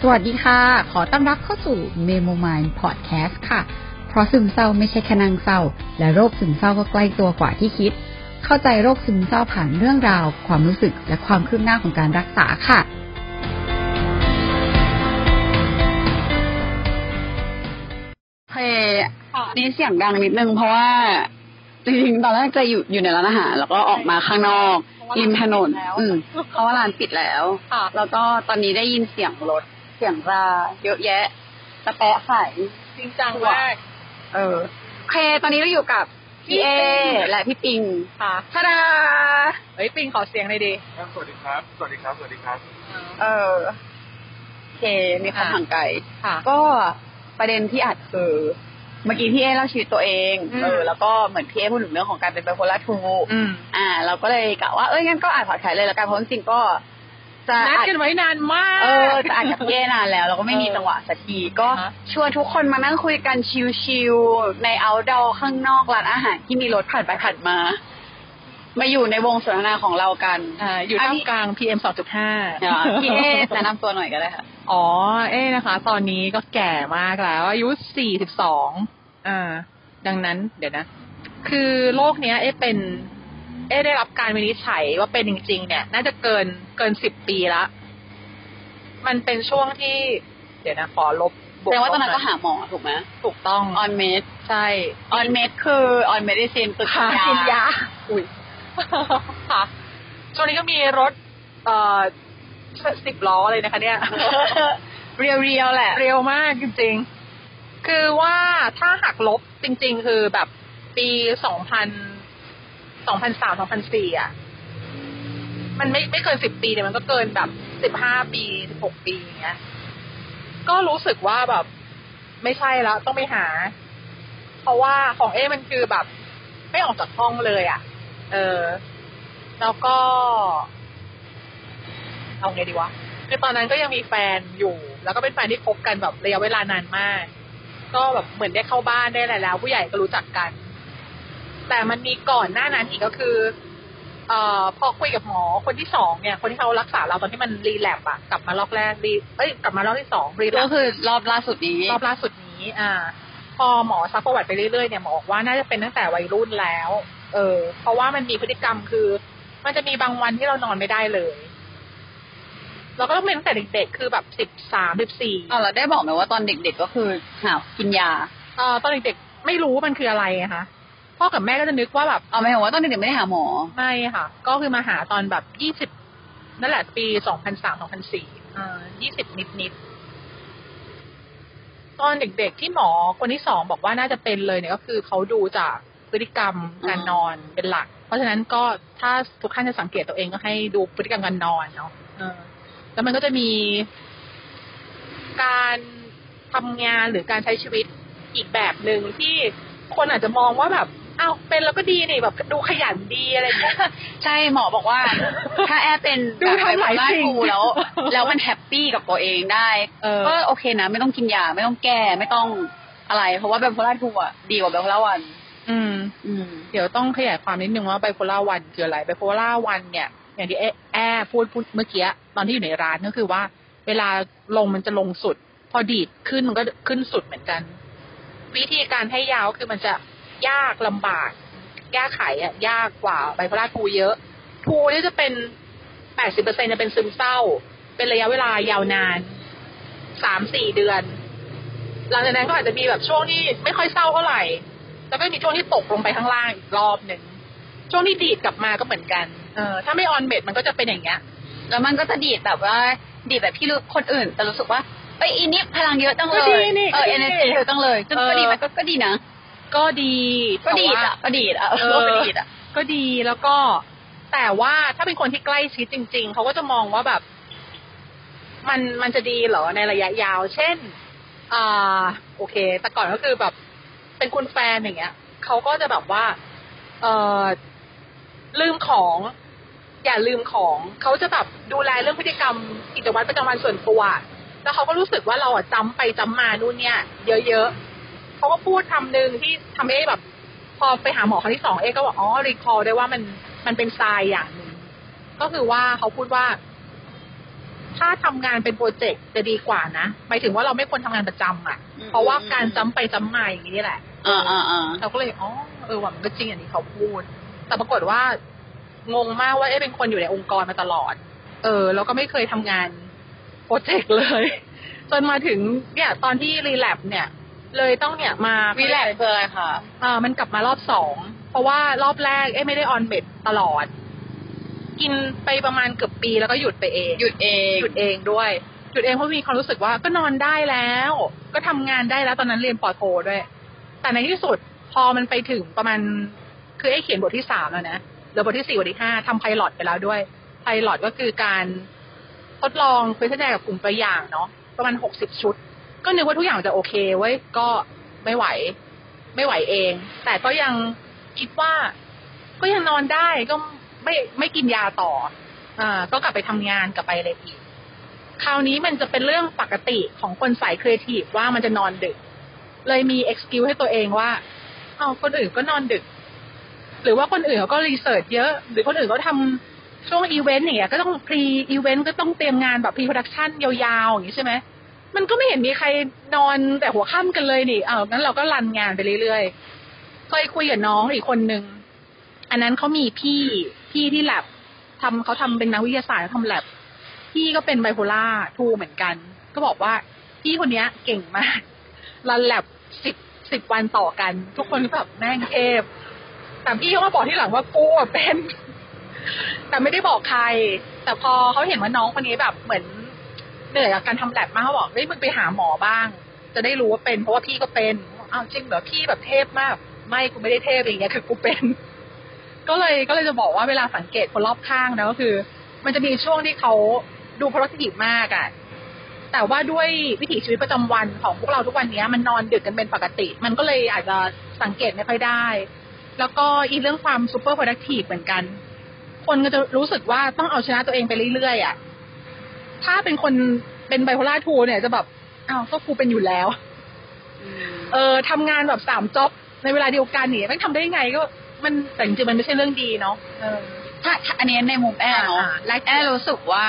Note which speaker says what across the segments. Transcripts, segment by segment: Speaker 1: สวัสดีค่ะ ขอต้อนรับเข้าสู่ Memo Mind Podcast ค่ะ เพราะซึมเศร้าไม่ใช่แค่นางเศร้า และโรคซึมเศร้าก็ใกล้ตัวกว่าที่คิด เข้าใจโรคซึมเศร้าผ่านเรื่องราว ความรู้สึกและความคืบหน้าของการรักษาค่ะ โอเค
Speaker 2: ค่ะ
Speaker 1: นี่เสียงดังนิดนึงเพราะว่า จริงๆ ตอนแรกจะอยู่อยู่ในร้านอาหาร แล้วก็ออกมาข้างนอก ริมถนน อืมเพราะว่าร้านปิดแล้ว
Speaker 2: ค่ะ
Speaker 1: แล้วก็ตอนนี้ได้ยินเสียงรถ เสียงราเยอะแยะตะแปะไข่
Speaker 2: จริงจังมาก
Speaker 1: เออโอเค ตอนนี้เราอยู่กับพี่เอ
Speaker 2: พี่ปิง
Speaker 1: และพี่ปิง
Speaker 2: ค่ะ
Speaker 1: ทาดา
Speaker 2: เฮ้ยปิงขอเสียงหน่อยดิ
Speaker 3: ครับสวัสดีครับ สวัสดีครับ สวัสดีครับ
Speaker 1: เออโอเค มีความ
Speaker 2: อ่ะ
Speaker 1: ห่างไกล
Speaker 2: ค่ะ
Speaker 1: ก็ประเด็นที่อัดคือเมื่อกี้พี่เอเล่าชีวิตตัวเอง
Speaker 2: อืม
Speaker 1: เออ แล้วก็เหมือนพี่เอพูดถึงเรื่องของการเป็นไบโพล่าทู
Speaker 2: อืม
Speaker 1: อ่า เราก็เลยกะว่า เอ้ยงั้นก็อัดพอดแคสต์เลยแล้วกันเพราะจริงๆก็จะ
Speaker 2: นัด
Speaker 1: อัด
Speaker 2: กันไว้นานมาก
Speaker 1: เออจะอ่านกับเย่นานแล้วเราก็ไม่มี
Speaker 2: เออ
Speaker 1: จังหวะสักทีก็
Speaker 2: อ่าฮะ
Speaker 1: ชวนทุกคนมานั่งคุยกันชิวๆใน outdoor ข้างนอกร้านอาหารที่มีรถผ่านไปผ่านมา มาอยู่ในวงสนทนาของเรากัน
Speaker 2: อ่าอยู่ท่ามกลาง PM 2.5
Speaker 1: เนาะ พี่เอแนะนำตัวหน่อยก็ได้ค่ะ
Speaker 2: อ๋อ เอ๊ะนะคะ ตอนนี้ก็แก่มากแล้ว อายุ 42 อ่า ดังนั้น เดี๋ยวนะ คือโรคเนี้ย เอ๊ะเป็น เอ๊ะได้รับการวินิจฉัยว่าเป็นจริง ๆ เนี่ย น่าจะเกินเกิน 10 ปีละ มันเป็นช่วงที่ เดี๋ยวนะ ขอลบบ
Speaker 1: แสดงว่าตอนนั้นก็
Speaker 2: ย
Speaker 1: หาหมอถูกไหม
Speaker 2: ถูกต้อง
Speaker 1: ออนเมด
Speaker 2: ใช่
Speaker 1: ออนเมดคือออนเมดิซินคือ
Speaker 2: ค่ะ
Speaker 1: กินยา
Speaker 2: อุ้ย ค่ะช่วงนี้ก็มีรถ เอ่อสิบล้อเลยนะคะเนี่ย
Speaker 1: เรียวๆแหละ
Speaker 2: เร็วมากจริงๆ คือว่าถ้าหักลบจริงๆ คือแบบปีสองพันสองพันสามสองพันสี่อ่ะ มันไม่ไม่เกินสิบปีเนี่ยมันก็เกินแบบสิบห้าปีสิบหกปีอย่างเงี้ย ก็รู้สึกว่าแบบไม่ใช่แล้วต้องไปหา เพราะว่าของเอ้มันคือแบบ ไม่ออกจากห้องเลยอ่ะ เออ แล้วก็ เอาไงดีวะ คือตอนนั้นก็ยังมีแฟนอยู่ แล้วก็เป็นแฟนที่คบกันแบบระยะเวลานานมาก ก็แบบเหมือนได้เข้าบ้านได้อะไรแล้ว ผู้ใหญ่ก็รู้จักกัน แต่มันมีก่อนหน้านั้นอีกก็คือ เอ่อพอคุยกับหมอคนที่สองเนี่ย คนที่เขารักษาเราตอนที่มันรีแลบอะกลับมารอบแรกรีเอ้ยกลับมารอบที่สองรีแล
Speaker 1: ก็
Speaker 2: บ
Speaker 1: คือรอบล่าสุดนี้
Speaker 2: รอบล่าสุดนี้ อ่า พอหมอซักประวัติไปเรื่อยๆเนี่ยหมอบอกว่าน่าจะเป็นตั้งแต่วัยรุ่นแล้ว เออ เพราะว่ามันมีพฤติกรรมคือ มันจะมีบางวันที่เรานอนไม่ได้เลย เราก็ต้องเป็นตั้งแต่เด็กๆ คือแบบสิบสามสิบสี่
Speaker 1: เอาเราได้บอกไหมว่าตอนเด็ก ๆ ก็คือหากินยา
Speaker 2: เออตอนเด็กๆ ไม่รู้ว่ามันคืออะไรอะคะพ่อกับแม่ก็จะนึกว่าแบบ
Speaker 1: เอาไหมายถึงว่าตอนเด็กๆไม่ได้หาหมอ
Speaker 2: ไม่ค่ะ ก็คือมาหาตอนแบบยี่สิบ20นั่นแหละปีสองพันสามสองพันสี่ยี่สิบนิดนิดๆตอนเด็กๆที่หมอคนที่สองบอกว่าน่าจะเป็นเลยเนี่ยก็คือเขาดูจากพฤติกรรมการนอนเป็นหลัก เพราะฉะนั้นก็ถ้าทุกท่านจะสังเกตตัวเองก็ให้ดูพฤติกรรมการนอนเนาะเออแล้วมันก็จะมีการทำงานหรือการใช้ชีวิตอีกแบบหนึ่งที่คนอาจจะมองว่าแบบอ้าวเป็นแล้วก็ดีนี่แบบดูขยันดีอะไรอย่างเงี้ย
Speaker 1: ใช่หมอบอก ว่า ถ้าแอร์เป็น
Speaker 2: ดูทำหลายสิ่
Speaker 1: แบบไบ
Speaker 2: ง
Speaker 1: โพล่าทูแล้ว แล้วมันแฮปปี้กับตัวเองได้
Speaker 2: เออ
Speaker 1: ก็โอเคนะ ไม่ต้องกินยา ไม่ต้องแก้ไม่ต้องอะไร เพราะว่าไบโพล่าทูอ่ะดีกว่าไบโพล่าวัน
Speaker 2: อืม
Speaker 1: อืม
Speaker 2: เดี๋ยวต้องขยายความนิดนึงว่าไบโพล่าวันคืออะไรไบโพล่าวันเนี่ย อย่างที่แอแอพูดพูดเมื่อกี้ตอนที่อยู่ในร้านก็คือว่า เวลาลงมันจะลงสุด พอดีดขึ้นมันก็ขึ้นสุดเหมือนกัน วิธีการให้ยาวคือมันจะยากลำบาก แก้ไขอะยากกว่าไบโพล่าทูเยอะทูนี่จะเป็นแปดสิบเปอร์เซ็นจะเป็นซึมเศร้า เป็นระยะเวลายาวนานสามสี่เดือน หลังจากนั้นก็อาจจะมีแบบช่วงที่ไม่ค่อยเศร้าเท่าไหร่ แล้วก็มีช่วงที่ตกลงไปข้างล่างอีกรอบหนึ่งช่วงที่ดีดกลับมาก็เหมือนกันเออถ้าไม่ออนเบดมันก็จะเป็นอย่างเงี้ย
Speaker 1: แล้วมันก็จะดีดแบบว่า ดีดแบบที่รู้คนอื่น แต่รู้สึกว่าเอ้ยอีนี่พลังเยอะจังเล
Speaker 2: ก็ดี
Speaker 1: ย
Speaker 2: นี่
Speaker 1: เออ
Speaker 2: ก็ดี
Speaker 1: เอเนจีเยอะจังเลยจน
Speaker 2: เออ
Speaker 1: ก็ดีไหมก็ก็ดีนะ
Speaker 2: ก็ดี
Speaker 1: ก็ดีด
Speaker 2: แต่ว่า
Speaker 1: อ่ะก็ดีดอ่ะ
Speaker 2: เออ
Speaker 1: ก็ดีดอ่ะ
Speaker 2: ก็ดีแล้วก็ แต่ว่าถ้าเป็นคนที่ใกล้ชิดจริง ๆ เขาก็จะมองว่าแบบ มันมันจะดีเหรอในระยะยาว เช่น อ่า โอเค แต่ก่อนก็คือแบบ เป็นคุณแฟนอย่างเงี้ยเขาก็จะแบบว่า เออลืมของ อย่าลืมของเขาจะแบบดูแลเรื่องพฤติกรรมกิจวัตรประจำวันส่วนตัว แล้วเขาก็รู้สึกว่าเราอะจำไปจำมานู่นเนี่ย เยอะๆเขาก็พูดคำหนึ่งที่ทำเอ้แบบ พอไปหาหมอครั้งที่สองเอ๊ก็บอกอ๋อรีคอร์ได้ว่ามันมันเป็นทรายอย่างหนึ่งก็คือว่าเขาพูดว่า ถ้าทำงานเป็นโปรเจกต์จะดีกว่านะหมายถึงว่าเราไม่ควรทำงานประจำอ่ะ
Speaker 1: อืม
Speaker 2: เพราะว่า
Speaker 1: อืม
Speaker 2: การซ้ำไปซ้ำมาอย่างนี้แหละ
Speaker 1: เออเออเออ
Speaker 2: เราก็เลยอ๋อเออว่ามันก็จริงอย่างที่เขาพูด แต่ปรากฏว่างงมากว่าเอ๊ะเป็นคนอยู่ในองค์กรมาตลอด เออ แล้วก็ไม่เคยทำงานโปรเจกต์เลย จนมาถึงเนี่ยตอนที่รีแลบเนี่ย เลยต้องเนี่ยมา
Speaker 1: วีแลกซ์เลยค่ะ
Speaker 2: เออมันกลับมารอบสองเพราะว่ารอบแรกเอ๊ะไม่ได้ออนเบดตลอด กินไปประมาณเกือบปีแล้วก็หยุดไปเอง
Speaker 1: หยุดเอง
Speaker 2: หยุดเองด้วยหยุดเองเพราะมีความรู้สึกว่าก็นอนได้แล้ว ก็ทำงานได้แล้วตอนนั้นเรียนปอโทด้วย แต่ในที่สุดพอมันไปถึงประมาณ คือไอ้เขียนบทที่สามแล้วนะหรือบทที่สี่บทที่ห้าทำไพลอตไปแล้วด้วย ไพลอตก็คือการทดลองคุยแสดงกับกลุ่มตัวอย่างเนาะประมาณหกสิบชุด ก็นึกว่าทุกอย่างจะโอเคเว้ยก็ไม่ไหว ไม่ไหวเอง แต่ก็ยังคิดว่า ก็ยังนอนได้ก็ไม่ไม่กินยาต่ออ่าก็กลับไปทำงานกลับไปอะไรอีก คราวนี้มันจะเป็นเรื่องปกติของคนสายครีเอทีฟว่ามันจะนอนดึก เลยมี excuse ให้ตัวเองว่า เอาคนอื่นก็นอนดึก หรือว่าคนอื่นเขาก็รีเสิร์ชเยอะ หรือคนอื่นเขาทำช่วงอีเวนต์อย่างเงี้ยก็ต้องพรีอีเวนต์ก็ต้องเตรียมงานแบบพรีโปรดักชันยาวๆ อย่างงี้ใช่ไหม มันก็ไม่เห็นมีใครนอนแต่หัวค่ำกันเลยนี่เอาวงั้นเราก็รันงานไปเรื่อยๆ เคยคุยกับน้องอีกคนนึง อันนั้นเขามีพี่พี่ที่แลบทำเขาทำเป็นนักวิทยาศาสตร์เขาทำแลบ พี่ก็เป็นไบโพล่าทูเหมือนกัน ก็บอกว่าพี่คนเนี้ยเก่งมากรันแลบสิบสิบวันต่อกัน ทุกคนก็แบบแม่งเทพแต่พี่เขาก็บอกที่หลังว่ากูอะเป็น แต่ไม่ได้บอกใคร แต่พอเขาเห็นว่าน้องคนนี้แบบเหมือนเหนื่อยกับการทำแลบมากเขาบอกเฮ้ยมึงไปหาหมอบ้าง จะได้รู้ว่าเป็น เพราะว่าพี่ก็เป็นอ้าวจริงเหรอพี่แบบเทพมาก ไม่กูไม่ได้เทพอย่างเงี้ยคือกูเป็น ก็เลยก็เลยจะบอกว่าเวลาสังเกตคนรอบข้างนะก็คือ มันจะมีช่วงที่เขาดูโพลัสติมากอะ่ะ แต่ว่าด้วยวิถีชีวิตประจำวันของพวกเราทุกวันเนี้ย มันนอนดึกกันเป็นปกติ มันก็เลยอาจจะสังเกตไม่ค่อยได้ แล้วก็อีกเรื่องความซูเปอร์โปรดักทีฟเหมือนกัน คนก็จะรู้สึกว่าต้องเอาชนะตัวเองไปเรื่อยๆอะ่ะ ถ้าเป็นคนเป็นไบโพล่าทูเนี่ยจะแบบอ้าวก็กูเป็นอยู่แล้ว
Speaker 1: อืม
Speaker 2: เออทำงานแบบสามจ็อบในเวลาเดียวกันเนี่ยไม่งทำได้ยังไงก็ มันแต่จริงๆมันไม่ใช่เรื่องดีเนาะเออ
Speaker 1: ถ้าถ้าอันนี้ในมุมแอร์เนาะ
Speaker 2: อ่า
Speaker 1: และแอร์รู้สึกว่า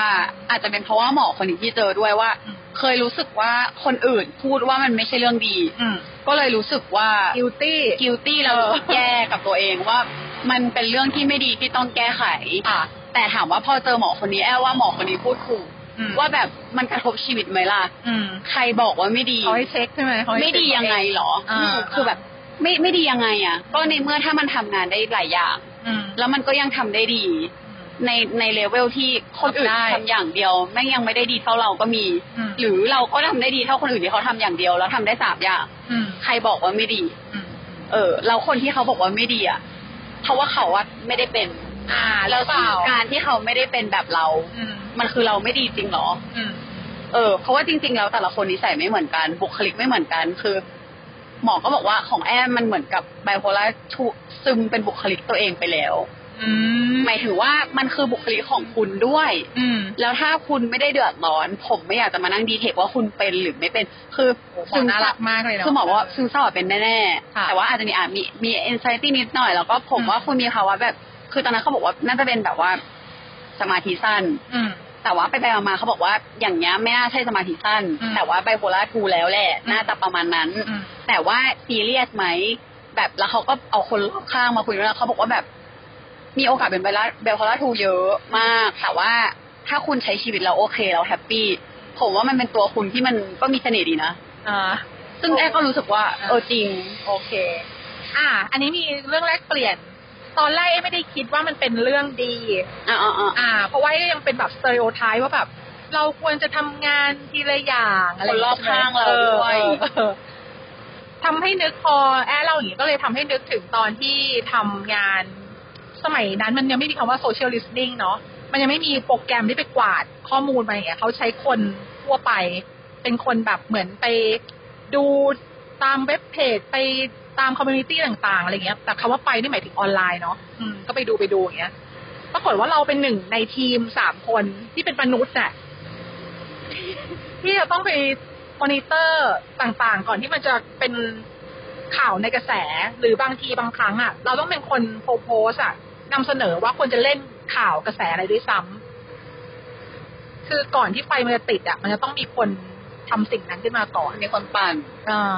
Speaker 1: อาจจะเป็นเพราะว่าหมอคนนี้ที่เจอด้วยว่า เคยรู้สึกว่าคนอื่นพูดว่ามันไม่ใช่เรื่องดี
Speaker 2: อืม
Speaker 1: ก็เลยรู้สึกว่า
Speaker 2: กิลตี้
Speaker 1: กิลตี้เราแย่กับตัวเองว่ามันเป็นเรื่องที่ไม่ดีที่ต้องแก้ไข
Speaker 2: ค่ะ
Speaker 1: แต่ถามว่าพอเจอหมอคนนี้แอบว่าหมอคนนี้พูดถูก
Speaker 2: ว่า
Speaker 1: ว่าแบบมันกระทบชีวิตไหมล่ะ
Speaker 2: อืม
Speaker 1: ใครบอกว่าไม่ดี
Speaker 2: เขาให้เช็คใช่ไหมเขาให้
Speaker 1: ไม่
Speaker 2: เช็ค
Speaker 1: ดียังไงเหรอ
Speaker 2: อ่า
Speaker 1: คือแบบ ไม่ไม่ดียังไงอ่ะ ก็ในเมื่อถ้ามันทำงานได้หลายอย่าง
Speaker 2: อืม
Speaker 1: แล้วมันก็ยังทำได้ดี ในในเลเวลที่คนอื่นทำอย่างเดียวแม่งยังไม่ได้ดีเท่าเราก็มี
Speaker 2: อืม
Speaker 1: หรือเราก็ทำได้ดีเท่าคนอื่นที่เขาทำอย่างเดียว แล้วทำได้สามอย่าง
Speaker 2: อืม
Speaker 1: ใครบอกว่าไม่ดี
Speaker 2: อืม
Speaker 1: เออแล้วคนที่เขาบอกว่าไม่ดีอ่ะเพราะว่าเขาว่าไม่ได้เป็น
Speaker 2: อ่าแล้
Speaker 1: แล้ว ว
Speaker 2: เปล่า
Speaker 1: การที่เขาไม่ได้เป็นแบบเรา
Speaker 2: อืม
Speaker 1: มันคือเราไม่ดีจริงเหรอ
Speaker 2: อืม
Speaker 1: เออ เพราะว่าจริง ๆ แล้วแต่ละคนนิสัยไม่เหมือนกัน บุคลิกไม่เหมือนกัน คือ หมอก็บอกว่าของแอมมันเหมือนกับไบโพล่าทูซึมเป็นบุคลิกตัวเองไปแล้ว
Speaker 2: อืม
Speaker 1: หมายถึงว่ามันคือบุคลิกของคุณด้วย
Speaker 2: อืม
Speaker 1: แล้วถ้าคุณไม่ได้เดือดร้อน ผมไม่อยากจะมานั่งดีเทคว่าคุณเป็นหรือไม่เป็น คือ
Speaker 2: หมอน่ารักมากเลยเนอะ
Speaker 1: คือหมอบอกว่าซึมเศร้าเป็นแน่
Speaker 2: ค่ะ
Speaker 1: ๆ แต่ว่าอาจจะมีอ่ะมีมีเอนไซตี้นิดหน่อย แล้วก็ผม
Speaker 2: อืม
Speaker 1: ว่าคุณมีภาวะแบบ คือตอนนั้นเขาบอกว่าน่าจะเป็นแบบว่าสมาธิสั้น
Speaker 2: อืม
Speaker 1: แต่ว่าไปไปมาๆเขาบอกว่าอย่างเงี้ยไม่น่าใช่สมาธิสั้น
Speaker 2: อืม
Speaker 1: แต่ว่าไบโพล่าทูแล้วแหละ
Speaker 2: อืม
Speaker 1: น่าจะประมาณนั้น
Speaker 2: อืม
Speaker 1: แต่ว่าซีเรียสไหมแบบแล้วเขาก็เอาคนรอบข้างมาคุยด้วยนะเขาบอกว่าแบบ มีโอกาสเป็นไบโพล่าไบโพล่าทูเยอะมากแต่ว่าถ้าคุณใช้ชีวิตเราโอเคเราแฮปปี้ผมว่ามันเป็นตัวคุณที่มันก็มีเสน่ห์ดีนะ
Speaker 2: อ่า
Speaker 1: ซึ่งแอร์ก็รู้สึกว่าเออจริง
Speaker 2: โอเค อ่า อันนี้มีเรื่องแรกเปลี่ยน ตอนแรกเอ๊ะไม่ได้คิดว่ามันเป็นเรื่องดี
Speaker 1: อ่าอ่าอ่า
Speaker 2: อ่า เพราะว่าเอ๊ะยังเป็นแบบสเตอริโอไทป์ว่าแบบ เราควรจะทำงานทีละอย่างอะไร
Speaker 1: ค
Speaker 2: ย่
Speaker 1: น
Speaker 2: ง
Speaker 1: ร
Speaker 2: งี้
Speaker 1: อบ
Speaker 2: ใช่ไหม
Speaker 1: ข้างเราด้วย
Speaker 2: เออเออ ทำให้นึกพอแอร์เล่าอย่างนี้ก็เลยทำให้นึกถึงตอนที่ทำงาน สมัยนั้นมันยังไม่มีคำว่าโซเชียลลิสติ้งเนาะมันยังไม่มีโปรแกรมที่ไปกวาดข้อมูลมาอย่างเงี้ยเขาใช้คนทั่วไป เป็นคนแบบเหมือนไปดูตามเว็บเพจไปตามคอมมูนิตี้ต่างๆอะไรเงี้ยแต่คำว่าไปนี่หมายถึงออนไลน์เนาะอืมก็ไปดูไปดูอย่างเงี้ยปรากฏว่าเราเป็นหนึ่งในทีมสามคนที่เป็นมนุษย์น่ะ ที่จะต้องไปมอนิเตอร์ต่างๆ ก่อนที่มันจะเป็นข่าวในกระแส หรือบางทีบางครั้งอ่ะ เราต้องเป็นคนโพโพสต์อ่ะนำเสนอว่าควรจะเล่นข่าวกระแสอะไรด้วยซ้ำ คือก่อนที่ไฟมันจะติดอ่ะ มันจะต้องมีคนทำสิ่งนั้นขึ้นมาก่อน
Speaker 1: มีคนปั่น
Speaker 2: เออ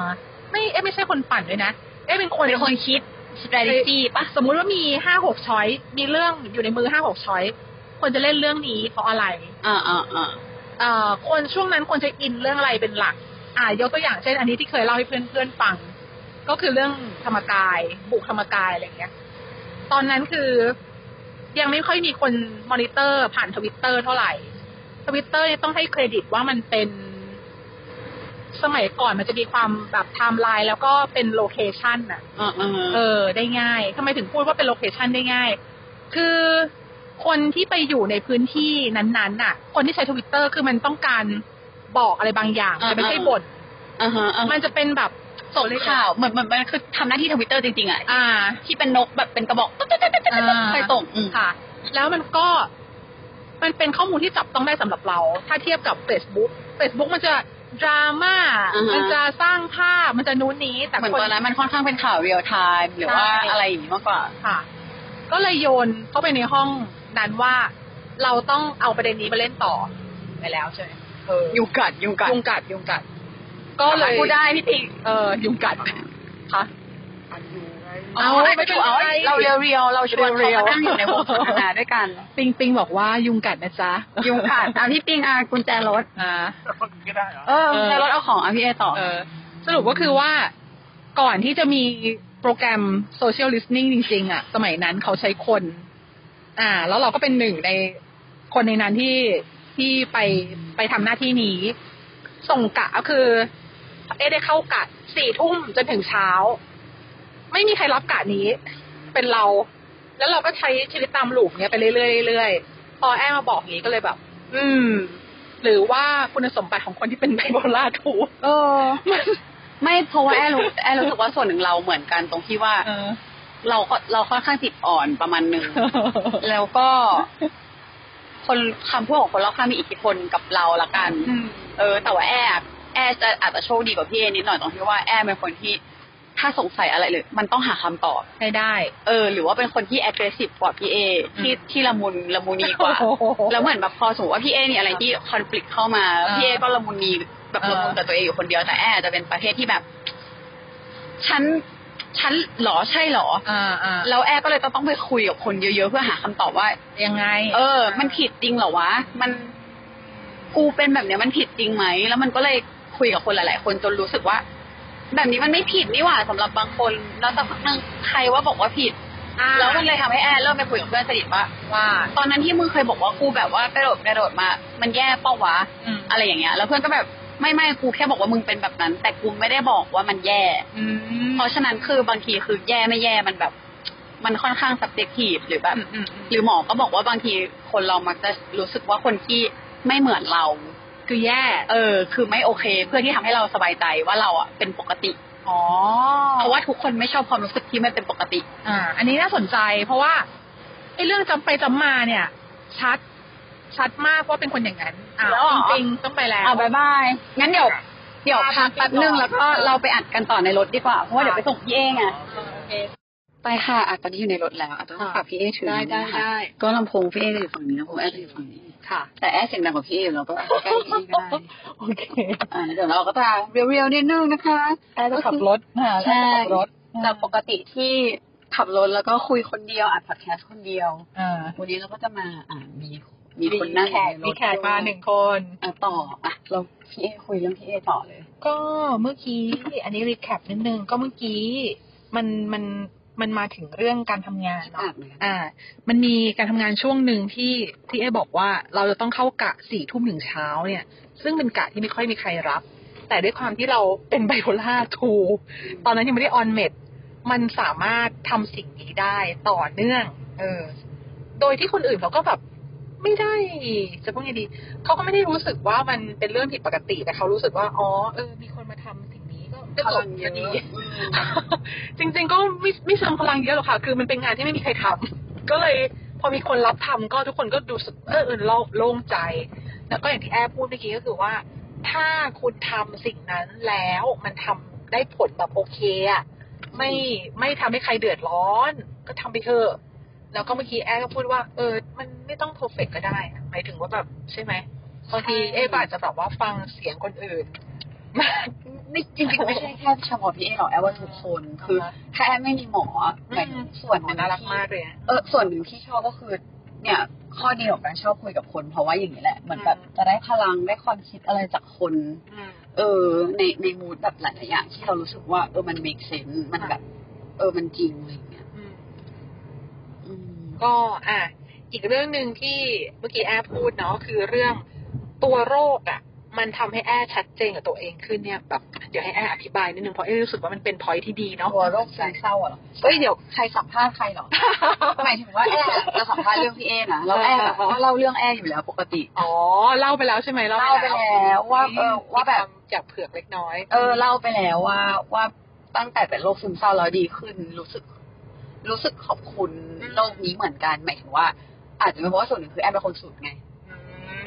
Speaker 2: ไม่เอ๊ะไม่ใช่คนปั่นด้วยนะเอ๊ะเป็นคน
Speaker 1: เป็นคนคิด strategy ปะ
Speaker 2: สมมุติว่ามีห้าหกช้อย มีเรื่องอยู่ในมือห้าหกช้อย คนจะเล่นเรื่องนี้เพราะอะไร
Speaker 1: อ่าอ่าอ่า
Speaker 2: เอ่อคนช่วงนั้นควรจะอินเรื่องอะไรเป็นหลัก อ่ายกตัวอย่างเช่น อันนี้ที่เคยเล่าให้เพื่อนๆฟัง ก็คือเรื่องธรรมกาย บุกธรรมกายอะไรอย่างเงี้ย ตอนนั้นคือยังไม่ค่อยมีคนมอนิเตอร์ผ่านทวิตเตอร์เท่าไหร่ทวิตเตอร์ต้องให้เครดิตว่ามันเป็น สมัยก่อนมันจะมีความแบบไทม์ไลน์แล้วก็เป็นโลเคชันอะ
Speaker 1: อ่าอ่า
Speaker 2: เออ ได้ง่ายทำไมถึงพูดว่าเป็นโลเคชันได้ง่าย คือคนที่ไปอยู่ในพื้นที่นั้นๆน่ะ คนที่ใช้ทวิตเตอร์คือมันต้องการบอกอะไรบางอย่างแต่ไม่ใช่บ่น
Speaker 1: อ่าฮะอ่าฮะ
Speaker 2: มันจะเป็นแบบ
Speaker 1: ส่งข่าวเหมือนเหมือนมันคือทำหน้าที่ทวิตเตอร์จริงๆอ่ะ
Speaker 2: อ่า
Speaker 1: ที่เป็นนกแบบเป็นกระบอกตึ๊ดตึ๊ดตึ๊ดตึ๊ดตึ๊ด
Speaker 2: อ่า
Speaker 1: ไปส่งอืม
Speaker 2: ค่ะ แล้วมันก็มันเป็นข้อมูลที่จับต้องได้สำหรับเรา ถ้าเทียบกับ Facebook Facebook มันจะดราม่ามันจะสร้างภาพมันจะนู้นนี้แต่
Speaker 1: เหมือน
Speaker 2: ค
Speaker 1: ตอนนั้นมันค่อนข้างเป็นข่าวเรียลไทม์หรือว่า
Speaker 2: ใช่
Speaker 1: อะไรอย่างงี้มากกว่า
Speaker 2: ค่ะ ก็เลยโยนเข้าไปในห้องนั้นว่า เราต้องเอาประเด็นนี้มาเล่นต่อไปแล้วใช่ไหมเออ
Speaker 1: ยุงกัดยุงกัด
Speaker 2: ยุงกัดยุงกัด ก็เลย
Speaker 1: พูดได้พี่ติง
Speaker 2: เออยุงกัดค่ะ
Speaker 3: อันยูไง
Speaker 2: เอาไม่เป็นไร
Speaker 1: เอาเราเรียวเรียวๆเราชวนเขามานั่งอยู่ในวงสนทนาด้วยกัน
Speaker 2: ปิงปิงบอกว่ายุงกัดนะจ๊ะ
Speaker 1: ยุงกัดอ่ะพี่ปิงอ่ะกุญแจรถ
Speaker 2: อ่า
Speaker 3: ก็ ได้เหรอ
Speaker 1: เออกุญแจรถเอาของอ่ะพี่เอต่อ
Speaker 2: เออสรุปก็คือว่าก่อนที่จะมีโปรแกรม social listening จริงๆอะสมัยนั้นเขาใช้คน อ่า แล้วเราก็เป็นหนึ่งในคนในนั้นที่ที่ไปไปทำหน้าที่นี้ ส่งกะก็คือ เอะได้เข้ากะสี่ทุ่มจนถึงเช้า ไม่มีใครรับกะนี้ เป็นเรา แล้วเราก็ใช้ชีวิตตามหลูปเนี้ยไปเรื่อยๆเรื่อยๆพอแอมมาบอกอย่างนี้ก็เลยแบบ อืม หรือว่าคุณสมบัติของคนที่เป็นไบโพล่าทูก
Speaker 1: เอ อ ไม่เพราะว่าแอร์รู้แอร์รู้สึกว่าส่วนหนึ่งเราเหมือนกันตรงที่ว่า
Speaker 2: เออ
Speaker 1: เราก็เราค่อนข้างจิตอ่อนประมาณห นึ่ง แล้วก็คนคำพูดของคนรอบข้างมีอิทธิพลกับเราละกัน เออ แต่ว่าแอร์แอร์จะอาจจะโชคดีกว่าพี่เอนิดหน่อยตรงที่ว่าแอร์เป็นคนที่ถ้าสงสัยอะไรเลย มันต้องหาคำตอบ
Speaker 2: ให้ได้
Speaker 1: เออ หรือว่าเป็นคนที่ aggressive กว่าพี่เอที่
Speaker 2: อืม
Speaker 1: ที่ละมุนละมุนีกว่า แล้วเหมือนแบบพอสมมติว่าพี่เอมีอะไรที่คอน FLICT เข้ามา
Speaker 2: อ่า
Speaker 1: พี่เอก็ละมุนนีแบบ
Speaker 2: เออ
Speaker 1: ละมุนกับตัวเองอยู่คนเดียวแต่แอร์อาจจะเป็นประเภทที่แบบ ฉันฉันหรอใช่หรอ
Speaker 2: อ่าอ่า
Speaker 1: แล้วแอร์ก็เลยต้องไปคุยกับคนเยอะๆเพื่อหาคำตอบว่า
Speaker 2: ยังไง
Speaker 1: เออ มันผิดจริงเหรอวะ มันกูเป็นแบบเนี้ยมันผิดจริงไหม แล้วมันก็เลยคุยกับคนหลาย ๆ คนจนรู้สึกว่า แบบนี้มันไม่ผิดนี่หว่าสำหรับบางคนแล้วสักพักหนึงใครว่าบอกว่าผิด
Speaker 2: อ่า
Speaker 1: แล้วมันเลยทำให้แอร์เริ่มไปคุยกับเพื่อนสนิทว่า
Speaker 2: ว่า
Speaker 1: ตอนนั้นที่มึงเคยบอกว่ากูแบบว่ากระโดดกระโดดมา มันแย่เป้าวะ
Speaker 2: อืม
Speaker 1: อะไรอย่างเงี้ย แล้วเพื่อนก็แบบไม่ไม่กูแค่บอกว่ามึงเป็นแบบนั้น แต่กูไม่ได้บอกว่ามันแย่
Speaker 2: อืม
Speaker 1: เพราะฉะนั้นคือบางทีคือแย่ไม่แย่มันแบบ มันค่อนข้าง subjective หรือแบบ
Speaker 2: อืมอืม
Speaker 1: หรือหมอก็บอกว่าบางทีคนเรามักจะรู้สึกว่าคนที่ไม่เหมือนเรา
Speaker 2: คือแย่
Speaker 1: เออ คือไม่โอเค เพื่อที่ทำให้เราสบายใจว่าเราอ่ะเป็นปกติ
Speaker 2: อ๋อ
Speaker 1: เพราะว่าทุกคนไม่ชอบความรู้สึกที่ไม่เป็นปกติ
Speaker 2: อ่า อันนี้น่าสนใจ เพราะว่าไอ้เรื่องจำไปจำมาเนี่ย ชัด ชัดมากว่าเป็นคนอย่างนั้น อ่า
Speaker 1: แล้วเหรอ
Speaker 2: จริงๆต้องไปแล้ว
Speaker 1: อ่ะบายบาย งั้นเดี๋ยว เดี๋ยวพักแป๊บนึงแล้วก็เราไปอัดกันต่อในรถดีกว่า เพราะว่าเดี๋ยวไปส่งพี่เองอ่ะ
Speaker 2: โอเค
Speaker 1: ไปค่ะอ่ะตอนนี้อยู่ในรถแล้วอ่ะต้องฝากพี่เอถือนะคะก็ลำโพงพี่เอจะอยู่ฝั่งนี้ลำโพงแอร์จะอยู่ฝั่งนี้
Speaker 2: ค่ะ
Speaker 1: แต่แอร์เสียงดังกว่าพี่เออยู่แล้วก็ใกล้พี่เอได้
Speaker 2: โอเค
Speaker 1: อ่ะเดี๋ยวเราก็จะเรียวๆนิดนึงนะคะ
Speaker 2: แอร์จะขับรถนะคะ
Speaker 1: ใช่
Speaker 2: แอร์จะขับรถ
Speaker 1: จากปกติที่ขับรถแล้วก็คุยคนเดียวอัดพอดแคสต์คนเดียว
Speaker 2: อ่า
Speaker 1: วันนี้เราก็จะมาอ่ามีมีคนนั่งอ
Speaker 2: แข
Speaker 1: ยู่ใน
Speaker 2: ก
Speaker 1: รถ
Speaker 2: มีแขกมาหนึ่งคน
Speaker 1: อ่ะต่ออ่ะเราพี่เอคุยเรื่องพี่เอต่อเลย
Speaker 2: ก็เมื่อกี้อันนี้รีแคปนิดนึงก็เมื่อกี้มันมันมันมาถึงเรื่องการทำงานเนาะ
Speaker 1: อ่ะนะคะ
Speaker 2: อ่า มันมีการทำงานช่วงหนึ่งที่ที่เอบอกว่าเราจะต้องเข้ากะสี่ทุ่มถึงเช้าเนี่ย ซึ่งเป็นกะที่ไม่ค่อยมีใครรับ แต่ด้วยความที่เราเป็นไบโพล่าทูตอนนั้นยังไม่ได้ออนเมดมันสามารถทำสิ่งนี้ได้ต่อเนื่อง เออ โดยที่คนอื่นเขาก็แบบไม่ได้จะพูดไงดี เขาก็ไม่ได้รู้สึกว่ามันเป็นเรื่องผิดปกติ แต่เขารู้สึกว่า อ๋อ เออ มีคนมาทำสิ่งนี้ก็ก็จบ
Speaker 1: พลังเย
Speaker 2: ก็
Speaker 1: อะ
Speaker 2: ดี
Speaker 1: อืม
Speaker 2: จริง ๆ ก็ไม่ไม่เชิงพลังเยอะหรอกค่ะ คือมันเป็นงานที่ไม่มีใครทำ ก็เลยพอมีคนรับทำก็ทุกคนก็ดูสึกเออเออโล่งโล่งใจ แล้วก็อย่างที่แอบพูดเมื่อกี้ก็คือว่า ถ้าคุณทำสิ่งนั้นแล้วมันทำได้ผลแบบโอเคอะไม่ไม่ทำให้ใครเดือดร้อน ก็ทำไปเถอะ แล้วก็เมื่อกี้แอบก็พูดว่า เออ มันไม่ต้องเพอร์เฟกก็ได้อะหมายถึงว่าแบบใช่ไหม
Speaker 4: บางทีเอ๊ะก็อาจจะแบบว่าฟังเสียงคนอื่น
Speaker 1: ไม่จริงๆไม่ใช่แค่เฉพาะพี่เอหรอกแอบว่าทุกคนคือถ้าแอบไม่มีหมอหมายถึงส่วนห
Speaker 4: มั
Speaker 1: นึ่
Speaker 4: น
Speaker 1: ง
Speaker 4: น่ารัก
Speaker 1: ที่
Speaker 4: มากเลยอะ
Speaker 1: เออส่วนหนึ่งที่ชอบก็คือ เนี่ย ข้อดีของการชอบคุยกับคน เพราะว่าอย่างนี้แหละเหมือนแบบ
Speaker 4: อืม
Speaker 1: จะได้พลังได้ความคิดอะไรจากคน
Speaker 4: อืม
Speaker 1: เออ ในในมูดแบบหลายๆอย่างที่เรารู้สึกว่า เออมัน make sense มันแบบ เออมันจริงอะไรอย่างเงี้ย
Speaker 4: อืม
Speaker 1: อืม
Speaker 4: ก็อ่ะอีกเรื่องหนึ่งที่เมื่อกี้แอร์พูดเนาะคือเรื่องตัวโรคอะมันทำให้แอร์ชัดเจนกับตัวเองขึ้นเนี่ยแบบเดี๋ยวให้แอร์อธิบายนิดนึงเพราะแอร์รู้สึกว่ามันเป็นพอยที่ดีเนาะ
Speaker 1: ตัวโรคซึมเศร้าอะเหรอ
Speaker 4: เอ้ยเดี๋ยว
Speaker 1: ใครสัมภาษณ์ใครเหรอ หมายถึงว่าแอร์จะสัมภาษณ์เรื่องพี่เอนะแล้วแอร์แบบก็เล่าเรื่องแอร์อยู่แล้วปกติ
Speaker 4: อ๋อเล่าไปแล้วใช่ไหม
Speaker 1: เล่าไปแล้วว่าเออว่าแบบ
Speaker 4: จากเผือกเล็กน้อย
Speaker 1: เออเล่าไปแล้วว่าว่าตั้งแต่เป็นโรคซึมเศร้าแล้วดีขึ้น รู้สึก รู้สึกขอบคุณ
Speaker 4: อืม
Speaker 1: โรคนี้เหมือนกันหมายถึงว่า อาจจะเป็นเพราะว่าส่วนหนึ่งคือแอมเป็นคนสุดไง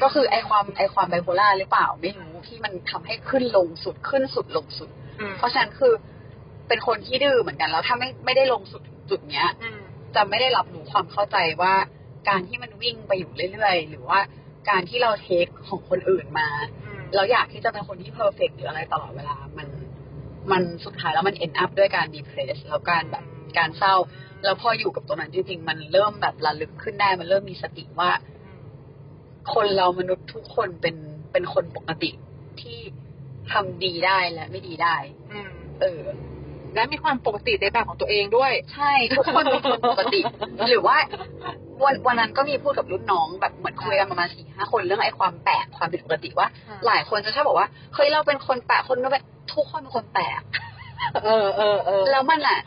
Speaker 1: ก็คือไอความไอความไบโพล่าหรือเปล่าไม่รู้ที่มันทำให้ขึ้นลงสุดขึ้นสุดลงสุด
Speaker 4: ม
Speaker 1: เพราะฉะนั้นคือเป็นคนที่ดื้อเหมือนกันแล้วถ้าไม่ไม่ได้ลงสุดจุดเนี้ย
Speaker 4: อืม
Speaker 1: จะไม่ได้รับรู้ความเข้าใจว่าการที่มันวิ่งไปอยู่เรื่อยๆ หรือว่าการที่เราเทคของคนอื่นมา
Speaker 4: อืม
Speaker 1: เราอยากที่จะเป็นคนที่เพอร์เฟกหรืออะไรตลอดเวลา มัน มันสุดท้ายแล้วมัน end up ด้วยการ depress แล้วการแบบการเศร้า แล้วพออยู่กับตรงนั้นจริงๆ มันเริ่มแบบระลึกขึ้นได้ มันเริ่มมีสติว่า คนเรามนุษย์ทุกคนเป็น เป็นคนปกติที่ทำดีได้และไม่ดีได้
Speaker 4: อืม
Speaker 1: เออ
Speaker 4: และมีความปกติในแบบของตัวเองด้วย
Speaker 1: ใช่ ทุกคนเป็นคนปกติ หรือว่าวันวันนั้นก็มีพูดกับรุ่นน้องแบบเหมือนคุยกันประมาณสี่ห้าคนเรื่องไอ้ความแปลกความผิดปกติว่า หลายคนจะชอบบอกว่าเฮ้ยเราเป็นคนแปลกคนนู้นเป็นทุกคนเป็นคนแปลก
Speaker 4: เออเออเออ
Speaker 1: แล้วมันอ่ะ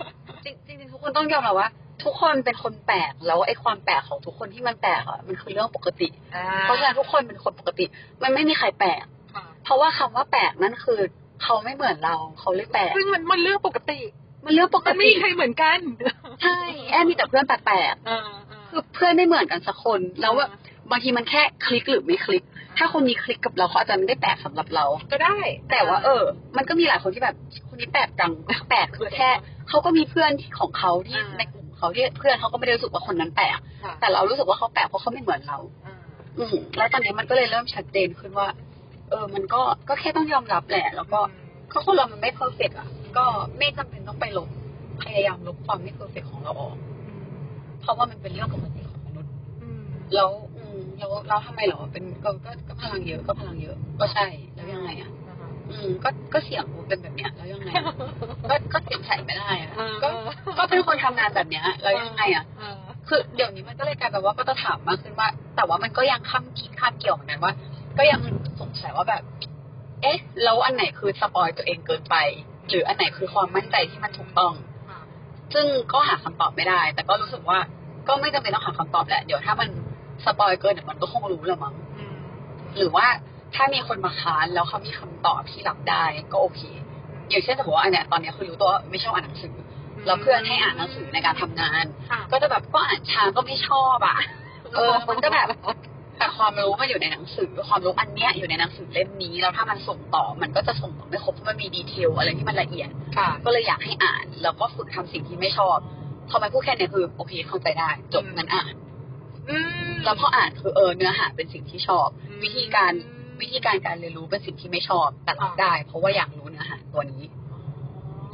Speaker 1: จริงจริงๆทุกคนต้องยอมรับว่า ทุกคนเป็นคนแปลกแล้วไอ้ความแปลกของทุกคนที่มันแปลกอ่ะมันคือเรื่องปกติ
Speaker 4: อ่
Speaker 1: เพราะฉะนั้นทุกคนเป็นคนปกติ มันไม่มีใครแปลก เพราะว่าคำว่าแปลกนั่นคือ เขาไม่เหมือนเราเขาเลยแปลก
Speaker 4: ซึ่งมันมันเรื่องปกติ
Speaker 1: มันเรื่องปก
Speaker 4: มันไม่
Speaker 1: ติ
Speaker 4: มีใครเหมือนกัน
Speaker 1: ใช่แอมมีแต่เพื่อนแปลก
Speaker 4: เออเ
Speaker 1: ๆคือเพื่อนไม่เหมือนกันสักคนแล้วว่าบางทีมันแค่คลิกหรือไม่คลิก ถ้าคนนี้คลิกกับเราเขาอาจจะไม่ได้แปลกสำหรับเรา
Speaker 4: ก็ได้
Speaker 1: แต่ว่าเออ มันก็มีหลายคนที่แบบคนนี้แปลกจัง แปลกคือแค่เขาก็มีเพื่อนที่ของเขาที่ในกลุ่มเขาที่เพื่อนเขาก็ไม่ได้รู้สึกว่าคนนั้นแปลก
Speaker 4: ค่ะ
Speaker 1: แต่เรารู้สึกว่าเขาแปลกเพราะเขาไม่เหมือนเรา
Speaker 4: อืม
Speaker 1: อืมแล้วตอนนี้มันก็เลยเริ่มชัดเจนขึ้นว่า เออ มันก็ก็แค่ต้องยอมรับแหละ แล้วก็ก็คนเรามันไม่เพอร์เฟกอ่ะ ก็ไม่จำเป็นต้องไปลบพยายามลบความไม่เพอร์เฟกของเราออก เพราะว่ามันเป็นเรื่องปกติของมนุษย์
Speaker 4: อืม
Speaker 1: แล้วอืมแล้วเราทำไมเหรอเป็นก็ก็ก็พลังเยอะก็พลังเยอะ ก็ใช่แล้วยังไงอ่ะ อืมก็ก็เสี่ยงเป็นแบบเนี้ยแล้วยังไงอะก็ก็เสี่ยงใส่ไม่ได้อะ
Speaker 4: เออ
Speaker 1: ก็ก็เป็นคนทำงานแบบเนี้ยแล้วยังไงอ่ะ
Speaker 4: เออ
Speaker 1: คือเดี๋ยวนี้มันก็เลยกลายเป็นว่าก็จะถามมากขึ้นว่า แต่ว่ามันก็ยังค้ามคิดคาดเกี่ยวเหมือนกันว่า ก็ยังสงสัยว่าแบบ เอ๊ะแล้วอันไหนคือสปอยตัวเองเกินไป หรืออันไหนคือความมั่นใจที่มันถูกต้อง
Speaker 4: ค่ะ
Speaker 1: ซึ่งก็หาคำตอบไม่ได้ แต่ก็รู้สึกว่าก็ไม่จำเป็นต้องหาคำตอบแหละเดี๋ยวถ้ามันสปอยเกินเดี๋ยวมันก็คงรู้แหละมั้ง
Speaker 4: อืม
Speaker 1: หรือว่าถ้ามีคนมาค้านแล้วเขามีคำตอบที่รับได้ก็โอเค อย่างเช่นสมมติว่าอันเนี้ยตอนเนี้ยคือรู้ตัวว่าไม่ชอบอ่านหนังสือแล้วเพื่อนให้อ่านหนังสือในการทำงาน
Speaker 4: ค่ะ
Speaker 1: ก็จะแบบก็อ่านช้าก็ไม่ชอบอ่ะ เออมันก็แบบ แต่ความรู้มันอยู่ในหนังสือความรู้อันเนี้ยอยู่ในหนังสือเล่มนี้แล้วถ้ามันส่งต่อมันก็จะส่งต่อไม่ครบเพราะมันมีดีเทลอะไรที่มันละเอียด
Speaker 4: ค่ะ
Speaker 1: ก็เลยอยากให้อ่าน แล้วก็ฝึกทำสิ่งที่ไม่ชอบพอมันพูดแค่เนี้ยคือโอเคเข้าใจได้จบ
Speaker 4: อืม
Speaker 1: มันอ่าน
Speaker 4: อืม
Speaker 1: แล้วพออ่านคือเออเนื้อหาเป็นสิ่งที่ชอบ วิธีการ วิธีการการเรียนรู้เป็นสิ่งที่ไม่ชอบแต่รับได้ เพราะว่าอยากรู้เนื้อหาตัวนี้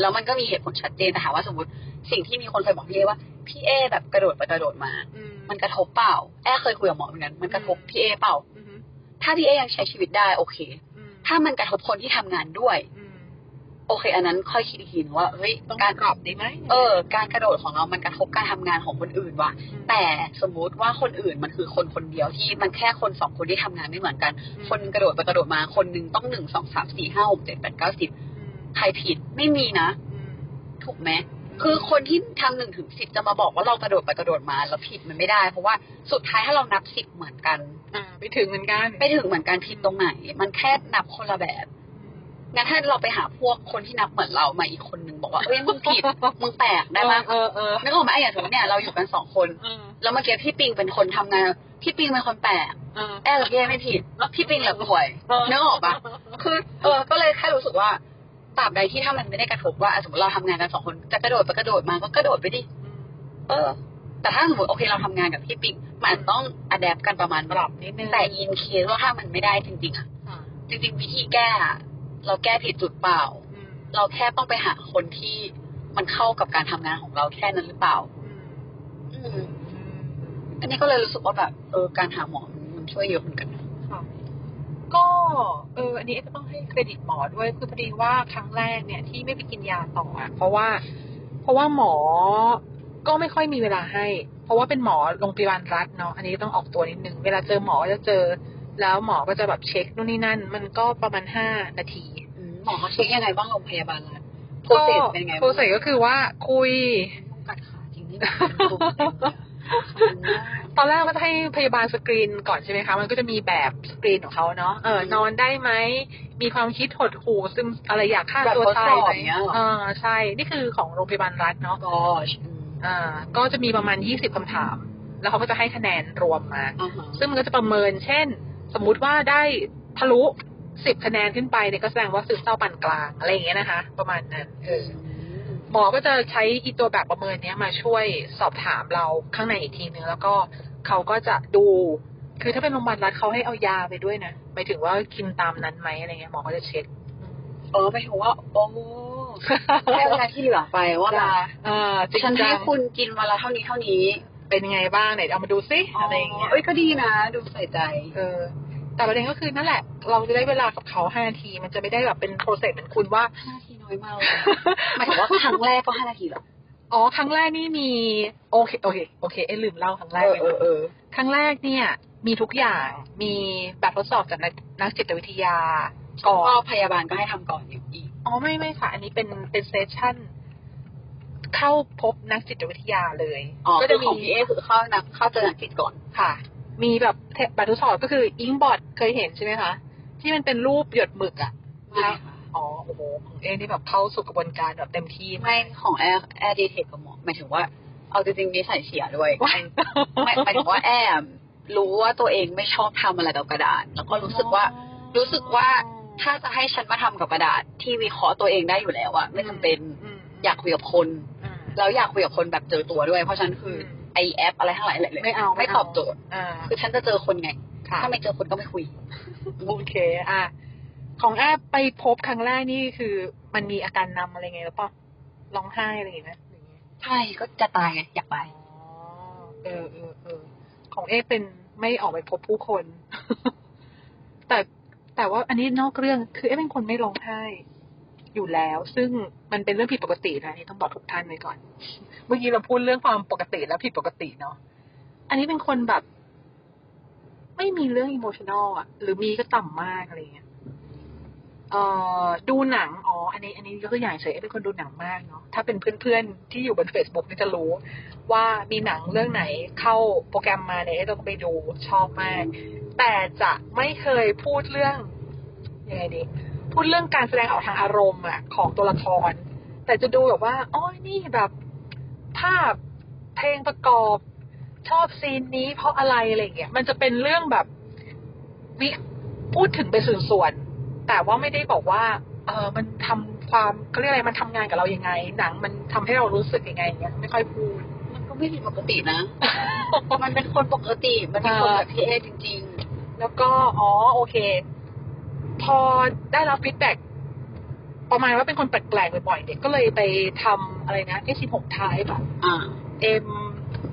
Speaker 1: แล้วมันก็มีเหตุผลชัดเจนแต่ถามว่าสมมติสิ่งที่มีคนเคยบอกพี่เอว่าพี่เอแบบกระโดดไปกระโดดมา
Speaker 4: อื
Speaker 1: มันกระทบเปล่าแอร์เคยคุยกับหมอเหมือนกันมันกระทบพี่เอเปล่า
Speaker 4: อืม
Speaker 1: ถ้าพี่เอยังใช้ชีวิตได้โอเค
Speaker 4: อืม
Speaker 1: ถ้ามันกระทบคนที่ทำงานด้วย
Speaker 4: อืม
Speaker 1: โอเค อันนั้นค่อยคิดอีกทีนึงว่าเฮ้ย
Speaker 4: ต้อง
Speaker 1: การ
Speaker 4: ปรับดีไหม
Speaker 1: เออ การกระโดดของเรามันกระทบการทำงานของคนอื่นว่ะแต่สมมุติว่าคนอื่นมันคือคนคนเดียวที่มันแค่คนสองคนที่ทำงานไม่เหมือนกัน คนกระโดดไปกระโดดมาคนหนึ่งต้องหนึ่งสองสามสี่ห้าหกเจ็ดแปดเก้าสิบ
Speaker 4: อืม
Speaker 1: ใครผิดไม่มีนะ
Speaker 4: อืม
Speaker 1: ถูกไหมคือคนที่ทำหนึ่งถึงสิบจะมาบอกว่าเรากระโดดไปกระโดดมาแล้วผิดมันไม่ได้ เพราะว่าสุดท้ายถ้าเรานับสิบเหมือนกัน
Speaker 4: อ่าไปถึงเหมือนกัน
Speaker 1: ไม่ถึงเหมือนกันผิดตรงไหน มันแค่นับคนละแบบงั้นถ้าเราไปหาพวกคนที่นับเหมือนเรามาอีกคนนึงบอกว่าเอ้ยมึงผิดมึงแปลกได้ไหม
Speaker 4: เออเออเออ
Speaker 1: นึกออกไหมไอ้อย่างสมมติเนี่ยเราอยู่กันสองคน
Speaker 4: เออ
Speaker 1: แล้วเมื่อกี้พี่ปิงเป็นคนทำงานพี่ปิงเป็นคนแปลก
Speaker 4: เออ
Speaker 1: แอร์กับเย่ไม่ผิดพี่ปิงเหลือป่วย
Speaker 4: เออ
Speaker 1: นึกออกปะ คือเออก็เลยแค่รู้สึกว่าตราบใดที่ถ้ามันไม่ได้กระทบว่าอ่ะสมมติเราทำงานกันสองคนจะกระโดดไปกระโดดมาก็กระโดดไปดิ เออ แต่ถ้าสมมติโอเคเราทำงานกับพี่ปิ๊ก มันต้องอัดแอปกันประมาณ
Speaker 4: ปรับนิดนึง
Speaker 1: แต่อินเคสว่าถ้ามันไม่ได้จริงๆอะ
Speaker 4: อ่า
Speaker 1: จริงๆวิธีแก้อะเราแก้ผิดจุดเปล่า
Speaker 4: อืม
Speaker 1: เราแค่ต้องไปหาคนที่มันเข้ากับการทำงานของเราแค่นั้นหรือเปล่า
Speaker 4: อืม
Speaker 1: อืมอันนี้ก็เลยรู้สึกว่าแบบเออการหาหมอมันมันช่วยเยอะเหมือนกันนะ
Speaker 2: ค่ะก็เอออันนี้เอ๊ะก็ต้องให้เครดิตหมอด้วยคือพอดีว่าครั้งแรกเนี่ยที่ไม่ไปกินยาต่ออะเพราะว่า เพราะว่าหมอก็ไม่ค่อยมีเวลาให้ เพราะว่าเป็นหมอโรงพยาบาลรัฐเนาะอันนี้ต้องออกตัวนิดนึงเวลาเจอหมอจะเจอ แล้วหมอก็จะแบบเช็คนู่นนี่นั่น มันก็ประมาณห้านาที
Speaker 1: อืมหมอเขาเช็คยังไงบ้างโรงพยาบาลรัฐโปร
Speaker 2: ก็
Speaker 1: เซสเป็นไง
Speaker 2: โปรเซสก็คือว่าคุย
Speaker 1: กัดขาจริงนี่ มันเป็นกลุ่มเต็มเลยอะขอบคุณมาก
Speaker 2: ตอนแรกก็จะให้พยาบาลสกรีนก่อนใช่ไหมคะ มันก็จะมีแบบสกรีนของเขาเนาะ เออ
Speaker 1: อืม
Speaker 2: นอนได้ไหม มีความคิดหดหู่ซึมอะไรอยากฆ่า
Speaker 1: แบบ
Speaker 2: ตัวตาย
Speaker 1: ทดสอบ
Speaker 2: ไหม
Speaker 1: อย่างเงี้ยเหรอ
Speaker 2: เออใช่ นี่คือของโรงพยาบาลรัฐเนาะ
Speaker 1: ก็อืม
Speaker 2: อ่า ก็จะมีประมาณยี่สิบคำถาม แล้วเขาก็จะให้คะแนนรวมมา
Speaker 1: อ่าฮะ
Speaker 2: ซึ่งมันก็จะประเมิน เช่น สมมุติว่าได้ทะลุสิบคะแนนขึ้นไปเนี่ยก็แสดงว่าซึมเศร้าปานกลาง อะไรอย่างเงี้ยนะคะ ประมาณนั้น เออ
Speaker 1: ม
Speaker 2: หมอก็จะใช้อีตัวแบบประเมินเนี้ยมาช่วยสอบถามเราข้างในอีกทีนึงแล้วก็เขาก็จะดู คือถ้าเป็นโรงพยาบาลรัฐเขาให้เอายาไปด้วยนะหมายถึงว่ากินตามนั้นไหมอะไรเงี้ยหมอก็จะเช็ ค
Speaker 1: เออหมายถึงว่า โอ้ แค่เวลาที่เหลือไปว่าแบบ
Speaker 2: เออจริง
Speaker 1: ฉัน
Speaker 2: จั
Speaker 1: ให้
Speaker 2: ง
Speaker 1: คุณกินวันละเท่านี้เท่านี้
Speaker 2: เป็นยังไงบ้างไหนเอามาดูซิอะไรอย่างเงี้ย
Speaker 1: เอ้ยก็ดีนะ ดูใส่ใจ
Speaker 2: เออ แต่ประเด็นก็คือนั่นแหละ เราจะได้เวลากับเขาห้านาที มันจะไม่ได้แบบเป็นโปรเซสเหมือนคุณว่า
Speaker 1: ห้านาทีน้อย มากเลยหมายถึงว่าครั้งแรกก็ห้านาทีเหรอ
Speaker 2: อ๋อครั้งแรกนี่มีโอเคโอเคโอเคเอ้ยลืมเล่าครั้งแรกไปนะ ครั้งแรกเนี่ยมีทุกอย่างมีแบบทดสอบจากนักนักจิตวิทยาก่อน
Speaker 1: ก็พยาบาลก็ให้ทำก่อนอยู่อีก
Speaker 2: อ๋อไม่ไม่ค่ะ อันนี้เป็นเป็นเซสชั่น เข้าพบนักจิตวิทยาเลย
Speaker 1: อ๋อ
Speaker 2: ก็
Speaker 1: ก็
Speaker 2: จะ
Speaker 1: จะ
Speaker 2: มี
Speaker 1: ของพี่เอคือเข้านักเข้าเจอนักจิตก่อน
Speaker 2: ค่ะ มีแบบเทปแบบทดสอบก็คืออิงบอร์ดเคยเห็นใช่ไหมคะที่มันเป็นรูปหยดหมึกอะ่ะ ไม่ค่ะ อ๋อโอ้โหของเอนี่แบบเข้าสู่กระบวนการแบบเต็มที่มาก
Speaker 1: ไม่ของแอร์แอร์ดีเทคกับหมอหมายถึงว่าเอาจริงๆนิสัยเสียด้วย
Speaker 2: ว้าย
Speaker 1: ไม่หมายถึงว่าแอร์รู้ว่าตัวเองไม่ชอบทำอะไรกับกระดาษ แล้วก็รู้สึกว่า รู้สึกว่า ถ้าจะให้ฉันมาทำกับกระดาษที่วิเคราะห์ตัวเองได้อยู่แล้วอะไม่จำเป็น
Speaker 2: อืม
Speaker 1: อยากคุยกับคน
Speaker 2: อ่า
Speaker 1: แล้วอยากคุยกับคนแบบเจอตัวด้วย เพราะฉะนันคืออ
Speaker 2: ม
Speaker 1: ไอแอป อะไรทั้งหลายเลย
Speaker 2: ไม่เอาไม่
Speaker 1: ไม่
Speaker 2: เอา
Speaker 1: ตอบโจทย์
Speaker 2: อ่า
Speaker 1: คือฉันจะเจอคนไง
Speaker 2: ค่ะ
Speaker 1: ถ้าไม่เจอคนก็ไม่คุย
Speaker 2: โอเค อ่ะ ของแอบไปพบครั้งแรกนี่คือมันมีอาการนำอะไรไงหรือเปล่าร้องไห้อะไรอย่างเงี้ย
Speaker 1: ใช่ก็จะตายไงอยากไป
Speaker 2: อ๋อ เออเออเออ ของเอเป็นไม่ออกไปพบผู้คน แต่แต่ว่าอันนี้นอกเรื่อง คือเอเป็นคนไม่ร้องไห้ อยู่แล้ว ซึ่งมันเป็นเรื่องผิดปกตินะนี่ต้องบอกทุกท่านไว้ก่อน เมื่อกี้เราพูดเรื่องความปกติและผิดปกติเนาะ อันนี้เป็นคนแบบ ไม่มีเรื่องอิโมชันอลอะหรือมีก็ต่ำมากอะไรเงี้ย เอ่อดูหนัง อ๋อ อันนี้ อันนี้ยกตัวอย่างเฉยเอ๊ะเป็นคนดูหนังมากเนาะ ถ้าเป็นเพื่อนๆ ที่อยู่บน Facebook นี่จะรู้ ว่ามีหนังเรื่องไหนเข้าโปรแกรมมาเนี่ยเอ๊ะต้องไปดูชอบมาก แต่จะไม่เคยพูดเรื่องยังไงดี พูดเรื่องการแสดงออกทางอารมณ์อะของตัวละคร แต่จะดูแบบว่าอ๋อนี่แบบภาพเพลงประกอบชอบซีนนี้เพราะอะไรอะไรอย่างเงี้ยมันจะเป็นเรื่องแบบวิพูดถึงเป็นส่วนๆแต่ว่าไม่ได้บอกว่า เออมันทำความเขาเรียกอะไรมันทำงานกับเรายังไง หนังมันทำให้เรารู้สึกยังไงอย่างเงี้ยไม่ค่อยพูด
Speaker 1: มันก็ไม่ผิดปกติ นะ มันเป็นคนปกติ มันเป็นคนแบบพี่เอจริง
Speaker 2: แล้วก็ อ๋อ โอเค พอได้รับฟีดแบ็กประมาณว่าเป็นคนแปลกๆบ่อยๆ เด็กก็เลยไปทำอะไรนะเอสิบหกท้ายแบบ
Speaker 1: ๆ อ่า
Speaker 2: เอ็ม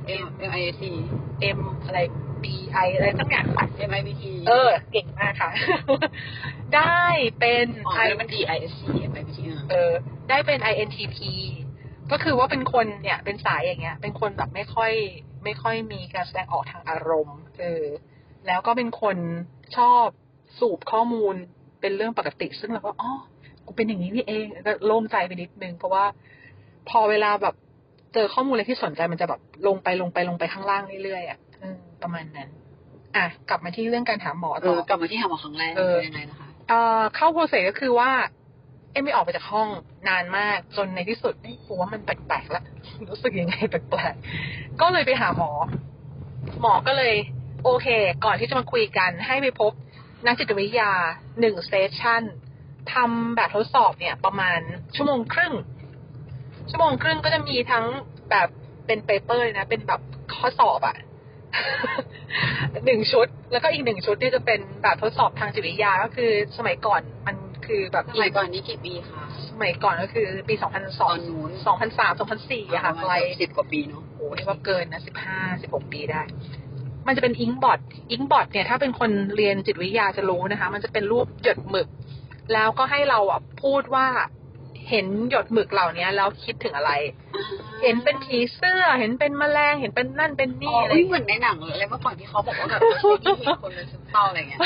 Speaker 1: เอ็มเอ็มไอซี
Speaker 2: เอ็มอะไรบีไออะไรสักอย่างค่ะ
Speaker 1: เอ็มไอบีที
Speaker 2: เออ เก่งมากค่ะ ได้เป็น
Speaker 1: อ๋อ
Speaker 2: ไอ
Speaker 1: แล้วมันดีไอเอสซีเอ็มไอบีที
Speaker 2: เออได้เป็น INTP ก็คือว่าเป็นคนเนี่ยเป็นสายอย่างเงี้ย เป็นคนแบบไม่ค่อย ไม่ค่อยมีการแสดงออกทางอารมณ์เออแล้วก็เป็นคนชอบสูบข้อมูลเป็นเรื่องปกติ ซึ่งเราก็อ๋อกูเป็นอย่างนี้นี่เองก็โล่งใจไปนิดนึง เพราะว่าพอเวลาแบบเจอข้อมูลอะไรที่สนใจมันจะแบบลงไปลงไปลงไปข้างล่างเรื่อยๆอ่ะเออประมาณนั้น อ่ะกลับมาที่เรื่องการหาหมอ
Speaker 1: เอ
Speaker 2: ต่อ
Speaker 1: อกลับมาที่หาหมอครั้งแรก
Speaker 2: เออ
Speaker 1: เป็นยังไงนะคะ
Speaker 2: เอ่อเข้าโปรเซสก็คือว่า เอ็มไม่ออกไปจากห้องนานมากจนในที่สุดเอ้ยกูว่ามันแปลกๆละ รู้สึกยังไงแปลกๆ ก็เลยไปหาหมอ หมอก็เลย โอเค ก่อนที่จะมาคุยกัน ให้ไปพบนักจิตวิทยาหนึ่งเซสชั่นทำแบบทดสอบเนี่ย ประมาณชั่วโมงครึ่ง ชั่วโมงครึ่งก็จะมีทั้งแบบเป็นเปเปอร์เลยนะ เป็นแบบข้อสอบอะ หนึ่งชุด แล้วก็อีกหนึ่งชุดที่จะเป็นแบบทดสอบทางจิตวิทยาก็คือสมัยก่อนมันคือแบบ
Speaker 1: สมัยก่อนนี่กี่ปีคะ
Speaker 2: สมัยก่อนก็คือปีสองพันส
Speaker 1: ต
Speaker 2: อ
Speaker 1: อง นนู้น
Speaker 2: สองพันสามสองพันสี่อะค่ะไกล
Speaker 1: สิบกว่าปีเนาะ
Speaker 2: โอ้โหเรียกว่าเกินนะสิบห้าสิบหกปีได้ มันจะเป็นอิงบอ t อิงบอ t เนี่ย ถ้าเป็นคนเรียนจิตวิทยาจะรู้นะคะ มันจะเป็นรูปหยดหมึก แล้วก็ให้เราอ่ะพูดว่าเห็นหยดหมึกเหล่านี้แล้วคิดถึงอะไร เห็นเป็นผีเสื้อ เห็นเป็นแมลง เห็นเป็นนั่นเป็น
Speaker 1: อ๋
Speaker 2: นี่
Speaker 1: อ
Speaker 2: อะไร
Speaker 1: เอ้ยเหมือนในหนังเลยเมื่อก่อนที่เขาบอกว่าแบบเราใช้วิธีคนเป็นซึมเศร้าอะไรเงี้ย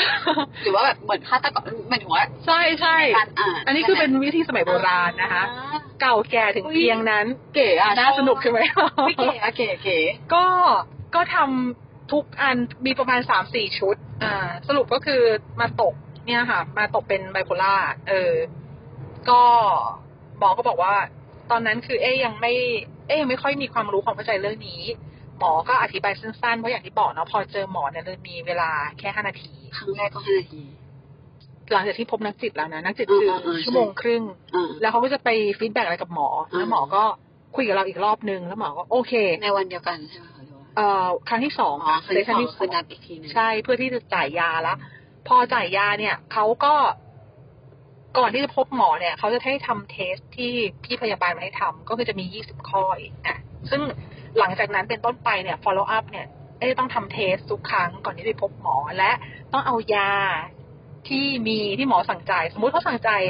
Speaker 1: หรือว่าแบบเหมือนฆาตกรหมายถึงว่า
Speaker 2: ใช่ใช่
Speaker 1: การอ่าน
Speaker 2: อันนี้คือเป็นวิธีสมัยโบราณนะคะ
Speaker 1: อ่า
Speaker 2: เก่าแก่ถึง
Speaker 1: อุ๊ย
Speaker 2: เพียงนั้น เก๋อะน่าสนุกใช่ไหม
Speaker 1: ไม่เก๋อะเก๋เก๋
Speaker 2: ก็ก็ทำทุกอันมีประมาณสามสี่ชุด อ่า สรุปก็คือมาตกเนี่ยค่ะ มาตกเป็นไบโพล่าเออ ก็หมอก็บอกว่า ตอนนั้นคือเอ๊ยยังไม่ เอ๊ยยังไม่ค่อยมีความรู้ความเข้าใจเรื่องนี้ หมอก็อธิบายสั้นๆ เพราะอย่างที่บอกเนาะพอเจอหมอเนี่ยเลยมีเวลาแค่ห้านาที
Speaker 1: ครั้งแรกก็ห้านาที
Speaker 2: หลังจากที่พบนักจิตแล้วนะ นักจิต
Speaker 1: อืม
Speaker 2: คือ
Speaker 1: อืมอืม
Speaker 2: ชั่วโมงครึ่ง
Speaker 1: อ่า
Speaker 2: แล้วเขาก็จะไปฟีดแบ็กอะไรกับหมอ แล้วหมอก็คุยกับเราอีกรอบนึง แล้วหมอก็โอเค
Speaker 1: ในวันเดียวกันใช่ไหมคะหรือว่า
Speaker 2: เอ่อครั้งที่สอง
Speaker 1: อ๋อครั้งที่สองคือนัดอีกทีหนึง
Speaker 2: ใช่เพื่อที่จะจ่ายยาละพอจ่ายยาเนี่ยเขาก็ก่อนที่จะพบหมอเนี่ยเขาจะให้ทำเทสที่พี่พยาบาลมาให้ทำก็คือจะมี 20 ข้ออีก อ่ะซึ่งหลังจากนั้นเป็นต้นไปเนี่ย follow up เนี่ยเอ๊ะต้องทำเทสทุกครั้งก่อนที่จะพบหมอและต้องเอายาที่มีที่หมอสั่งจ่ายสมมุติเขาสั่งจ่าย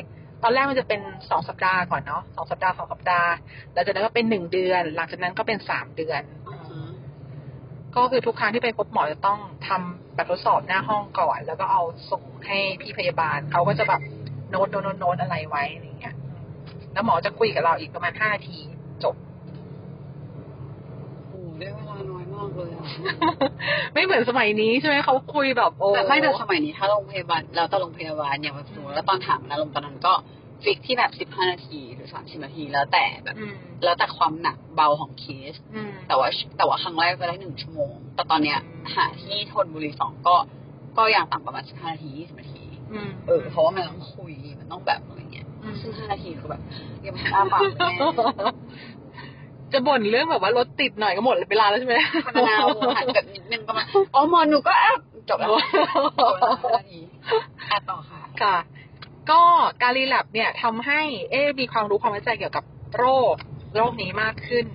Speaker 2: ตอนแรกมันจะเป็นสองสัปดาห์ก่อนเนาะสองสัปดาห์สองสัปดาห์แล้วจากนั้นก็เป็นหนึ่งเดือน หลังจากนั้นก็เป็นสามเดือน
Speaker 1: อือหือ
Speaker 2: ก็คือทุกครั้งที่ไปพบหมอจะต้องทำแบบทดสอบหน้าห้องก่อน แล้วก็เอาส่งให้พี่พยาบาลเขาก็จะแบบโน้ตโน้ตโน้ตโน้ตอะไรไว้อะไรอย่างเงี้ย แล้วหมอจะคุยกับเราอีกประมาณห้านาทีจบ
Speaker 1: โอ้โหได้เวลาน้อยมากเลยอะ
Speaker 2: ไม่เหมือนสมัยนี้ใช่ไหมเขาคุยแบบโอ้
Speaker 1: แต่ไม่แต่สมัยนี้ถ้าโรงพยาบาลเราต้องโรงพยาบาลอย่างแบบสมมติแล้วตอนถามนะลงตอนนั้นก็ฟิกที่แบบสิบห้านาทีหรือสามสิบนาทีแล้วแต่แบบ
Speaker 2: อืม
Speaker 1: แล้วแต่ความหนักเบาของเคส
Speaker 2: อืม
Speaker 1: แต่ว่าแต่ว่าครั้งแรกไปได้หนึ่งชั่วโมง แต่ตอนเนี้ย
Speaker 2: อืม
Speaker 1: หาที่ธนบุรีสองก็ ก็อย่างต่ำประมาณสิบห้านาทียี่สิบนาที
Speaker 2: อืม
Speaker 1: เออ เพราะว่ามันต้องคุย มันต้องแบบอะไรเงี้ย
Speaker 2: อืม
Speaker 1: ซึ่งห้านาทีคือแบบยังไม่ทันอ้าปากเลยแม่
Speaker 2: จะบ่นเรื่องแบบว่ารถติดหน่อยก็หมดเวลาแล้ว ใช่ไหม
Speaker 1: พนาวหันแบบนิดนึงก็มาอ๋อหมอหนูก็อ่ะจบแล้วจบแล้วห้านาทีอ่ะต่อค่ะ
Speaker 2: ค่ะ ก็การรีแลบเนี่ยทำให้เอ๊ะมีความรู้ความเข้าใจเกี่ยวกับโรคโรคนี้มากขึ้น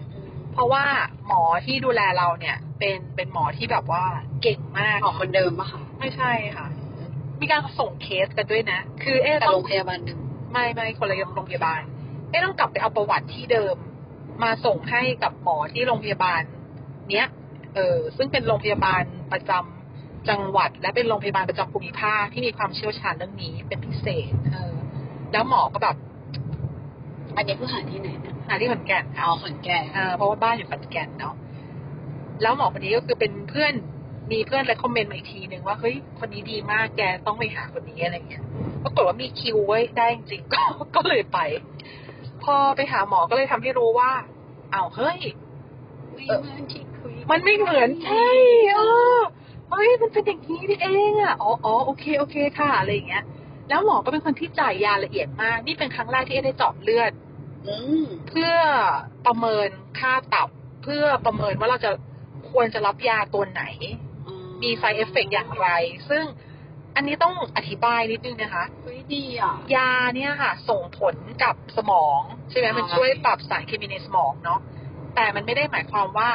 Speaker 2: เพราะว่าหมอที่ดูแลเราเนี่ย เป็นเป็นหมอที่แบบว่าเก่งมาก
Speaker 1: ของคนเดิมปะค่ะ
Speaker 2: ไม่ใช่ค่ะ มีการส่งเคสกันด้วยนะ คือเอ๊ะ
Speaker 1: แต่
Speaker 2: ต้
Speaker 1: โร
Speaker 2: อง
Speaker 1: งพยาบาลหนึ่ง
Speaker 2: ไม่ไม่คนละโรงพยาบาล เอ๊ะต้องกลับไปเอาประวัติที่เดิม มาส่งให้กับหมอที่โรงพยาบาล เนี้ยเออซึ่งเป็นโรงพยาบาลประจำจังหวัด และเป็นโรงพยาบาลประจำภูมิภาคที่มีความเชี่ยวชาญเรื่องนี้เป็นพิเศษ เออ แล้วหมอก็แบบ
Speaker 1: อันนี้คือหาที่ไหนนะ
Speaker 2: หาที่ขอนแก่นค่ะ
Speaker 1: เอาขอนแก่น
Speaker 2: เอ่อเพราะว่าบ้านอยู่ขอนแก่นเนาะ แล้วหมอคนนี้ก็คือเป็นเพื่อน มีเพื่อนและคอมเมนต์มาอีกทีหนึ่งว่าเฮ้ยคนนี้ดีมากแกต้องไปหาคนนี้อะไรเงี้ย ปรากฏว่ามีคิวไว้ได้จริง ๆ ก็ก็เลยไป พอไปหาหมอก็เลยทำให้รู้ว่าอ้าวเฮ้ย
Speaker 1: อุ๊ย
Speaker 2: เออ
Speaker 1: มันที่คุย
Speaker 2: มันไม่เหมือนใช่เออเฮ้ยมันเป็นอย่างนี้นี่เองอ่ะอ๋ออ๋อโอเคโอเคค่ะอะไรอย่างเงี้ย แล้วหมอก็เป็นคนที่จ่ายยาละเอียดมาก นี่เป็นครั้งแรกที่เอ๊ได้เจาะเลือด
Speaker 1: อืม
Speaker 2: เพื่อประเมินค่าตับ เพื่อประเมินว่าเราจะควรจะรับยาตัวไหน มีไซเอฟเฟกอย่างไร ซึ่งอันนี้ต้องอธิบายนิดนึงนะคะ
Speaker 1: เฮ้ยดีอ่ะ
Speaker 2: ยาเนี่ยค่ะ ส่งผลกับสมองใช่ไหม
Speaker 1: อ่ามั
Speaker 2: มันช่วยปรับสารเคมีในสมองเนาะแต่มันไม่ได้หมายความว่า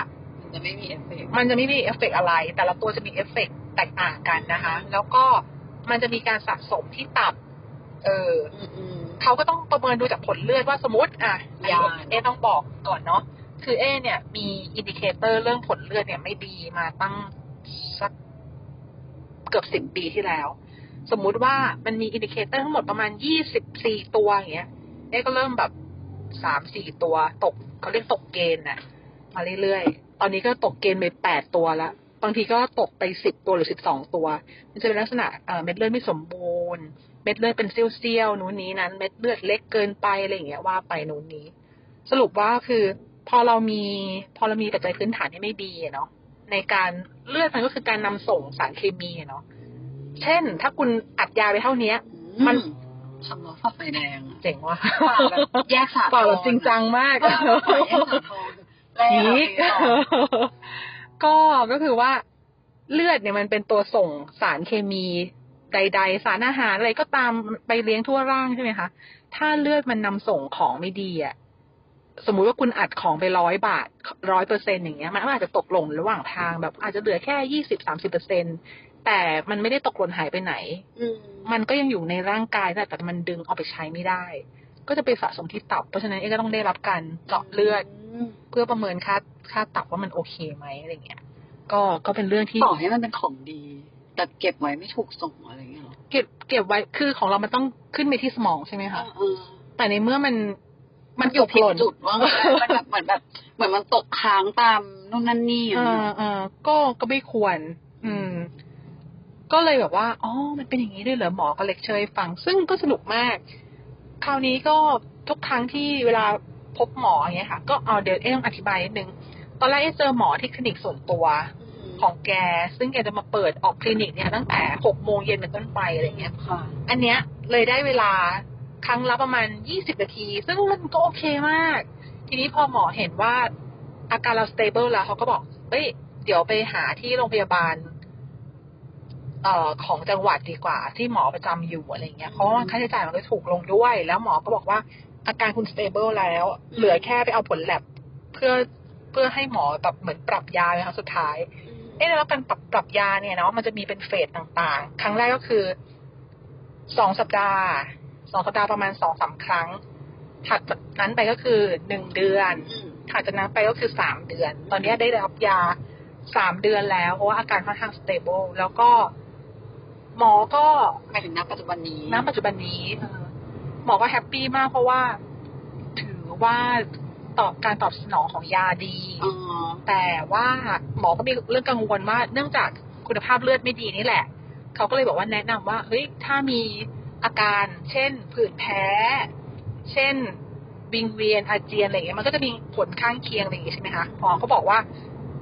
Speaker 1: มันจะไม่มีเอฟเฟกต์
Speaker 2: มันจะไม่มีเอฟเฟกต์อะไร แต่ละตัวจะมีเอฟเฟกต์แตกต่างกันนะคะ แล้วก็มันจะมีการสะสมที่ตับ เออ
Speaker 1: อืม
Speaker 2: เขาก็ต้องประเมินดูจากผลเลือดว่าสมมติ อ่ะอันนี้
Speaker 1: ยา
Speaker 2: เอต้องบอกก่อนเนาะคือเอเนี่ย มีอินดิเคเตอร์เรื่องผลเลือดเนี่ยไม่ดีมาตั้งสักเกือบสิบปีที่แล้ว สมมุติว่ามันมีอินดิเคเตอร์ทั้งหมดประมาณยี่สิบสี่ตัวอย่างเงี้ย เอก็เริ่มแบบสามสี่ตัวตกเขาเรียกตกเกณฑ์น่ะ มาเรื่อยๆ ตอนนี้ก็ตกเกณฑ์ไปแปดตัวละ บางทีก็ตกไปสิบตัวหรือสิบสองตัว มันจะเป็นลักษณะเอ่อเม็ดเลือดไม่สมบูรณ์ เม็ดเลือดเป็นเซี่ยวๆนู้นนี้นั้น เม็ดเลือดเล็กเกินไปอะไรอย่างเงี้ยว่าไปนู้นนี้ สรุปว่าคือพอเรามีพอเรามีปัจจัยพื้นฐานที่ไม่ดีอะเนาะในการเลือดมันก็คือการนำส่งสารเคมีอะเนาะเช่น ถ้าคุณอัดยาไปเท่าเนี้ย มัน
Speaker 1: ทำรถไฟไฟแดง
Speaker 2: เจ๋งว่ะ
Speaker 1: ปากแบบแยกสา
Speaker 2: เปล่าแบบจริงจังมาก
Speaker 1: ปาก แบบแยกสาทรแล้ว
Speaker 2: พีกก็ก็คือว่า เลือดเนี่ยมันเป็นตัวส่งสารเคมีใด ๆ สารอาหารอะไรก็ตามไปเลี้ยงทั่วร่างใช่ไหมคะถ้าเลือดมันนำส่งของไม่ดีอะสมมุติว่าคุณอัดของไปร้อยบาทร้อยเปอร์เซ็นอย่างเงี้ย มันก็อาจจะตกหล่นระหว่างทางแบบ อาจจะเหลือแค่ยี่สิบสามสิบเปอร์เซ็นแต่มันไม่ได้ตกหล่นหายไปไหน
Speaker 1: อืม
Speaker 2: มันก็ยังอยู่ในร่างกายแต่แต่มันดึงเอาไปใช้ไม่ได้ ก็จะไปสะสมที่ตับ เพราะฉะนั้นเอ๊ก็ต้องได้รับการเจาะเลือด
Speaker 1: ม
Speaker 2: เพื่อประเมินค่าค่าตับว่ามันโอเคไหมอะไรเงี้ย ก็ก็เป็นเรื่องที่
Speaker 1: ต่อให้มันเป็นของดี แต่เก็บไว้ไม่ถูกส่งอะไรอย่างเงี้ยเหรอ
Speaker 2: เก็บเก็บไว้คือของเรามันต้องขึ้นไปที่สมองใช่ไหมคะ
Speaker 1: เออ
Speaker 2: แต่ในเมื่อมัน
Speaker 1: มั
Speaker 2: มัน น
Speaker 1: อยู่
Speaker 2: ตก
Speaker 1: ผิด
Speaker 2: หล่น
Speaker 1: จุดว่ามันแบบเหมือนแบบเหมือนมันตกค้างตามนู่นนั่นนี่อย่า
Speaker 2: เอง
Speaker 1: เงี้ย
Speaker 2: อเออก็ก็ไม่ควร อืม ก็เลยแบบว่าอ๋อมันเป็นอย่างนี้ด้วยเหรอหมอก็เลคเชอร์ให้ฟัง ซึ่งก็สนุกมาก คราวนี้ก็ทุกครั้งที่เวลาพบหมออย่างเงี้ยค่ะ ก็เอาเดี๋ยวเอ๊ต้องอธิบายนิดนึงตอนแรกเอ๊เจอหมอที่คลินิกส่วนตัว ของแก ซึ่งแกจะมาเปิดออกคลินิกเนี่ยตั้งแต่หกโมงเย็นเป็นต้นไปอะไรเงี้ย
Speaker 1: ค่ะ
Speaker 2: อันเนี้ยเลยได้เวลาครั้งละประมาณยี่สิบนาที ซึ่งมันก็โอเคมาก ทีนี้พอหมอเห็นว่าอาการเราสเตเบิลแล้วเขาก็บอก เอ้ย เดี๋ยวไปหาที่โรงพยาบาล เอ่อของจังหวัดดีกว่า ที่หมอประจำอยู่อะไรเงี้ยเพราะว่าค่าใช้จ่ายมันก็ถูกลงด้วย แล้วหมอก็บอกว่าอาการคุณสเตเบิลแล้ว
Speaker 1: อืม
Speaker 2: เหลือแค่ไปเอาผลแลบเพื่อเพื่อให้หมอแบบเหมือนปรับยาเลยครั้งสุดท้าย เอ๊ะแล้วการปรับปรับยาเนี่ยเนาะมันจะมีเป็นเฟสต่างๆ ครั้งแรกก็คือสองสัปดาห์สองสัปดาห์ประมาณสองสามครั้ง ถัดจากนั้นไปก็คือหนึ่งเดือน ถัดจากนั้นไปก็คือสามเดือน ตอนนี้ได้รับยาสามเดือนแล้ว เพราะว่าอาการค่อนข้างสเตเบิลแล้วก็หมอก็
Speaker 1: หมายถึงณปัจจุบันนี้
Speaker 2: ณปัจจุบันนี้เออหมอก็แฮปปี้มากเพราะว่า ถือว่าตอบการตอบสนองของยาดี
Speaker 1: อ๋อ
Speaker 2: แต่ว่าหมอก็มีเรื่องกังวลว่า เนื่องจากคุณภาพเลือดไม่ดีนี่แหละ เขาก็เลยบอกว่าแนะนำว่าเฮ้ยถ้ามีอาการ เช่น ผื่นแพ้ เช่นวิงเวียนอาเจียนอะไรอย่างเงี้ยมันก็จะมีผลข้างเคียงอะไรอย่างงี้ใช่ไหมคะหมอก็บอกว่า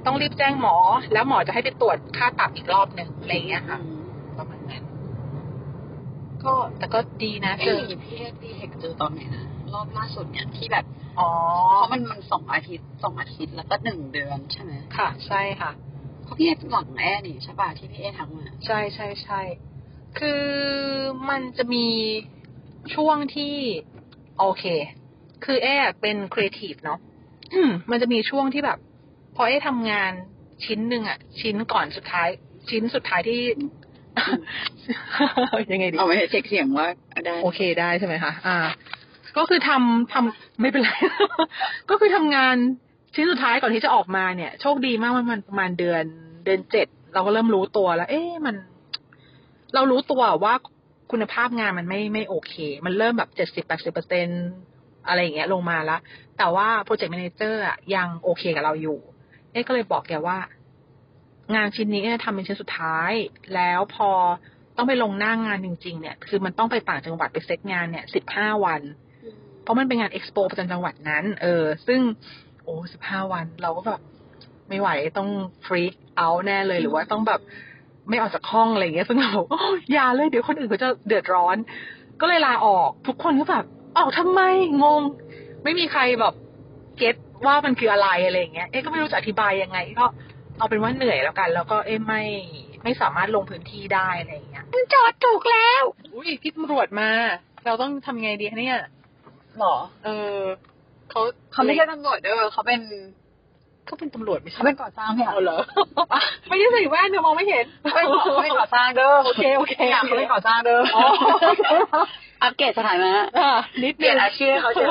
Speaker 2: ต้องรีบแจ้งหมอ แล้วหมอจะให้ไปตรวจค่าตับอีกรอบหนึ่งอะไรอย่างเงี้ยค่ะ
Speaker 1: อืม
Speaker 2: ประมาณนั้น ก็แต่ก็ดีนะเจ
Speaker 1: เอ้ย
Speaker 2: อ
Speaker 1: พี่เรียกดีเทคเจอตอนไหนนะรอบล่าสุดเนี่ยที่แบบ
Speaker 2: อ๋อ
Speaker 1: เพราะมันมันสองอาทิตย์สองอาทิตย์แล้วก็หนึ่งเดือนใช่ไหม
Speaker 2: ค่ะ ใช่ค่ะ
Speaker 1: เพราะพี่เอหลังแอร์นี่ใช่ป่ะที่พี่เอทักมา
Speaker 2: ใช่ใช่ใช่คือมันจะมีช่วงที่โอเค คือแอเป็นครีเอทีฟเนาะอืมมันจะมีช่วงที่แบบ พอแอทำงานชิ้นหนึ่งอะชิ้นก่อนสุดท้าย ชิ้นสุดท้ายที่ ยังไงดี
Speaker 1: เอาไว้เช็คเสียงว่าได้
Speaker 2: โอเคได้ใช่ไหมคะ อ่า ก็คือทำทำไม่เป็นไร ก็คือทำงานชิ้นสุดท้ายก่อนที่จะออกมาเนี่ย โชคดีมากมันมันประมาณเดือน เดือนเจ็ดเราก็เริ่มรู้ตัวแล้ว เอ๊ะมัน เรารู้ตัวว่าคุณภาพงานมันไม่ไม่โอเค มันเริ่มแบบเจ็ดสิบแปดสิบเปอร์เซ็นอะไรอย่างเงี้ยลงมาละแต่ว่าโปรเจกต์แมเนเจอร์อะยังโอเคกับเราอยู่ เอ๊ะก็เลยบอกแกว่า งานชิ้นนี้เนี่ยทำเป็นชิ้นสุดท้าย แล้วพอต้องไปลงหน้างานจริง ๆ เนี่ย คือมันต้องไปต่างจังหวัดไปเซ็ตงานเนี่ยสิบห้าวัน เพราะมันเป็นงานเอ็กซ์โปประจำจังหวัดนั้น เออ ซึ่ง โอ้สิบห้าวัน เราก็แบบไม่ไหวต้องฟรีกเอาแน่เลย หรือว่าต้องแบบไม่ออกจากห้องอะไรอย่างเงี้ย ซึ่งเราโอ้ยอย่าเลย เดี๋ยวคนอื่นเขาจะเดือดร้อน ก็เลยลาออก ทุกคนก็แบบ ออกทำไม งง ไม่มีใครแบบเก็ตว่ามันคืออะไรอะไรอย่างเงี้ย เอ๊ะก็ไม่รู้จะอธิบายยังไง ก็เอาเป็นว่าเหนื่อยแล้วกัน แล้วก็เอ๊ะไม่ไม่สามารถลงพื้นที่ได้อะไรอย่างเงี้ยมันจอดถูกแล้ว อุ้ยพี่ตำรวจมา เราต้องทำไงดีคะเนี่ย
Speaker 1: หรอ
Speaker 2: เออเขา
Speaker 1: เขาไม่ใช่ตำรวจเด้อเขาเป็น
Speaker 2: เขาเป็นตำรวจไม่ใช่
Speaker 1: เขาเป็นก่อสร้างไม่เหรอ
Speaker 2: เหรอ ไม่ได้ใส่แว่นเนี่ยมองไม่เห็น
Speaker 1: เขาเป็นก่อเขาเป็นก่อสร้างเด้อ
Speaker 2: โอเคโอเค
Speaker 1: อยากเขาเป็นก่อสร้างเด้ออ
Speaker 2: อ๋อ
Speaker 1: อัปเกรดสถานะ
Speaker 2: อ่ะนิด
Speaker 1: เป
Speaker 2: นึ
Speaker 1: ลี่ยน
Speaker 2: ง
Speaker 1: อาชีพให้เขาเฉย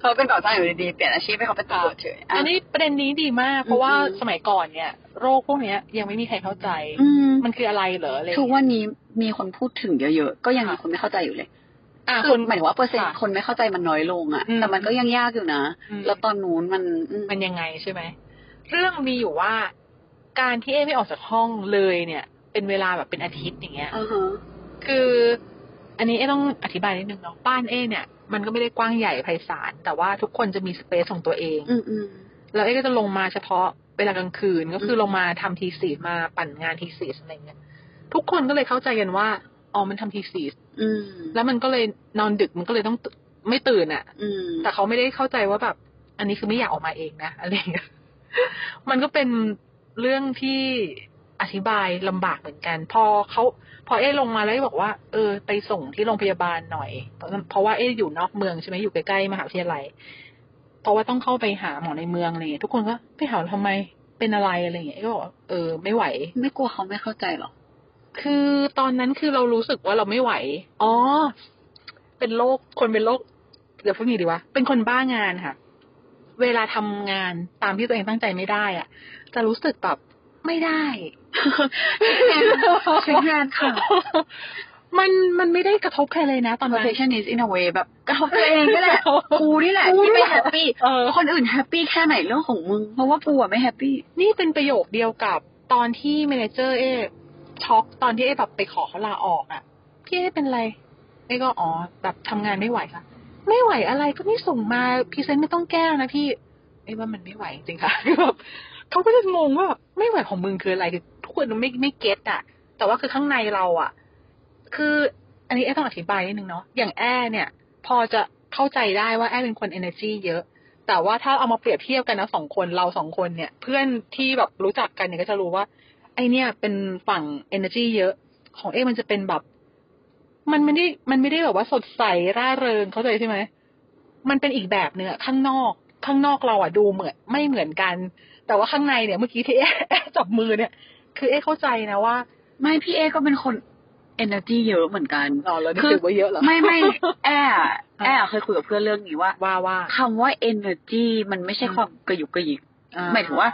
Speaker 1: เขาเป็นก่อสร้างอยู่ดีๆ เปลี่ยนอาชีพให้เขาเป็นตำรวจเฉยะ
Speaker 2: อันนี้ประเด็นนี้ดีมากเพราะว่า
Speaker 1: อืม
Speaker 2: สมัยก่อนเนี่ย โรคพวกเนี้ย ยังไม่มีใครเข้าใจ
Speaker 1: อืม
Speaker 2: มันคืออะไรเหรออะไรอย่าง
Speaker 1: ทุก
Speaker 2: เงี้ย
Speaker 1: วันนี้มีคนพูดถึงเยอะๆ ก็ยังมีคนไม่เข้าใจอยู่เลย
Speaker 2: อ่ะ
Speaker 1: คื
Speaker 2: ค
Speaker 1: อน หมายถึงว่าเปอร์เซ็นต์
Speaker 2: ค่ะ
Speaker 1: คนไม่เข้าใจมันน้อยลงอ่ะ
Speaker 2: อืม
Speaker 1: แต่มันก็ยังยากอยู่นะ
Speaker 2: อืม
Speaker 1: แล้วตอนนู้นมันอืม
Speaker 2: มันยังไงใช่ไหม เรื่องมีอยู่ว่า การที่เอไม่ออกจากห้องเลยเนี่ย เป็นเวลาแบบเป็นอาทิตย์อย่างเงี้ย
Speaker 1: อ่าฮะ
Speaker 2: คือ อันนี้เอ๊ต้องอธิบายนิดนึงเนาะบ้านเอ๊เนี่ย มันก็ไม่ได้กว้างใหญ่ไพศาลแต่ว่าทุกคนจะมีสเปซของตัวเอง
Speaker 1: อืมอืม
Speaker 2: แล้วเอ๊ก็จะลงมาเฉพาะเวลากลางคืนก็คือ
Speaker 1: ม
Speaker 2: อลงมาทำทีสีมาปั่นงานทีสีอะไรเงี้ยทุกคนก็เลยเข้าใจกันว่าอ๋อมันทำทีสี
Speaker 1: อืม
Speaker 2: แล้วมันก็เลยนอนดึกมันก็เลยต้องตื่นไม่ตื่นอะ่ะ
Speaker 1: อืม
Speaker 2: แต่เขาไม่ได้เข้าใจว่าแบบ อั นนี้คือไม่อยากออกมาเองนะอะไรอย่างเงี้ย มันก็เป็นเรื่องที่ อธิบายลำบากเหมือนกัน พอเขาพอเอ้ลงมาแล้วบอกว่า เออ ไปส่งที่โรงพยาบาลหน่อย เพราะว่าเอ้อยู่นอกเมืองใช่ไหมอยู่ใกล้ๆมหาวิทยาลัย เพราะว่าต้องเข้าไปหาหมอในเมืองอะไรอย่างเงี้ยทุกคนก็ไปหาทำไมเป็นอะไรอะไรอย่างเงี้ยเอ้ก็บอกว่าเออไม่ไหว
Speaker 1: ไม่กลัวเขาไม่เข้าใจ หรอ
Speaker 2: คือตอนนั้นคือเรารู้สึกว่าเราไม่ไหว อ๋อ เป็นโรค คนเป็นโรค เดี๋ยวพูดงี้ดีวะ เป็นคนบ้างานค่ะ เวลาทำงานตามที่ตัวเองตั้งใจไม่ได้อะจะรู้สึกแบบไม่ได้
Speaker 1: ใช้งานค่ะ
Speaker 2: มันมันไม่ได้กระทบใครเลยนะตอนนั้น
Speaker 1: perfectionist in a way แบบกระทบตัวเองก็แหละกูนี่แหละที่ไม่แฮปปี้
Speaker 2: เออ
Speaker 1: คนอื่นแฮปปี้แค่ไหนเรื่องของมึง เพราะว่ากูอะไม่แฮปปี้
Speaker 2: นี่เป็นประโยคเดียวกับตอนที่เมเนเจอร์เอช็อกตอนที่เอแบบไปขอเขาลาออกอะ่ะ พี่เอเป็นไรเอก็อ๋อแบบทำงานไม่ไหวค่ะ ไม่ไหวอะไรก็นี่ส่งมาพรีเซนต์ไม่ต้องแก้นะพี่เอว่ามันไม่ไหวจริงๆค่ะ คือแบบเขาก็จะงงว่าไม่ไหวของมึงคืออะไรคือทุกคนไม่ไม่เก็ตอ่ะ แต่ว่าคือข้างในเราอ่ะ คืออันนี้แอร์ต้องอธิบายนิดนึงเนาะอย่างแอร์เนี่ย พอจะเข้าใจได้ว่าแอร์เป็นคน energy เยอะ แต่ว่าถ้าเอามาเปรียบเทียบกันนะสองคนเราสองคนเนี่ย เพื่อนที่แบบรู้จักกันเนี่ยก็จะรู้ว่า ไอเนี่ยเป็นฝั่ง energy เยอะ ของเอมันจะเป็นแบบ มันไม่ได้มันไม่ได้แบบว่าสดใสร่าเริงเข้าใจใช่ไหมมันเป็นอีกแบบเนื้อะข้างนอกข้างนอกเราอะดูเหมือนไม่เหมือนกัน แต่ว่าข้างในเนี่ยเมื่อกี้ที่เอ๊ะเอ๊ะ จับมือเนี่ย คือเอ๊ะเข้าใจนะว่า
Speaker 1: ไม่พี่เอก็เป็นคน energy เยอะเหมือนกัน
Speaker 2: อ๋อแล้วนี่
Speaker 1: คือ
Speaker 2: ถือว่าเยอะเหรอ
Speaker 1: ไม่ไม่แอร์อะแอร์อะเคยคุยกับเพื่อนเรื่องนี้ว่า
Speaker 2: ว่าว่า
Speaker 1: คำว่า energy มันไม่ใช่ความกระยุกกระยิก
Speaker 2: อ่
Speaker 1: หมายถึงว่า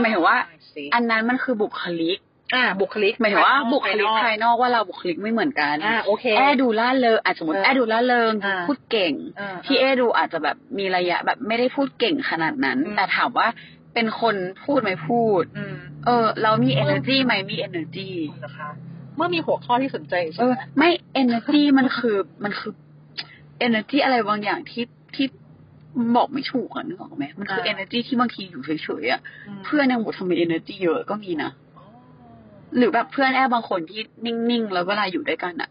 Speaker 1: หมายถึงว่า
Speaker 2: สิ
Speaker 1: อันนั้นมันคือบุคลิก
Speaker 2: อ่า บุคลิก
Speaker 1: หมายถึงว่าบุคลิก
Speaker 2: ภ
Speaker 1: ภายยนอกว่าเราบุคลิกไม่เหมือนกัน
Speaker 2: อ่าโอเค
Speaker 1: แอร์ดูล่าเริงอาจสมมติ
Speaker 2: เออ
Speaker 1: แอร์ดูล่าเริง
Speaker 2: อ่า
Speaker 1: พูดเก่ง
Speaker 2: อ่า
Speaker 1: พี่เอดูอาจจะแบบมีระยะแบบไม่ได้พูดเก่งขนาดนั้น
Speaker 2: อืม
Speaker 1: แต่ถามว่าเป็นคนพูดไหมพูด
Speaker 2: อืม
Speaker 1: เออ เรามี energy ไหมมี energy
Speaker 2: นะคะ เมื่อมีหัวข้อที่สนใจ
Speaker 1: เอ
Speaker 2: ใช่ไห
Speaker 1: อ
Speaker 2: ม
Speaker 1: ไม่ energy มันคือมันคือ energy อะไรบางอย่างที่ที่บอกไม่ถูกอะนึกออกไหมมันคือ energy ที่บางทีอยู่เฉยๆอะ
Speaker 2: ม
Speaker 1: เพื่อนยังบอกทำไม energy เยอะก็มีนะ หรือแบบเพื่อนแอบบางคนที่นิ่งๆ แล้วเวลาอยู่ด้วยกันอะ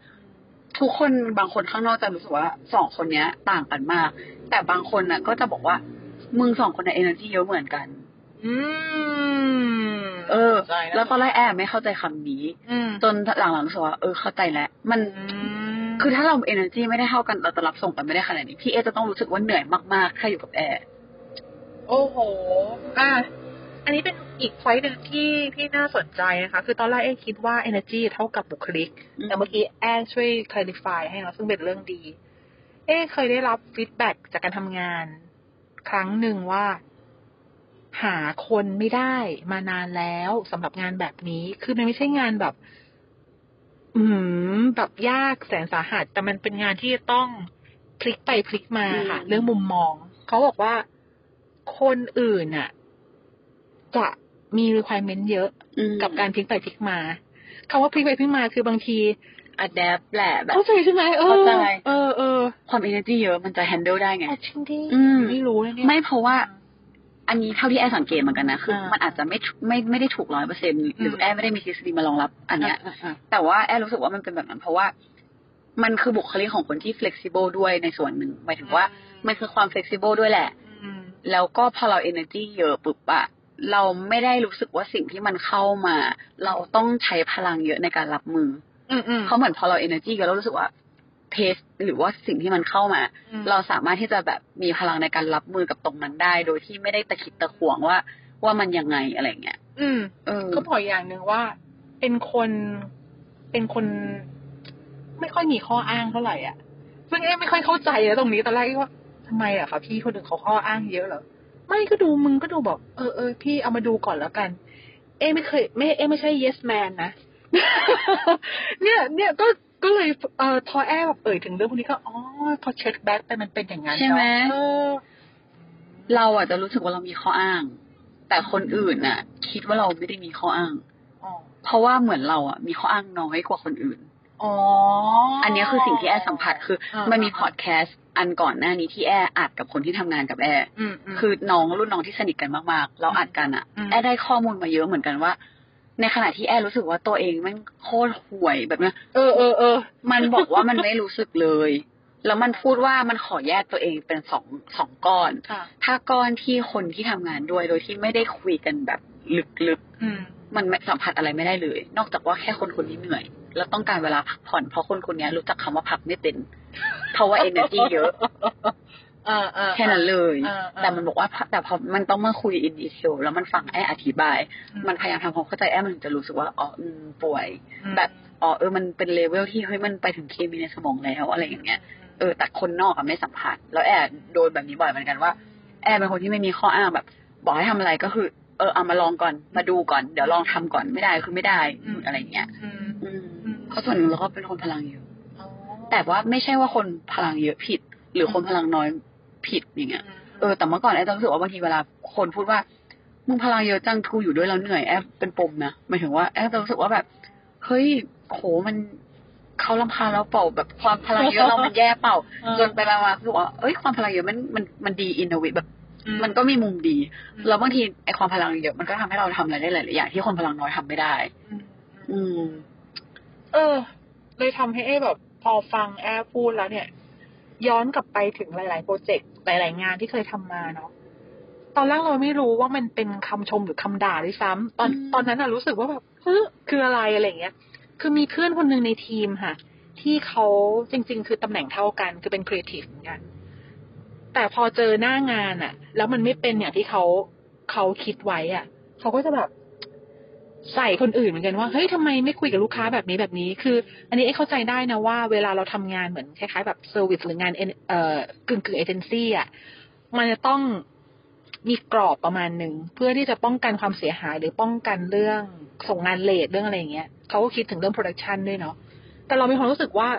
Speaker 1: ทุกคนบางคนข้างนอกจะรู้สึกว่าสองคนเนี้ย ต่างกันมาก แต่บางคนน่ะ ก็จะบอกว่า มึงสองคนน่ะ energy เยอะเหมือนกัน
Speaker 2: อืม
Speaker 1: เออ
Speaker 2: ใจนะ
Speaker 1: แล้วตอนแรกแอบไม่เข้าใจคำนี้
Speaker 2: อืม
Speaker 1: จนหลังๆรู้สึกว่าเออเข้าใจแล้วมัน
Speaker 2: อืม
Speaker 1: คือถ้าเรา energy ไม่ได้เท่ากันเราจะรับส่งกันไม่ได้ขนาดนี้พี่เอจะต้องรู้สึกว่าเหนื่อยมากๆถ้าอยู่กับแอร์
Speaker 2: โอ้โห อ่ะอันนี้เป็นอีกไฟท์หนึ่งที่ที่น่าสนใจนะคะ คือตอนแรกเอ๊คิดว่า energy เท่ากับบุคลิก แต่เมื่อกี้แอนช่วย clarify ให้เราซึ่งเป็นเรื่องดี เอ้เคยได้รับฟีดแบ็จากการทำงาน ครั้งหนึ่งว่า หาคนไม่ได้มานานแล้วสำหรับงานแบบนี้ คือมันไม่ใช่งานแบบ อืมแบบยากแสนสาหัส แต่มันเป็นงานที่ต้องพลิกไปพลิกมาค่ะ เรื่องมุมมอง เขาบอกว่าคนอื่นน่ะ จะมี requirement เยอะ
Speaker 1: อืม
Speaker 2: กับการพลิกไปพลิกมาคำว่าพลิกไปพลิกมาคือบางที
Speaker 1: adapt แหละแบบ
Speaker 2: เข้าใจใช่ไหมเออ
Speaker 1: เข้าใจ
Speaker 2: เออเออ
Speaker 1: ความ energy เยอะมันจะ handle ได้ไง
Speaker 2: แอชิงดี
Speaker 1: อืม
Speaker 2: ไม่รู้นะเนี่ย
Speaker 1: ไม่เพราะว่า อันนี้เท่าที่แอร์สังเกตเหมือนกันนะคืออา
Speaker 2: มั
Speaker 1: มันอาจจะไม่ถูกไม่ไม่ได้ถูกร้อยเปอร์เซ็นหรืออ
Speaker 2: ม
Speaker 1: แอร์ไม่ได้มีทฤษฎีมารองรับ อันเนี้ย
Speaker 2: อ่ะอ่ะ
Speaker 1: แต่ว่าแอร์รู้สึกว่ามันเป็นแบบนั้น เพราะว่ามันคือบุคลิกของคนที่ flexible ด้วยในส่วนหนึ่งหมายถึงว่า มันคือความ flexible ด้วยแหละ
Speaker 2: อืม
Speaker 1: แล้วก็พอเรา energy เยอะปุ๊บอะเราไม่ได้รู้สึกว่าสิ่งที่มันเข้ามา เราต้องใช้พลังเยอะในการรับมือ
Speaker 2: อืมอื
Speaker 1: อ
Speaker 2: ม
Speaker 1: เพราะเหมือนพอเรา energy เยอะเรารู้สึกว่าเพสหรือว่าสิ่งที่มันเข้ามา เราสามารถที่จะแบบมีพลังในการรับมือกับตรงนั้นได้ โดยที่ไม่ได้ตะขิดตะขวงว่าว่ามันยังไงอะไรเงี้ย
Speaker 2: อืม
Speaker 1: เออ
Speaker 2: เขาบอกอย่างหนึ่งว่า เป็นคนเป็นคน ไม่ค่อยมีข้ออ้างเท่าไหร่อ่ะซึ่งเอ๊ะไม่ค่อยเข้าใจนะตรงนี้ตอนแรกว่าทำไมอ่ะคะพี่คนอื่นเขาข้ออ้างเยอะเหรอไม่ก็ดูมึงก็ดูบอกเออเออพี่เอามาดูก่อนแล้วกัน เอ๊ะไม่เคย ไม่เอ๊ะไม่ใช่ yes man นะ เนี่ยเนี่ยก็ก็เลยเอ่อทอแอแบบเอ่ยถึงเรื่องพวกนี้ก็อ๋อพอเช็คแบ็กไปมันเป็นอย่างนั้น
Speaker 1: ใช่ไหม
Speaker 2: เนาะเออ
Speaker 1: เราอาจจะรู้สึกว่าเรามีข้ออ้าง แต่คนอื่นน่ะ คิดว่าเราไม่ได้มีข้ออ้าง
Speaker 2: อ๋อ
Speaker 1: เพราะว่าเหมือนเราอ่ะมีข้ออ้างน้อยกว่าคนอื่น
Speaker 2: อ๋ออั
Speaker 1: อันเนี้ยคือสิ่งที่แอร์สัมผัสคืออ
Speaker 2: ม
Speaker 1: มันมีพอดแคสต์อันก่อนหน้านี้ที่แอร์อัดกับคนที่ทำงานกับแอร์
Speaker 2: อืมอืม
Speaker 1: คือน้องรุ่นน้องที่สนิทกันมากๆ เราอัดกันอะ
Speaker 2: อืม
Speaker 1: แอดได้ข้อมูลมาเยอะเหมือนกันว่า ในขณะที่แอดรู้สึกว่าตัวเองแมันโคตรห่วยแบบเนี้ย
Speaker 2: เออเออเออ
Speaker 1: มันบอกว่ามันไม่รู้สึกเลย แล้วมันพูดว่ามันขอแยกตัวเองเป็นสองสองก้อน
Speaker 2: ค่ะ
Speaker 1: ถ้าก้อนที่คนที่ทำงานด้วยโดยที่ไม่ได้คุยกันแบบลึก
Speaker 2: อื อืม
Speaker 1: มันไม่สัมผัสอะไรไม่ได้เลย นอกจากว่าแค่คนคนนี้เหนื่อย แล้วต้องการเวลาพักผ่อนเพราะคนคนนี้รู้จักคำว่าพักไม่เป็น เพราะว่า energy เยอะ
Speaker 2: เออเออ
Speaker 1: แค่นั้นเลย
Speaker 2: เออเออ
Speaker 1: แต่มันบอกว่าแต่พอมันต้องมาคุย in detail แล้วมันฟังแออธิบาย
Speaker 2: อื
Speaker 1: มันพยายามทำความเข้าใจแอมันถึงจะรู้สึกว่าอ๋ออืมป่วย
Speaker 2: อืม
Speaker 1: แบบ อ๋อเออมันเป็นเลเวลที่เฮ้ยมันไปถึงเคมีในสมองแล้วอะไรอย่างเงี้ย เออแต่คนนอกอะไม่สัมผัส แล้วแอร์โดนแบบนี้บ่อยเหมือนกันว่า แอร์เป็นคนที่ไม่มีข้ออ้างแบบ บอกให้ทำอะไรก็คือ เออเอามาลองก่อนมาดูก่อน เดี๋ยวลองทำก่อนไม่ได้คือไม่ได้อะไรอย่างเงี้ย
Speaker 2: อืม
Speaker 1: อืม
Speaker 2: อืม
Speaker 1: เพราะส่วนหนึ่งเราก็เป็นคนพลังเยอะแต่ว่าไม่ใช่ว่าคนพลังเยอะผิด หรือคนพลังน้อยผิดอย่างเงี้ยเออแต่เมื่อก่อนแอร์จะรู้สึกว่าบางทีเวลาคนพูดว่ามึงพลังเยอะจังกูอยู่ด้วยแล้วเหนื่อยแอร์เป็นปมนะหมายถึงว่าแอร์จะรู้สึกว่าแบบ เฮ้ยโหมันเขาลำคาญเราเปล่าแบบความพลังเยอะเรามันแย่เปล่า จนไปมาๆคือว่าเอ้ย ความพลังเยอะมันมันมันดีอินเวทแบบ มันก็มีมุมดี
Speaker 2: อืม
Speaker 1: แล้วบางทีไอความพลังเยอะมันก็ทำให้เราทำอะไรได้หลายๆอย่างที่คนพลังน้อยทำไม่ได้
Speaker 2: อืม
Speaker 1: อืม
Speaker 2: เออ เลยทำให้เอ้แบบพอฟังแอร์พูดแล้วเนี่ย ย้อนกลับไปถึงหลาย ๆ โปรเจกต์หลาย ๆ งานที่เคยทำมาเนาะตอนแรกเราไม่รู้ว่ามันเป็นคำชมหรือคำด่าด้วยซ้ำตอน
Speaker 1: อืม
Speaker 2: ตอนนั้นอะรู้สึกว่าแบบเฮ้ยคืออะไรอะไรอย่างเงี้ย คือมีเพื่อนคนหนึ่งในทีมค่ะ ที่เขาจริง ๆ คือตำแหน่งเท่ากัน คือเป็นครีเอทีฟเหมือนกัน แต่พอเจอหน้างานอะแล้วมันไม่เป็นอย่างที่เขาเขาคิดไว้อะเขาก็จะแบบ ใส่คนอื่นเหมือนกันว่าเฮ้ยทำไมไม่คุยกับลูกค้าแบบนี้แบบนี้ คือ อันนี้เอ๊ะเข้าใจได้นะว่าเวลาเราทำงานเหมือนคล้ายๆแบบเซอร์วิสหรืองานเอ็นเอ่อกึ่งกึ่งเอเจนซี่อ่ะมันจะต้องมีกรอบประมาณหนึ่งเพื่อที่จะป้องกันความเสียหายหรือป้องกันเรื่องส่งงานเลทเรื่องอะไรอย่างเงี้ยเขาก็คิดถึงเรื่องโปรดักชันด้วยเนาะแต่เรามีความรู้สึกว่า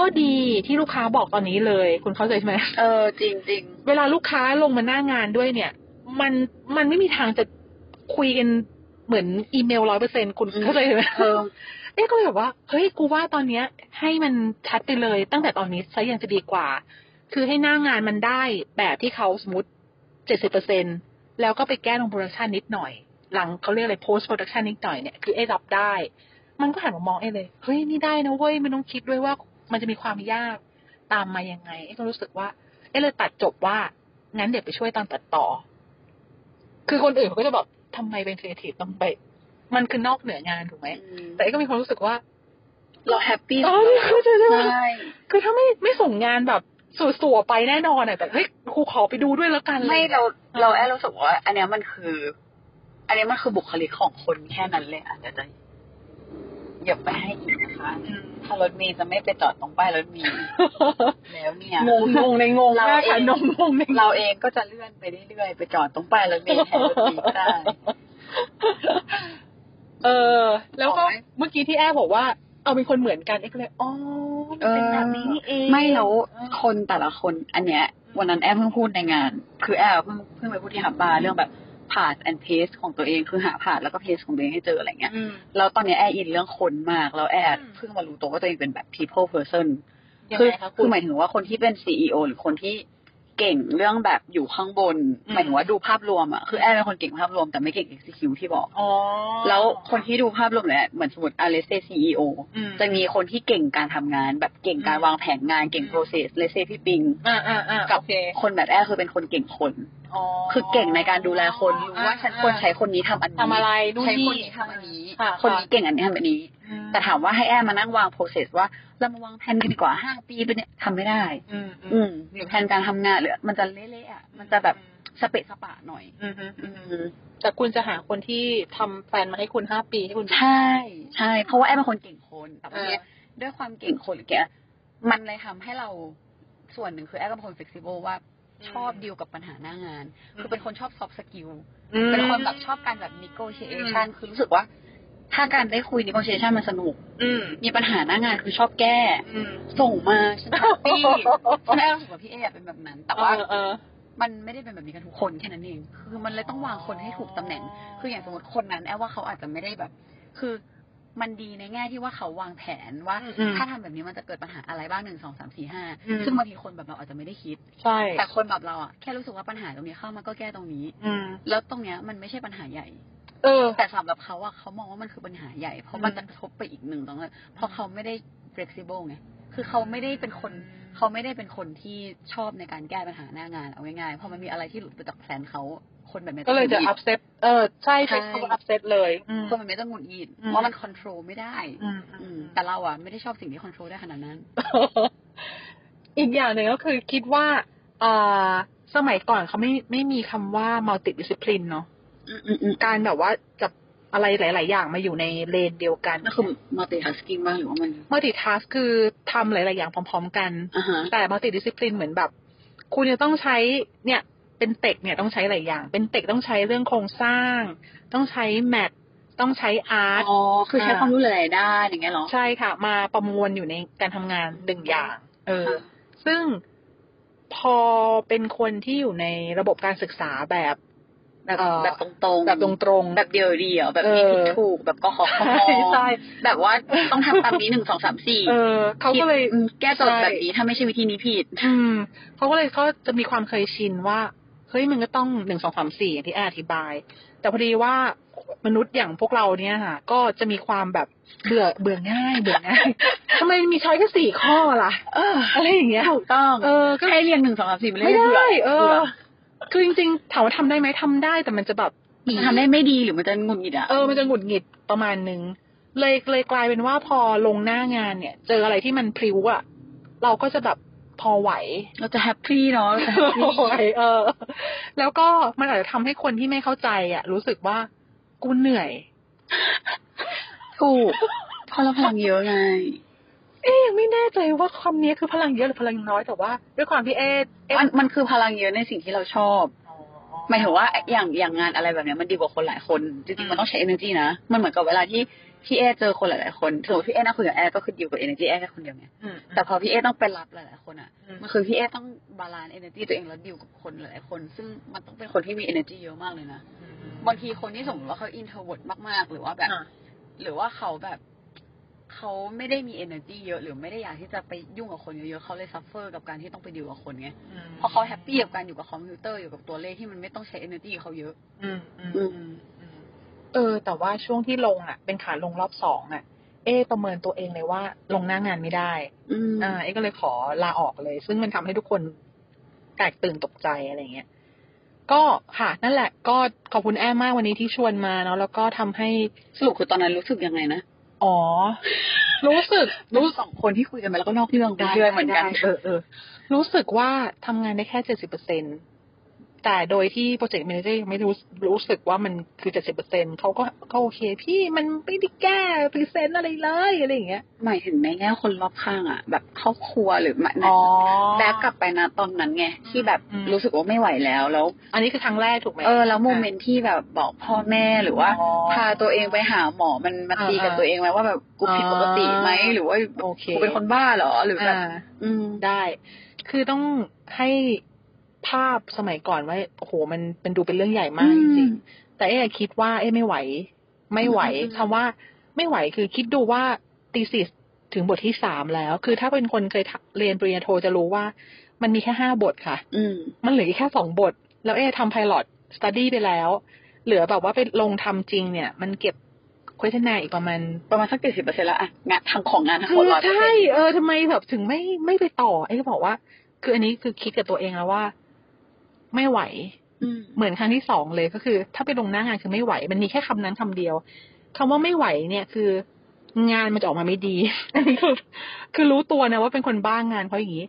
Speaker 2: ก็ดีที่ลูกค้าบอกตอนนี้เลย คุณเข้าใจใช่ไหม
Speaker 1: เออ จริงจริง
Speaker 2: เวลาลูกค้าลงมาหน้างานด้วยเนี่ย มันมันไม่มีทางจะคุยกันเหมือนอีเมลร้อยเปอร์เซ็นคุณ เข้าใจไหม
Speaker 1: เออ
Speaker 2: เอ๊ะก็เลยแบบว่าเฮ้ยกูว่าตอนเนี้ย ให้มันชัดไปเลย ตั้งแต่ตอนนี้ซะยังจะดีกว่า คือให้หน้างานมันได้แบบที่เขาสมมติเจ็ดสิบเปอร์เซ็นแล้วก็ไปแก้ลงโปรดักชันนิดหน่อย หลังเขาเรียกอะไร post production นิดหน่อยเนี่ยคือเอ้รับได้ มันก็หันมามองเอ้เลยเฮ้ยนี่ได้นะเว้ยไม่ต้องคิดด้วยว่ามันจะมีความยากตามมายังไงเอ้ก็รู้สึกว่า เอ้เลยตัดจบว่า งั้นเดี๋ยวไปช่วยตอนตัดต่อ คือคนอื่นเขาก็จะแบบทำไมเป็นครีเอทีฟต้องไป มันคือนอกเหนืองานถูกไหม แต่เอ้ก็มีความรู้สึกว่า
Speaker 1: เราแฮปปี้
Speaker 2: เออเข้าใจได้
Speaker 1: ใช
Speaker 2: ไหม่ คือถ้าไม่ไม่ส่งงานแบบสัวๆไปแน่นอนอะแต่เฮ้ยครูขอไปดูด้วยแล้วกัน
Speaker 1: ไม่เราเราแอบรู้สึกว่า อันเนี้ยมันคือ อันเนี้ยมันคือบุคลิกของคนแค่นั้นเลยอาจจะจะอย่าไปให้อีกนะคะ
Speaker 2: อืม
Speaker 1: ถ้ารถเมย์จะไม่ไปจอดตรงป้ายรถเมย์แล้วเนี่ย
Speaker 2: งงงงในงง
Speaker 1: เรา
Speaker 2: มากค่ะ
Speaker 1: เอง
Speaker 2: งงงงใน
Speaker 1: เราเองก็จะเลื่อนไปเรื่อยๆไปจอดตรงป้ายรถเมล์แทนรถเมล์ก็ได้
Speaker 2: เออ แล้วก็
Speaker 1: เอาไว้
Speaker 2: เมื่อกี้ที่แอบบอกว่า เอาเป็นคนเหมือนกันเอ็กเลยอ๋อมันเป็นแบบนี้นี่เอง
Speaker 1: ไม่แล้วคนแต่ละคน อันเนี้ย วันนั้นแอบเพิ่งพูดในงาน คือแอบเพิ่งเพิ่งไปพูดที่หับบาร์เรื่องแบบพาสแอนเพสของตัวเองคือหาพาสแล้วก็เพสของตัวเองให้เจออะไรเงี้ย
Speaker 2: อืม
Speaker 1: แล้วตอนเนี้ยแอบอินเรื่องคนมากแล้วแอบ
Speaker 2: อืม
Speaker 1: เพิ่งมารู้ตัวว่าตัวเองเป็นแบบ people person
Speaker 2: ยัง
Speaker 1: คื
Speaker 2: ไง
Speaker 1: อ
Speaker 2: คะคุ
Speaker 1: คื
Speaker 2: ณ
Speaker 1: อหมายถึงว่าคนที่เป็นซีอหรือคนที่เก่งเรื่องแบบอยู่ข้างบน
Speaker 2: อืม
Speaker 1: หมายถึงว่าดูภาพรวมอะคือแอบเป็นคนเก่งภาพรวมแต่ไม่เก่ง execute ที่บอก
Speaker 2: อ๋อ
Speaker 1: แล้วคนที่ดูภาพรวมเนี่ยเหมือนสมมติอเลเซซีอ
Speaker 2: อืม
Speaker 1: จะมีคนที่เก่งการทำงาน แบบเก่งการ
Speaker 2: อืม
Speaker 1: วางแผนงานเก่งโปรเซสเลเซพี่ปิง
Speaker 2: อ่าอ่าอ่า
Speaker 1: กับ
Speaker 2: โอเค
Speaker 1: คนแบบแอร์คือเป็นคนเก่งคน
Speaker 2: อ๋อ
Speaker 1: คือเก่งในการดูแลคนรู้ว่าฉันควรใช้คนนี้ทำอันนี้
Speaker 2: ทำอะไรดูน
Speaker 1: ใช้
Speaker 2: นี่
Speaker 1: คนนี้ทำอันนี้
Speaker 2: ะ
Speaker 1: คนนี้เก่งอันนี้ทำอันนี้
Speaker 2: อืม
Speaker 1: แต่ถามว่าให้แอร์มานั่งวางโปรเซสว่าเรามาวางแผนกันดีกว่าห้าปีเป็นเนี่ยทำไม่ได้
Speaker 2: อืมอื
Speaker 1: อื
Speaker 2: ม
Speaker 1: มหรือแผนการทำงานหรือมันจะเละๆอ่ะมันจะแบบสเปะสปะหน่อย
Speaker 2: อืมอืมอื
Speaker 1: อื
Speaker 2: ม
Speaker 1: ม
Speaker 2: แต่คุณจะหาคนที่ทำแฟนมาให้คุณห้าปีให้คุณ
Speaker 1: ใช่ใช่เพราะว่าแอร์เป็นคนเก่งคนแต่ว่าเนี่ย
Speaker 2: เออ
Speaker 1: ด้วยความเก่งคนหรือแกมันเลยทำให้เราส่วนหนึ่งคือแอร์เป็นคน flexible ว่าชอบดีลกับปัญหาหน้างาน คือเป็นคนชอบ soft skill
Speaker 2: อืม
Speaker 1: เป็นคนแบบชอบการแบบ negotiation คือรู้สึกว่า ถ้าการได้คุย negotiation มันสนุก
Speaker 2: อืม
Speaker 1: มีปัญหาหน้างานคือชอบแก้
Speaker 2: อืม
Speaker 1: ส่งมาฉันแฮป ปี้ฉันแอบรู้สึกว่าพี่เออยากเป็นแบบนั้น แต่ว่า
Speaker 2: เออเออ
Speaker 1: มันไม่ได้เป็นแบบนี้กันทุกคนแค่นั้นเอง คือมันเลยต้องวางคนให้ถูกตำแหน่ง คืออย่างสมมติคนนั้นแอบว่าเขาอาจจะไม่ได้แบบ คือมันดีในแง่ที่ว่าเขาวางแผนว่า
Speaker 2: อืมอืม
Speaker 1: ถ้าทำแบบนี้มันจะเกิดปัญหาอะไรบ้างหนึ่งสองสามสี่ห้า
Speaker 2: อืม
Speaker 1: ซึ่งบางทีคนแบบเราอาจจะไม่ได้คิด
Speaker 2: ใช่
Speaker 1: แต่คนแบบเราอ่ะแค่รู้สึกว่าปัญหาตรงนี้เข้ามาก็แก้ตรงนี้
Speaker 2: อืม
Speaker 1: แล้วตรงเนี้ยมันไม่ใช่ปัญหาใหญ่
Speaker 2: เออ
Speaker 1: แต่สำหรับเขาอ่ะเขามองว่ามันคือปัญหาใหญ่ เพราะมัน
Speaker 2: อืม
Speaker 1: จะกระทบไปอีกหนึ่งตรงนั้นเพราะเขาไม่ได้ flexible ไงคือเขาไม่ได้เป็นคนเขาไม่ได้เป็นคนที่ชอบในการแก้ปัญหาหน้างานเอาง่ายๆเพราะมันมีอะไรที่หลุดไปจากแผนเขา คนแบบไม่ต้
Speaker 2: ก็
Speaker 1: อง
Speaker 2: เลยจะ
Speaker 1: หงุ
Speaker 2: อั
Speaker 1: ดหงิด
Speaker 2: พเซตเออใช่ใช่
Speaker 1: ใช่
Speaker 2: คำว่าอัพเซตเลย อืม
Speaker 1: คนแบบไม่ต้องหงุดหงิด
Speaker 2: อืม
Speaker 1: ว่ามันค o n t r o l ไม่ได้
Speaker 2: อืม
Speaker 1: อื
Speaker 2: อื
Speaker 1: ม
Speaker 2: ม
Speaker 1: แต่เราอ่ะไม่ได้ชอบสิ่งที่ค o n t r o l ได้ขนาดนั้น
Speaker 2: อีกอย่างหนึ่งก็คือคิดว่าเอ่อสมัยก่อนเขาไม่ไม่มีคำว่า multidiscipline เนาะ
Speaker 1: อืมอืมอืม
Speaker 2: การแบบว่าจับอะไรหลาย ๆ อย่างมาอยู่ในเลนเดียวกัน
Speaker 1: ก็คือ multitasking บ้างหรือว่ามัน
Speaker 2: multitask คือทำหลาย ๆ อย่างพร้อม ๆ กัน
Speaker 1: อ่าฮะ
Speaker 2: แต่ multidiscipline เหมือนแบบ คุณจะต้องใช้เนี่ยเป็นเทคเนี่ยต้องใช้หลายอย่าง เป็นเทคต้องใช้เรื่องโครงสร้าง ต้องใช้แมทต้องใช้อาร์ต
Speaker 1: อ๋อ คือใช้
Speaker 2: อ่า
Speaker 1: ความรู้หลายๆด้านอย่างเงี้ยเหรอ
Speaker 2: ใช่ค่ะ มาประมวลอยู่ในการทำงานหนึ่งอย่าง เออ
Speaker 1: ค่ะ
Speaker 2: ซึ่งพอเป็นคนที่อยู่ในระบบการศึกษาแบบ
Speaker 1: แบบ
Speaker 2: เอ่อ
Speaker 1: แบบตรงๆ
Speaker 2: แบบตรงๆ
Speaker 1: แบบเดียวเดียวแบบ
Speaker 2: เออ
Speaker 1: นี้ผิดถูกแบบก็ขอขอ
Speaker 2: ใช่ใช่
Speaker 1: แบบว่าต้องทำตามนี้หนึ่งสองสามสี่
Speaker 2: เออเขาก็เลย
Speaker 1: ผิดแก้โจทย์
Speaker 2: ใช่
Speaker 1: แบบนี้ถ้าไม่ใช่วิธีนี้ผิด
Speaker 2: อืมเขาก็เลยเขาจะมีความเคยชินว่าเฮ้ยมันก็ต้องหนึ่งสองสามสี่อย่างที่แอร์อธิบาย แต่พอดีว่ามนุษย์อย่างพวกเราเนี่ยค่ะ ก็จะมีความแบบเบื่อเบื่อง่ายเบื่อง่ายทำไมมีช้อยแค่สี่ข้อล่ะ
Speaker 1: เออ
Speaker 2: อะไรอย่างเงี้ย
Speaker 1: ถูกต้อง
Speaker 2: เออก็
Speaker 1: ให้เรียงหนึ่งสองสามสี่ไม่
Speaker 2: ไม่
Speaker 1: ได้
Speaker 2: ได้
Speaker 1: เบื่อ
Speaker 2: เอ
Speaker 1: บื่
Speaker 2: อ คือจริงๆถามว่าทำได้ไหมทำได้แต่มันจะแบบ
Speaker 1: มันทำได้ไม่ดีหรือมันจะงุนงิดอ่ะ
Speaker 2: เออ มันจะหงุดหงิดประมาณนึง เลยเลยกลายเป็นว่าพอลงหน้างานเนี่ย เจออะไรที่มันพริ้วอะเราก็จะแบบพอไหว
Speaker 1: เราจะแฮปปี้เนาะเราจะ happy
Speaker 2: พอไหวเออ แล้วก็มันอาจจะทำให้คนที่ไม่เข้าใจอะรู้สึกว่ากูเหนื่อย
Speaker 1: ถูกเพราะเราพลังเยอะไง
Speaker 2: เอ๊ะยังไม่แน่ใจว่าคำนี้คือพลังเยอะหรือพลังน้อยแต่ว่า ด้วยความที่เอ๊ะเอ๊ะ
Speaker 1: มันมันคือพลังเยอะในสิ่งที่เราชอบหมายถึงว่าอย่างอย่างงานอะไรแบบเนี้ยมันดีกว่าคนหลายคนจริงๆมันต้องใช้ energy นะมันเหมือนกับเวลาที่พี่เอเจอคนหลายๆคนสมมติพี่เอนั่งคุยกับแอร์ก็คือดีลกับ energy แอร์แค่คนเดียวไง
Speaker 2: อืม
Speaker 1: แต่พอพี่เอต้องไปรับหลายๆคนอ่ะ
Speaker 2: อืม
Speaker 1: มันคือพี่เอต้องบาลานซ์ energy ตัวเองแล้วดีลกับคนหลายๆคน ซึ่งมันต้องเป็นคนที่มี energy เยอะมากเลยนะบางทีคนที่สมมติว่าเขา introvert มากๆ หรือว่าแบบ
Speaker 2: อ่ะ
Speaker 1: หรือว่าเขาแบบเขาไม่ได้มี energy เยอะหรือไม่ได้อยากที่จะไปยุ่งกับคนเยอะๆเขาเลยซัฟเฟอร์กับการที่ต้องไปดีลกับคนไง เพราะเขาแฮปปี้กับการอยู่กับคอมพิวเตอร์อยู่กับตัวเลขที่มันไม่ต้องใช้ energy เขาเยอะ
Speaker 2: อืมอืม
Speaker 1: อื
Speaker 2: อื
Speaker 1: ม
Speaker 2: มอืมเออ แต่ว่าช่วงที่ลงอ่ะ เป็นขาลงรอบสองอ่ะ เอประเมินตัวเองเลยว่าลงหน้างานไม่ได้
Speaker 1: อืม
Speaker 2: อ่าเอก็เลยขอลาออกเลย ซึ่งมันทำให้ทุกคนแตกตื่นตกใจอะไรเงี้ยก็ค่ะนั่นแหละ ก็ขอบคุณแอมมากวันนี้ที่ชวนมาเนาะแล้วก็ทำให้
Speaker 1: สรุปคือตอนนั้นรู้สึกยังไงนะ
Speaker 2: อ๋อ รู้ สึกรู้
Speaker 1: รู้สองคนที่คุยกันมาแล้วก็นอกเรื่องไปเรื่อยเหมือนกัน
Speaker 2: ได้เออเออรู้สึกว่าทำงานได้แค่เจ็ดสิบเปอร์เซ็นแต่โดยที่โปรเจกต์ a ม a นเจอร์ยังไม่รู้รู้สึกว่ามันคือเจ็ดสิบเปอร์เซ็นเขาก็เขาโอเค พี่มันไม่ได้แก้พรีเซนต์อะไรเลยอะไรอย่างเงี้ย
Speaker 1: หมายถึงในแง่คนรอบข้างอ่ะ แบบครอบครัวหรือหมายแบกกลับไปนะตอนนั้นไงที่แบบรู้สึกว่าไม่ไหวแล้วแล้ว
Speaker 2: อันนี้คือครั้งแรกถูกไหม
Speaker 1: เออแล้วโมเมนต์ที่แบบบอกพ่อแม่หรือว่า
Speaker 2: อ๋อ
Speaker 1: พาตัวเองไปหาหมอมันมัน
Speaker 2: อ่า
Speaker 1: ตีกับ
Speaker 2: อ่า
Speaker 1: ตัวเองไหมว่าแบบกูผิดปกติไหม
Speaker 2: อ่า
Speaker 1: หรือว่า
Speaker 2: โอเค
Speaker 1: กูเป็นคนบ้าเหรอหรือแบบ
Speaker 2: อ่า
Speaker 1: อืม
Speaker 2: ได้ คือต้องให้ภาพสมัยก่อนว่าโอ้โห มันเป็นดูเป็นเรื่องใหญ่มาก
Speaker 1: อืม
Speaker 2: จริงๆ แต่เอ๊ะคิดว่า เอ๊ะไม่ไหว ไม่ไหว
Speaker 1: อืม
Speaker 2: คำว่าไม่ไหวคือคิดดูว่าตีสิสถึงบทที่สามแล้ว คือถ้าเป็นคนเคยทะเรียนปริญญาโทจะรู้ว่า มันมีแค่ห้าบทค่ะ
Speaker 1: อืม
Speaker 2: มันเหลืออีกแค่สองบท แล้วเอ๊ะทำไพลอตสตัดดี้ไปแล้ว เหลือแบบว่าไปลงทำจริงเนี่ย มันเก็บคุยทนายอีกประมาณ
Speaker 1: ประมาณสักเจ็ดสิบเปอร์เซ็นต์ละอะงานทางของงานทั้งหมดร้อยเปอร์
Speaker 2: ใช่
Speaker 1: เซ็นต์
Speaker 2: เออทำไมแบบถึงไม่ไม่ไปต่อไอ้ก็บอกว่า คืออันนี้คือคิดกับตัวเองแล้วว่า ไม่ไหว
Speaker 1: อืม
Speaker 2: เหมือนครั้งที่สองเลยก็คือ ถ้าไปลงหน้างานคือไม่ไหว มันมีแค่คำนั้นคำเดียวคำว่าไม่ไหวเนี่ยคือ งานมันจะออกมาไม่ดี อันนี้คือคือรู้ตัวนะว่าเป็นคนบ้างงานเขาอย่างนี้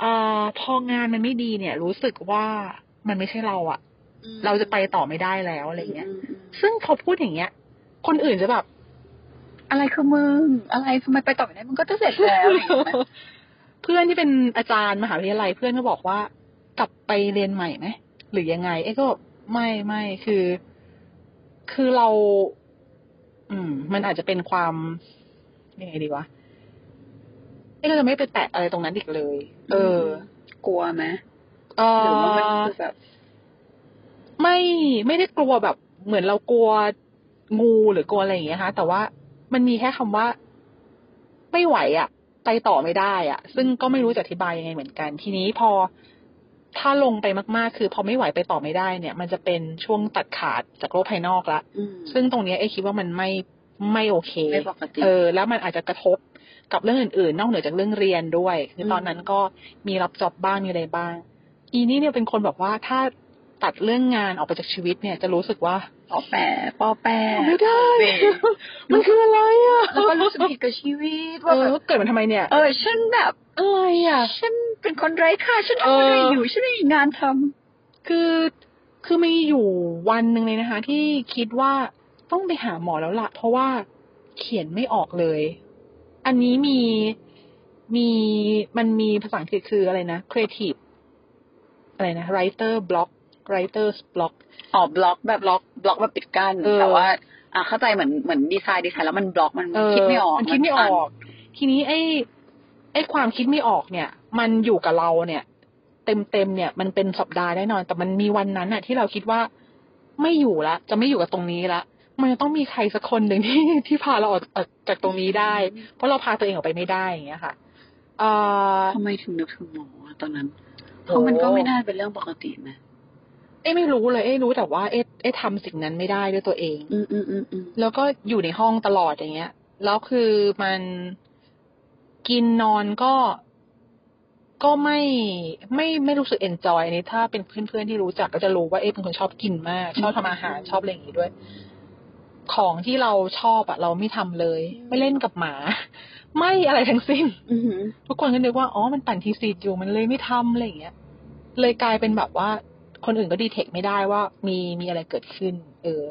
Speaker 2: เอ่อพองานมันไม่ดีเนี่ย รู้สึกว่ามันไม่ใช่เราอะเราจะไปต่อไม่ได้แล้วอะไรอย่างเงี้ย ซึ่งพอพูดอย่างเงี้ย คนอื่นจะแบบ
Speaker 1: อะไรคือมึง อะไรทำไมไปต่อไม่ได้มึงก็จะเสร็จแล้วอะไรอย่างเงี้ยนะ
Speaker 2: เพื่อนที่เป็นอาจารย์มหาวิทยาลัยเพื่อนก็บอกว่ากลับไปเรียนใหม่ไหมหรือยังไง เอ้ก็บอกไม่ไม่คือ คือเรา อืม มันอาจจะเป็นความยังไงดีวะเอ้ก็จะไม่ไปแตะอะไรตรงนั้นอีกเลย เออ
Speaker 1: กลัวไหม
Speaker 2: เอ
Speaker 1: หรือว่ามัน
Speaker 2: อ
Speaker 1: คือแบบ
Speaker 2: ไม่ไม่ได้กลัวแบบ เหมือนเรากลัวงูหรือกลัวอะไรอย่างเงี้ยคะแต่ว่ามันมีแค่คำว่า ไม่ไหวอะไปต่อไม่ได้อะซึ่งก็ไม่รู้จะอธิบายยังไงเหมือนกัน ทีนี้พอถ้าลงไปมากๆ คือพอไม่ไหวไปต่อไม่ได้เนี่ย มันจะเป็นช่วงตัดขาดจากโลกภายนอกละ
Speaker 1: อืม
Speaker 2: ซึ่งตรงเนี้ยเอคิดว่ามันไม่ไม่โอเค
Speaker 1: ไม่ปกติ
Speaker 2: เออแล้วมันอาจจะกระทบกับเรื่องอื่นๆ นอกเหนือจากเรื่องเรียนด้วยคือตอนนั้นก็มีรับจอบบ้างมีอะไรบ้าง อีนี่เนี่ยเป็นคนแบบว่าถ้า ตัดเรื่องงานออกไปจากชีวิตเนี่ยจะรู้สึกว่า
Speaker 1: ปอแปะปอแปะ
Speaker 2: ไม่ได้
Speaker 1: เว
Speaker 2: มันคืออะไรอ่ะ
Speaker 1: แล้วก็รู้สึกผิดกับชีวิต
Speaker 2: เอ
Speaker 1: ว่าแบ
Speaker 2: อบ เกิดมันทำไมเนี่ย
Speaker 1: เออฉันแบบ
Speaker 2: อะไรอ่ะ
Speaker 1: ฉันเป็นคนไร้ค่าฉันทำอะไร
Speaker 2: เออ
Speaker 1: อ
Speaker 2: อ
Speaker 1: ยู่ฉันไม่มีงานทำ
Speaker 2: คือคือมีอยู่วันหนึ่งเลยนะคะ ที่คิดว่าต้องไปหาหมอแล้วละเพราะว่าเขียนไม่ออกเลย อันนี้มีมีมันมีภาษาอังกฤษคืออะไรนะ creative อะไรนะ writer block writers block
Speaker 1: อ๋อบล็อกแบบบล็อกบล็อกแบบปิดกั้น
Speaker 2: เออ
Speaker 1: แต่ว่า อ่ะเข้าใจเหมือนเหมือนดีไซน์ดีไซน์แล้วมันบล็อกมัน
Speaker 2: เออ
Speaker 1: คิดไม่ออก
Speaker 2: มันคิดไม่อ
Speaker 1: ตัน
Speaker 2: อก ทีนี้ไอ้ไอ้ความคิดไม่ออกเนี่ย มันอยู่กับเราเนี่ย เต็มเต็มๆเนี่ย มันเป็นสัปดาห์แน่นอน แต่มันมีวันนั้นอะที่เราคิดว่าไม่อยู่ละจะไม่อยู่กับตรงนี้ละมันจะต้องมีใครสักคนหนึ่ง ที่ที่พาเราออกออกจากตรงนี้ได้ เพราะเราพาตัวเองออกไปไม่ได้อย่างเงี้ยค่ะเอ่อ
Speaker 1: ทำไมถึงนึกถึงหมออะตอนนั้น เพราะมันก็ไม่น่าเป็นเรื่องปกตินะ
Speaker 2: เอ้ยไม่รู้เลยเอ้ยรู้แต่ว่าเอ้ยเอ้ยทำสิ่งนั้นไม่ได้ด้วยตัวเอง
Speaker 1: อืมอืมอืมอืม
Speaker 2: แล้วก็อยู่ในห้องตลอดอย่างเงี้ย แล้วคือมันกินนอนก็ก็ไม่ไม่ไม่รู้สึกเอนจอยอันนี้ถ้าเป็นเพื่อนๆที่รู้จักก็จะรู้ว่าเอ๊ะเป็นคนชอบกินมาก ชอบทำอาหารชอบอะไรอย่างงี้ด้วย ของที่เราชอบอะเราไม่ทำเลย ไม่เล่นกับหมา ไม่อะไรทั้งสิ้น
Speaker 1: อือหือ
Speaker 2: ทุกคนก็นึกว่า อ๋อ มันปั่นทีซีดอยู่ มันเลยไม่ทำอะไรอย่างเงี้ย เลยกลายเป็นแบบว่า คนอื่นก็ดีเทคไม่ได้ว่ามีมีอะไรเกิดขึ้น เออ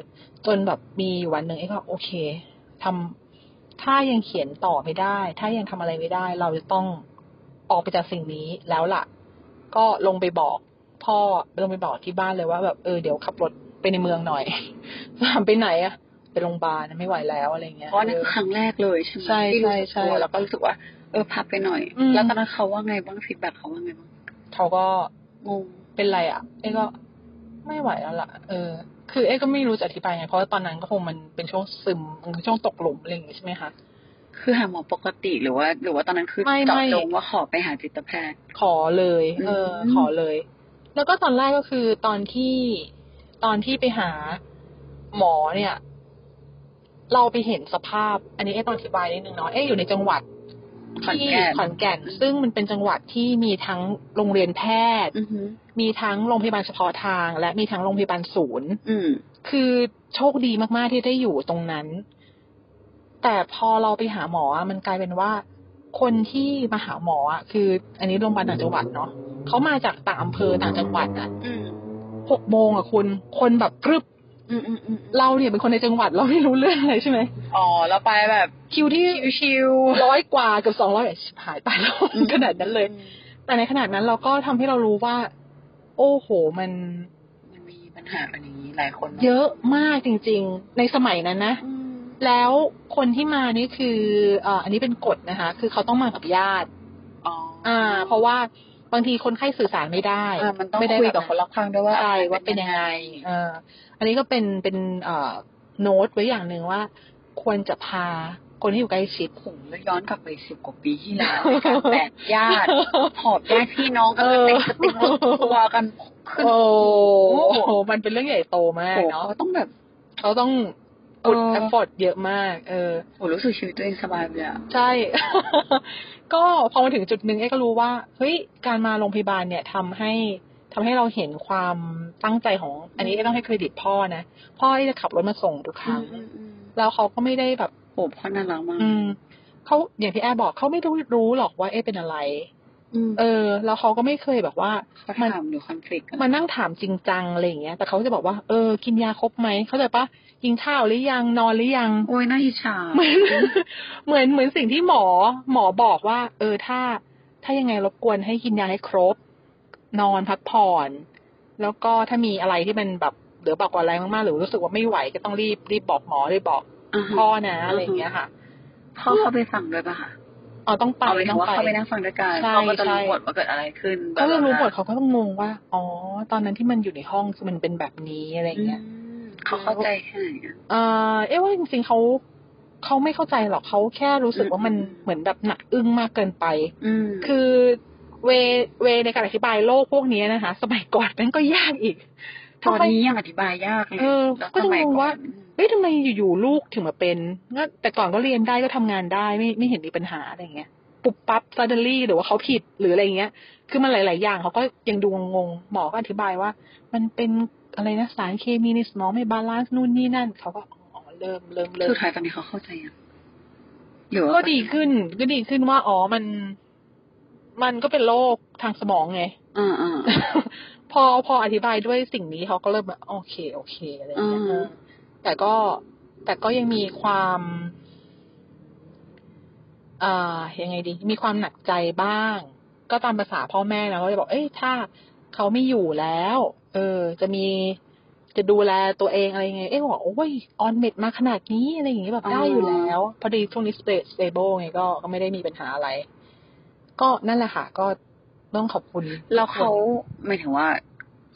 Speaker 2: จนแบบมีอยู่วันหนึ่งไอ้ก็โอเคทำถ้ายังเขียนต่อไม่ได้ ถ้ายังทำอะไรไม่ได้ เราจะต้องออกไปจากสิ่งนี้แล้วล่ะ ก็ลงไปบอก พ่อลงไปบอกที่บ้านเลยว่าแบบเออเดี๋ยวขับรถไปในเมืองหน่อย จะไปไหนอะไปโรงพยาบาลนะไม่ไหวแล้วอะไรเงี้ย
Speaker 1: เพราะว่านั่นคือครั้งแรกเลยใช่ไหม
Speaker 2: ใช่
Speaker 1: ที่รู้สึก
Speaker 2: ใช่
Speaker 1: ตัว
Speaker 2: ใช่
Speaker 1: แล้วก็รู้สึกว่าเออพับไปหน่อย
Speaker 2: อืม
Speaker 1: แล้วตอนนั้นเขาว่าไงบ้างฟีดแบ็เขาว่าไงบ้าง
Speaker 2: เขาก็
Speaker 1: งง
Speaker 2: เป็นไรอะ่ะเอ้ก็ไม่ไหวแล้วล่ะ เออ คือเอ้ก็ไม่รู้จะอธิบายไง เพราะว่าตอนนั้นก็คงมันเป็นช่วงซึมมันคือช่วงตกหลุมอะไรอย่างงี้ใช่ไหมคะ
Speaker 1: คือหาหมอปกติหรือว่า หรือว่าตอนนั้นคือ
Speaker 2: ไม่
Speaker 1: เจาะ
Speaker 2: ไม่
Speaker 1: จงว่าขอไปหาจิตแพทย์
Speaker 2: ขอเลย เออ
Speaker 1: อืม
Speaker 2: ขอเลย แล้วก็ตอนแรกก็คือตอนที่ตอนที่ไปหาหมอเนี่ย เราไปเห็นสภาพ อันนี้เอ้ต้องอธิบายนิดนึงเนาะเอ้อยู่ในจังหวัด
Speaker 1: ขอน
Speaker 2: ที่
Speaker 1: แก่น
Speaker 2: ขอนแก่น ซึ่งมันเป็นจังหวัดที่มีทั้งโรงเรียนแพทย์
Speaker 1: อือหือ
Speaker 2: มีทั้งโรงพยาบาลเฉพาะทาง และมีทั้งโรงพยาบาลศูนย์
Speaker 1: อืม
Speaker 2: คือโชคดีมาก ๆ ที่ได้อยู่ตรงนั้น แต่พอเราไปหาหมออะมันกลายเป็นว่า คนที่มาหาหมออะคือ อันนี้โรงพยาบาลต่างจังหวัดเนาะเขามาจากต่างอำเภอต่างจังหวัดอะ
Speaker 1: อืม
Speaker 2: หกโมงอะคุณคนแบบกรึบ
Speaker 1: อืมอืมอืม
Speaker 2: เราเนี่ยเป็นคนในจังหวัดเราไม่รู้เรื่องอะไรใช่ไหม
Speaker 1: อ๋อแล้วไปแบบ
Speaker 2: คิวที่
Speaker 1: ชิว
Speaker 2: ร้อยกว่าเกับสองร้อยหายไปแล้ว
Speaker 1: อืม
Speaker 2: ขนาดนั้น
Speaker 1: ๆ
Speaker 2: เลย แต่ในขนาดนั้นเราก็ทำให้เรารู้ว่า โอ้โห มัน
Speaker 1: มันมีปัญหาเป็นอย่างนี้หลายคนน
Speaker 2: เยอะมากจริง ๆ ในสมัยนั้นนะ
Speaker 1: อืม
Speaker 2: แล้วคนที่มานี่คือเอ่ออันนี้เป็นกฎนะคะ คือเขาต้องมากับญาติ
Speaker 1: อ๋อ
Speaker 2: อ่า เพราะว่าบางทีคนไข้สื่อสารไม่ได้
Speaker 1: อ่ามันต้อง
Speaker 2: ไม่ได้
Speaker 1: คุยกับคน
Speaker 2: แ
Speaker 1: รอบข้างด้วยว่า
Speaker 2: ใช่ว่าเป็นยังไง เออ อันนี้ก็เป็นเป็นเอ่อโน้ตไว้อย่างหนึ่งว่า ควรจะพาคนที่อยู่ใกล้ชิด
Speaker 1: ผมแล้วย้อนกลับไปสิบกว่าปีที่แล้วใน การแบกญาติ หอบญาติพี่น้องกันไปเป็นสติงรถทัวร์กันขึ้น
Speaker 2: โอ้
Speaker 1: โ
Speaker 2: โหมันเป็นเรื่องใหญ่โตมา
Speaker 1: อ้
Speaker 2: ก
Speaker 1: โห
Speaker 2: เนาะ
Speaker 1: เขาต้องแบบ
Speaker 2: เขาต้องกด
Speaker 1: เออ
Speaker 2: แอฟฟอร์ดเยอะมาก เออ
Speaker 1: โหรู้สึกชีวิตตัวเองสบายเลยอะ
Speaker 2: ใช่ ก็พอมาถึงจุดหนึ่งเอ้ก็รู้ว่า เฮ้ย การมาโรงพยาบาลเนี่ยทำให้ทำให้เราเห็นความตั้งใจของ อันนี้เอ้ต้องให้เครดิตพ่อนะ พ่อเอ้จะขับรถมาส่งทุกครั้ง แล้วเขาก็ไม่ได้แบบ
Speaker 1: โหพ่อน่ารักมาก
Speaker 2: อืมเขาอย่างที่แอร์บอกเขาไม่รู้รู้หรอกว่าเอ้เป็นอะไร
Speaker 1: อืม
Speaker 2: เออ แล้วเขาก็ไม่เคยแบบว่า
Speaker 1: เขา
Speaker 2: มัน
Speaker 1: ถามหนูคอนฟ lict
Speaker 2: มานั่งถามจริงจังอะไรอย่างเงี้ย แต่เขาจะบอกว่า เออ กินยาครบไหม เขาใจปะกินข้าวหรือยัง นอนหรือยัง
Speaker 1: โอ้ยน่าอิจฉา
Speaker 2: เหมือน เหมือนเหมือนสิ่งที่หมอหมอบอกว่า เออถ้า ถ้ายังไงรบกวนให้กินยาให้ครบ นอนพักผ่อน แล้วก็ถ้ามีอะไรที่มันแบบเหลือบอกกว่าแรงมากๆหรือรู้สึกว่าไม่ไหวก็ต้องรีบรีบบอกหมอรีบบอก
Speaker 1: าฮะ
Speaker 2: พ่อนะอะไรอย่างเงี้ยค่ะ
Speaker 1: พ่อเข้าไปฟังด้วยปะคะ
Speaker 2: เอาต้องไป
Speaker 1: เอาไปถึ
Speaker 2: ต้
Speaker 1: ง
Speaker 2: อง
Speaker 1: ว่า
Speaker 2: ไป
Speaker 1: เข้าไปนั่งฟังด้วยกัน
Speaker 2: ใช่
Speaker 1: พ่อก็จะรู้
Speaker 2: ใช่
Speaker 1: หมดว่าเกิดอะไรขึ้น
Speaker 2: เขาจะรู้หมดเขาก็ต้องงงว่า อ๋อ ตอนนั้นที่มันอยู่ในห้องคือมันเป็นแบบนี้อะไรอย่างเงี้ย
Speaker 1: อืมเขาเข้าใจแค่ไหนอะ
Speaker 2: เออเอ๊ะว่าจริงๆเขาเขาไม่เข้าใจหรอกเขาแค่รู้สึกว่ามัน
Speaker 1: อืม
Speaker 2: เหมือนแบบหนักอึ้งมากเกินไป
Speaker 1: อืม
Speaker 2: คือเวเวในการอธิบายโลกพวกนี้นะคะ สมัยก่อนมันก็ยากอีก
Speaker 1: ตอน
Speaker 2: ทำไม
Speaker 1: นี้ยังอธิบายยากเลย
Speaker 2: เออ
Speaker 1: แล้ว
Speaker 2: ก็จะ
Speaker 1: สมัย
Speaker 2: งง
Speaker 1: ก่อ
Speaker 2: ว่า
Speaker 1: น
Speaker 2: เฮ้ยทำไมอยู่ๆลูกถึงมาเป็นก็แต่ก่อนก็เรียนได้ก็ทำงานได้ไม่ไม่เห็นมีปัญหาอะไรอย่างเงี้ย ปุบปั๊บ suddenly หรือว่าเขาผิดหรืออะไรอย่างเงี้ย คือมันหลาย ๆ อย่างเขาก็ยังดูงงๆหมอก็อธิบายว่า มันเป็นอะไรนะสารเคมีในสมองไม่บาลานซ์นู่นนี่นั่นเขาก็อ๋อเริ่มเริ่มเริ่ม
Speaker 1: สุดท้ายตอนนี้เขาเข้าใจยังหรือว่า
Speaker 2: ก็ดีขึ้นก็ดีขึ้นว่าอ๋อมัน มันก็เป็นโรคทางสมองไง
Speaker 1: อ่าอ่า
Speaker 2: พอพออธิบายด้วยสิ่งนี้เขาก็เริ่มแบบโอเค โอเคอะไรอย่างเงี้ย
Speaker 1: อืม
Speaker 2: เออแต่ก็แต่ก็ยังมีความเอ่อยังไงดี มีความหนักใจบ้าง ก็ตามภาษาพ่อแม่นะก็เลยบอก เอ้ยถ้าเขาไม่อยู่แล้ว เออ จะมีจะดูแลตัวเองอะไรยังไง เอ้ยบอกโอ้ยออนเมดมาขนาดนี้อะไรอย่างเงี้ยแบบได้อยู่แล้ว พอดีช่วงนี้สเตเบิลไงก็ก็ไม่ได้มีปัญหาอะไร ก็นั่นแหละค่ะ ก็ต้องขอบคุณ
Speaker 1: แล้วเขาหมายถึงว่า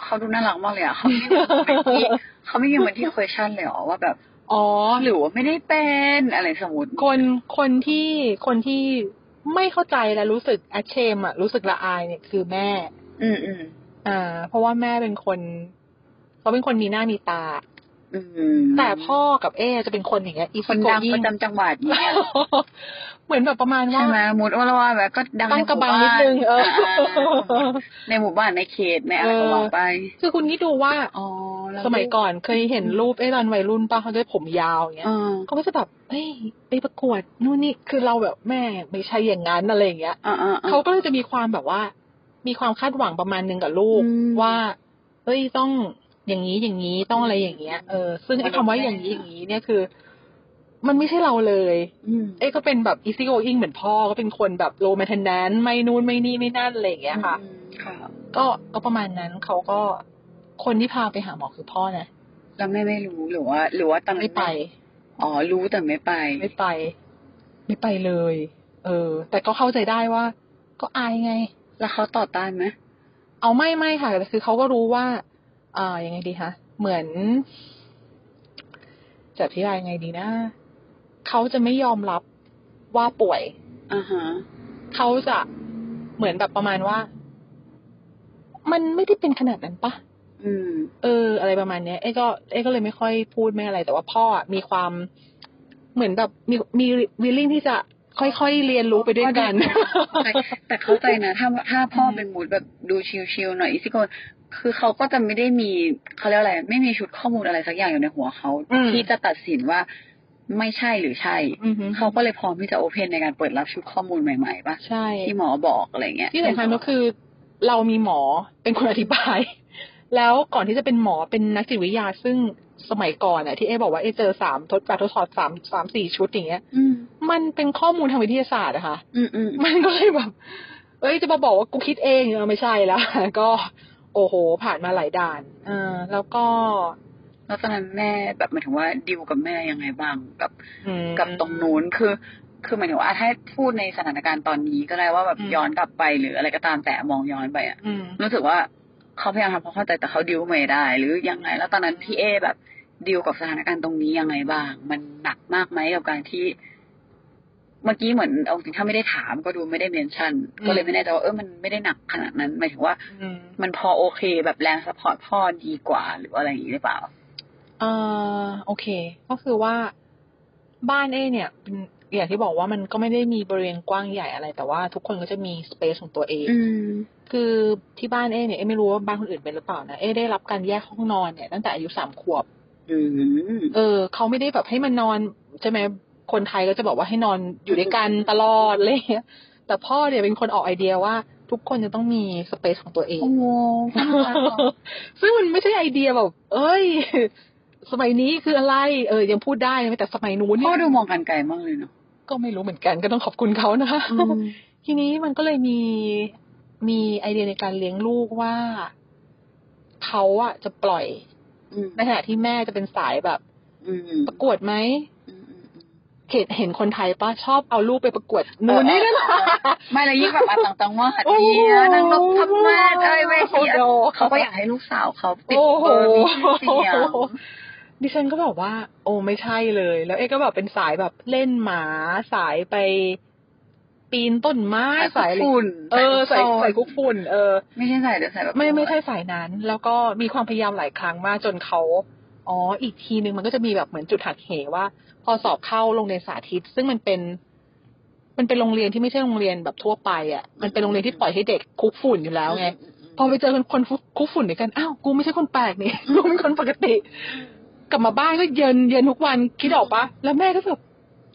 Speaker 1: เขาดูน่ารักมากเลยอ่ะเขาไม่มีเหมือนที่เขาไม่มีเหมือนที่ question เลยเหรอว่าแบบ
Speaker 2: อ๋อ
Speaker 1: หรือว่าไม่ได้เป็นอะไรสมมติ
Speaker 2: คนคนที่คนที่ไม่เข้าใจและรู้สึกแอชเชมอะรู้สึกละอายเนี่ยคือแม่
Speaker 1: อืมอืม
Speaker 2: อ่า เพราะว่าแม่เป็นคนเขาเป็นคนมีหน้ามีตา
Speaker 1: อืม
Speaker 2: แต่พ่อกับเอจะเป็นคนอย่างเงี้ยอี
Speaker 1: ค
Speaker 2: ซิ
Speaker 1: น
Speaker 2: โก
Speaker 1: ดัง
Speaker 2: ยิ่
Speaker 1: ป
Speaker 2: ง
Speaker 1: ระจำจังหวัดเนี่ย
Speaker 2: เหมือนแบบประมาณว่า
Speaker 1: ใช่ไหมมุดว่าละว่าแบบก็ดัง
Speaker 2: ต้องกระบังนิดนึงเออ
Speaker 1: าๆในหมู่บ้านในเขตในอะไรก็ว่าไป
Speaker 2: คือคุณคิดดูว่า
Speaker 1: อ๋อแล้ว
Speaker 2: สมัยก่อนเคยเห็นรูปไอ้ตอนวัยรุ่นป้าเขาจะผมยาวอย่างเงี้ย
Speaker 1: อ่า
Speaker 2: เขาก็จะแบบเฮ้ยไปประกวดนู่นนี่คือเราแบบแม่ไม่ใช่อย่างนั้นอะไรอย่างเงี้ย
Speaker 1: อ่าอ่าอ่า
Speaker 2: เขาก็เลยจะมีความแบบว่า มีความคาดหวังประมาณหนึ่งกับลูก
Speaker 1: อืม
Speaker 2: ว่าเอ้ยต้องอย่างนี้อย่างนี้ต้องอะไรอย่างเงี้ยเออซึ่งไอ้คำว่าอย่างนี้อย่างนี้เนี่ยคือ มันไม่ใช่เราเลย
Speaker 1: ืม
Speaker 2: เอ้ยก็เป็นแบบอีซิโกอิงเหมือนพ่อก็เป็นคนแบบโลแมนเทนแนนไม่นู่นไม่นี่ไม่นั่นอะไรอย่างเงี้ยค่ะ
Speaker 1: อืมค่ะ
Speaker 2: ก็ก็ประมาณนั้นเขาก็คนที่พาไปหาหมอคือพ่อนะ
Speaker 1: แล้วแม่ไม่รู้หรือว่า หรือว่าตอนนั้น
Speaker 2: ไม่ไป
Speaker 1: อ๋อรู้แต่ไม่ไป
Speaker 2: ไม่ไป ไม่ไปเลย เออ แต่ก็เข้าใจได้ว่า ก็อายไง
Speaker 1: แล้วเขาต่อต้านไหม
Speaker 2: เอาไม่ไม่ค่ะแต่คือเขาก็รู้ว่า อ่ายังไงดีคะเหมือน จะอธิบายยังไงดีนะเขาจะไม่ยอมรับว่าป่วย
Speaker 1: อ่าฮะ
Speaker 2: เขาจะเหมือนแบบประมาณว่า มันไม่ได้เป็นขนาดนั้นปะ
Speaker 1: อืม
Speaker 2: เออ อะไรประมาณเนี้ยเอ้ยก็เอ้ยก็เลยไม่ค่อยพูดไม่อะไร แต่ว่าพ่ออะมีความเหมือนแบบมีมีวิลลิ่งที่จะค่อยๆเรียนรู้ไปด้วยกัน
Speaker 1: แต่แต่เข้าใจนะ ถ้าถ้าพ่อเป็นมูดแบบดูชิลๆหน่อยอิซิโกนคือเขาก็จะไม่ได้มีเขาเรียกอะไร ไม่มีชุดข้อมูลอะไรสักอย่างอยู่ในหัวเขา
Speaker 2: อืม
Speaker 1: ที่จะตัดสินว่าไม่ใช่หรือใช่
Speaker 2: อือหือ
Speaker 1: เขาก็เลยพร้อมที่จะโอเพนในการเปิดรับชุดข้อมูลใหม่ๆป่ะ
Speaker 2: ใช่
Speaker 1: ที่หมอบอกอะไรเงี้ย
Speaker 2: ที่สำคัญก็คือเรามีหมอเป็นคนอธิบาย แล้วก่อนที่จะเป็นหมอเป็นนักจิตวิทยาซึ่งสมัยก่อนอะที่เอบอกว่าเอเจอสามทดแบบทดสอบสามสามสี่ชุดอย่างเงี้ย
Speaker 1: อืม
Speaker 2: มันเป็นข้อมูลทางวิทยาศาสตร์อะ ค่ะ
Speaker 1: อืมอืม
Speaker 2: มันก็เลยแบบ เอ้ยจะมาบอกว่ากูคิดเองเออไม่ใช่แล้ว ก็ โอ้โห ผ่านมาหลายด่านเออแล้วก็
Speaker 1: แล้วตอนนั้นแม่แบบหมายถึงว่าดิวกับแม่ยังไงบ้างกับ
Speaker 2: อืม
Speaker 1: กับตรงนู้นคือ คือหมายถึงว่าอ่ะถ้าพูดในสถานการณ์ตอนนี้ก็ได้ว่าแบบ
Speaker 2: อืม
Speaker 1: ย้อนกลับไปหรืออะไรก็ตามแต่มองย้อนไปอะ
Speaker 2: อืม
Speaker 1: รู้สึกว่าเขาพยายามทำความเข้าใจแต่เขาดิวไม่ได้ หรือยังไง แล้วตอนนั้นพี่เอแบบดิวกับสถานการณ์ตรงนี้ยังไงบ้าง มันหนักมากไหมกับการที่ เมื่อกี้เหมือนเอาจริงถ้าไม่ได้ถามก็ดูไม่ได้เมนชั่น
Speaker 2: อืม
Speaker 1: ก็เลยไม่แน่ใจว่าเออมันไม่ได้หนักขนาดนั้นหมายถึงว่า
Speaker 2: อืม
Speaker 1: มันพอโอเคแบบแรงสปอร์ตพ่อดีกว่า หรือว่าอะไรอย่างนี้หรือเปล่า
Speaker 2: เอ่อโอเค ก็คือว่าบ้านเอเนี่ยเป็นอย่างที่บอกว่ามันก็ไม่ได้มีบริเวณกว้างใหญ่อะไร แต่ว่าทุกคนก็จะมีสเปซของตัวเอง
Speaker 1: อืม
Speaker 2: คือที่บ้านเอเนี่ยเอไม่รู้ว่าบ้านคนอื่นเป็นหรือเปล่านะเอได้รับการแยกห้องนอนเนี่ยตั้งแต่อายุสามขวบ
Speaker 1: อืม
Speaker 2: เออเขาไม่ได้แบบให้มันนอนใช่ไหมคนไทยก็จะบอกว่าให้นอนอยู่ด้วยกันตลอดอะไรอย่างเลยแต่พ่อเนี่ยเป็นคนออกไอเดียว่า ทุกคนจะต้องมีสเปซของตัวเอง
Speaker 1: โอ้โหน่ารักอะ
Speaker 2: ซึ่งมันไม่ใช่ไอเดียแบบ เอ้ย สมัยนี้คืออะไร เออ ยังพูดได้นะแต่สมัยนู้น
Speaker 1: พ่
Speaker 2: เนี่
Speaker 1: อย ดูมองกันไกลมากเลยเนาะ
Speaker 2: ก็ไม่รู้เหมือนกันก็ต้องขอบคุณเขานะ ทีนี้มันก็เลยมีมีไอเดียในการเลี้ยงลูกว่าเขาอะจะปล่อย
Speaker 1: อืม
Speaker 2: ในขณะที่แม่จะเป็นสายแบบ
Speaker 1: อืม
Speaker 2: ประกวดไหม
Speaker 1: อืมอืม
Speaker 2: เห็นเห็นคนไทยป้าชอบเอาลูกไปประกวดนู่นนี่นั่นอะ
Speaker 1: ไม่และยิ่งแบบอ่ะต่างจังหวัดเนี่ยนั่งรถขับมาเอ้ยไม่เสีย
Speaker 2: โอ้โห
Speaker 1: เขาก็อยากให้ลูกสาวเขาติด
Speaker 2: โอ้
Speaker 1: เบ
Speaker 2: โห
Speaker 1: อร์มีชื่อเสียง
Speaker 2: ดิฉันก็แบบว่า โอ้ไม่ใช่เลย แล้วเอ๊ก็แบบเป็นสายแบบเล่นหมาสายไป ปีนต้นไม้สายอะไร
Speaker 1: ฝุ่น
Speaker 2: เออใส่
Speaker 1: ฝุ่น
Speaker 2: ใส่กุ๊กฝุ่นเออ
Speaker 1: ไม่ใช่ใส่เดี๋ยวใส่แบบ
Speaker 2: ไม่ไม่ใช่สายนั้น แล้วก็มีความพยายามหลายครั้งมากจนเขาอ๋ออีกทีนึงมันก็จะมีแบบเหมือนจุดหักเหว่า พอสอบเข้าโรงเรียนสาธิต ซึ่งมันเป็น มันเป็นโรงเรียนที่ไม่ใช่โรงเรียนแบบทั่วไปอ่ะ มันเป็นโรงเรียนที่ปล่อยให้เด็กคุกฝุ่นอยู่แล้วไง พอไปเจอคนคุกคุกฝุ่นด้วยกัน อ้าว กูไม่ใช่คนแปลกนี่ กูเป็นคนปกติ กลับมาบ้านก็เย็นเย็นทุกวันคิดออกปะแล้วแม่ก็แบบ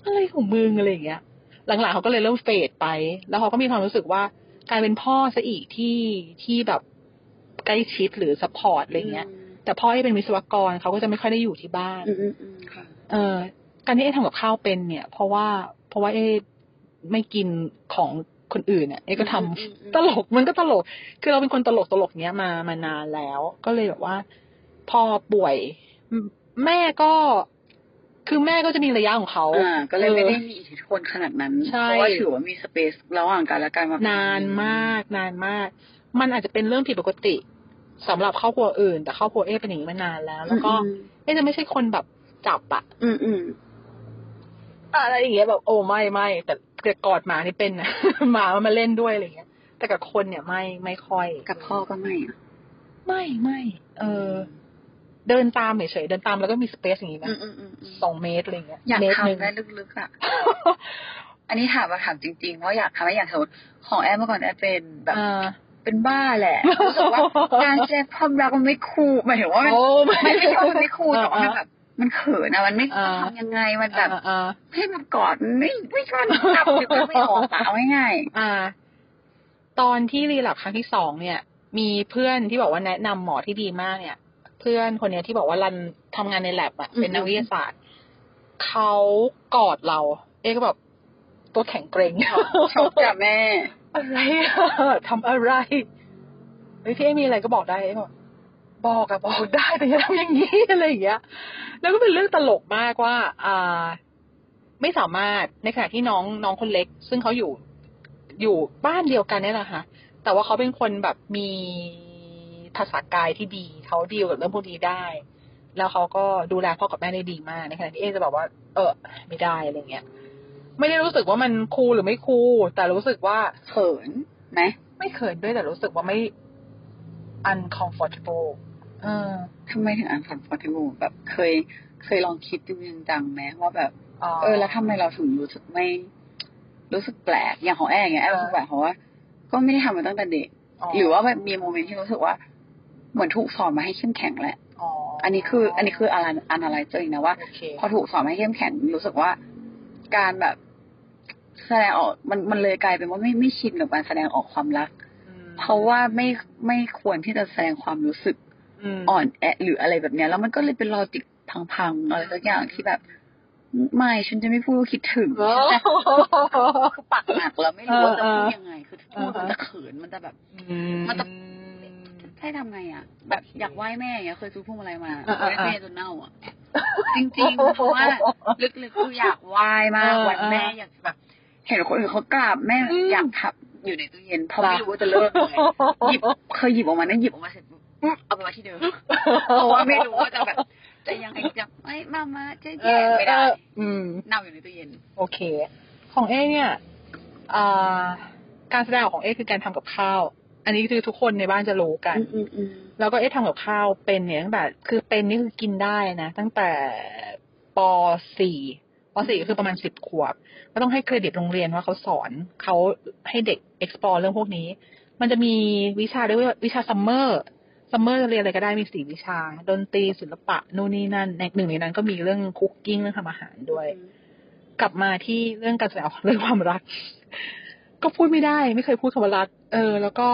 Speaker 2: อะไรของมึงอะไรอย่างเงี้ย หลังๆเขาก็เลยเริ่มเฟดไป แล้วเขาก็มีความรู้สึกว่ากลายเป็นพ่อซะอีกที่ที่แบบใกล้ชิดหรือซัพพอร์ตอะไรเงี้ย แต่พ่อที่เป็นวิศวกรเขาก็จะไม่ค่อยได้อยู่ที่บ้าน
Speaker 1: อืมอืมอืมค่ะ
Speaker 2: เอ่อการที่เอทำกับข้าวเป็นเนี่ย เพราะว่าเพราะว่าเอไม่กินของคนอื่นเนี่ยเอก็ทำ ตลก มันก็ตลก คือเราเป็นคนตลกตลกเนี้ยมามานานแล้ว ก็เลยแบบว่า พอป่วยแมแม่ก็ คือแม่ก็จะมีระยะของเขา
Speaker 1: อ่าก็เลยไม่ได้มีอิทธิพลขนาดนั้น
Speaker 2: ใช่
Speaker 1: เพราะว่าถือว่ามีสเปซระหว่างกันและกันแบบ
Speaker 2: นานมาก นานมาก มันอาจจะเป็นเรื่องผิดปกติสำหรับครอบครัวอื่น แต่ครอบครัวเอเป็นอย่างนี้มานานแล้ว แล้วก็
Speaker 1: อืม
Speaker 2: เอจะไม่ใช่คนแบบจับอะ
Speaker 1: อืมอืม
Speaker 2: อะไรอย่างเงี้ยแบบ โอ้ไม่ไม่แต่แต่กอดหมานี่เป็น นะ หมามันมาเล่นด้วยอะไรอย่างเงี้ย แต่กับคนเนี่ยไม่ไม่ค่อย
Speaker 1: กับพ่อก็ไม่อะ
Speaker 2: ไม่ไม่เออ เดินตามเฉยๆเดินตามแล้วก็มีสเปซอย่างนี้ไหม
Speaker 1: อืมอืมอืมอืม
Speaker 2: สองเมตรอะไรเงี้ย
Speaker 1: อยาก
Speaker 2: เมตรหนึ่ง
Speaker 1: ทำได้ ลึกๆอ่ะ อันนี้ถามมาถามจริงๆว่าอยากทำไหมอยากสมมติของแอมเมื่อก่อนแอมเป็นแบบ
Speaker 2: อ่า
Speaker 1: เป็นบ้าแหละรู้สึกว่างานแสดงความรักมันไม่คูลหมายถึงว่ามัน
Speaker 2: โอ้ไม่
Speaker 1: ไม่ไม่ใช่ว่ามันไม่คูลแต่ว่ามัน
Speaker 2: อ่า
Speaker 1: แบบมันเขินอะมันไม่รู้จะทำยังไงมันแบบ
Speaker 2: อ่าอ่า
Speaker 1: ให้มันกอดมันไม่ไม่กล้าจับหรือก็ไม่ออกอะเอาง่าย
Speaker 2: อ่า ตอนที่รีหลับครั้งที่สองเนี่ย มีเพื่อนที่บอกว่าแนะนำหมอที่ดีมากเนี่ย เพื่อนคนเนี้ยที่บอกว่ารันทำงานในแลบอะเป็นนักวิทยาศาสตร์เขากอดเรา เอ๊ก็แบบตัวแข็งเกรง
Speaker 1: ๆชอบจ้ะแม่
Speaker 2: อะไร อะทำอะไรเฮ้ยพี่เอ๊มีอะไรก็บอกได้เอ๊บอกบอกอะบอกได้แต่อย่าทำอย่างนี้อะไรอย่างเงี้ย แล้วก็เป็นเรื่องตลกมากว่า อ่า ไม่สามารถในขณะที่น้องน้องคนเล็ก ซึ่งเขาอยู่อยู่บ้านเดียวกันเนี่ยแหละค่ะแต่ว่าเขาเป็นคนแบบมีภาษากายที่ดีเขาดีลกับเรื่องพวกนี้ได้ แล้วเขาก็ดูแลพ่อกับแม่ได้ดีมากในขณะที่เอ๊จะแบบว่า เออ ไม่ได้อะไรอย่างเงี้ย ไม่ได้รู้สึกว่ามันคูลหรือไม่คูลแต่รู้สึกว่า
Speaker 1: เขินไหม
Speaker 2: ไม่เขินด้วยแต่รู้สึกว่าไม่ uncomfortable เออ
Speaker 1: ทำไมถึงอ่านผ่านฟอร์ติบูแบบเคยเคยลองคิดดูจังๆไหมว่าแบบ เออแล้วทำไมเราถึงรู้สึกไม่ รู้สึกแปลกอย่างของแอร์อย่างเงี้ยแอร์รู้สึกแปลกเพราะว่าก็ไม่ได้ทำมาตั้งแต่เด็ก หรือว่าแบบมีโมเมนต์ที่รู้สึกว่า เหมือนถูกสอนมาให้เข้มแข็งแหละ อันนี้คือ อันนี้คืออะไรอันอะไรเจอเองนะว่า
Speaker 2: โอเค
Speaker 1: พอถูกสอนมาให้เข้มแข็งรู้สึกว่า การแบบแสดงออกมันมันเลยกลายเป็นว่าไม่ไม่ชินกับการแสดงออกความรัก เพราะว่าไม่ไม่ควรที่จะแสดงความรู้สึก
Speaker 2: ม
Speaker 1: อ่อนแอหรืออะไรแบบเนี้ยแล้วมันก็เลยเป็นลอจิกพังๆอะไรสักอย่างที่แบบ ไม่ฉันจะไม่พูดว่าคิดถึง
Speaker 2: โอ้
Speaker 1: ฉันจะ
Speaker 2: โห
Speaker 1: คือปากหนักแล้วไม่รู้ว่าจะพูดยังไง คือพูด
Speaker 2: เออเอ
Speaker 1: มั
Speaker 2: อ
Speaker 1: นจะเขินมันจะแบบ มันจะ ให้ทำไงอ่ะ แบบอยากไหว้แม่อย่างเงี้ยเคยซื้อพวงมาลัยมา
Speaker 2: เออเออเอ
Speaker 1: ไห
Speaker 2: อ
Speaker 1: ว้แม่จนเน่าอ่ะ จริงๆเพราะว่าลึกๆคืออยากไหว้มากวันแม่อยากแบบ เห็นคนอื่นเขากราบแม่
Speaker 2: อืม
Speaker 1: อยากทับอยู่ในตู้เย็นเพราะไม่รู้ว่าจะเลิกยังไงหยิบเคยหยิบออกมานะหยิบออกมาเสร็จปุ๊บเอาไปไว้ที่เดิม เพราะว่าไม่รู้ว่าจะแบบจะยังไงจะไม่มามาจะ
Speaker 2: เอ
Speaker 1: แย่
Speaker 2: อ
Speaker 1: ไม่
Speaker 2: เอ
Speaker 1: ได้
Speaker 2: ออืม
Speaker 1: เน่าอยู่ในตู้เย็น
Speaker 2: โอเค ของเอเนี่ยอ่าการแสดงออกของเอคือการทำกับข้าว อันนี้คือทุกคนในบ้านจะรู้กัน แล้วก็เอ๊ะทำกับข้าวเป็นเนี่ยตั้งแต่คือเป็นนี่คือกินได้นะ ตั้งแต่ปสี่ปสี่ก็คือประมาณสิบขวบ ก็ต้องให้เครดิตโรงเรียนว่าเขาสอนเขาให้เด็ก explore เรื่องพวกนี้ มันจะมีวิชาด้วยว่าวิชาซัมเมอร์ซัมเมอร์เรียนอะไรก็ได้มีสี่วิชา ดนตรีศิลปะนู่นนี่นั่นในหนึ่งในนั้นก็มีเรื่องคุกกิ้งเรื่องทำอาหารด้วย กลับมาที่เรื่องการแสดงออกเรื่องความรัก ก็พูดไม่ได้ไม่เคยพูดคำว่ารัก เออ แล้วก็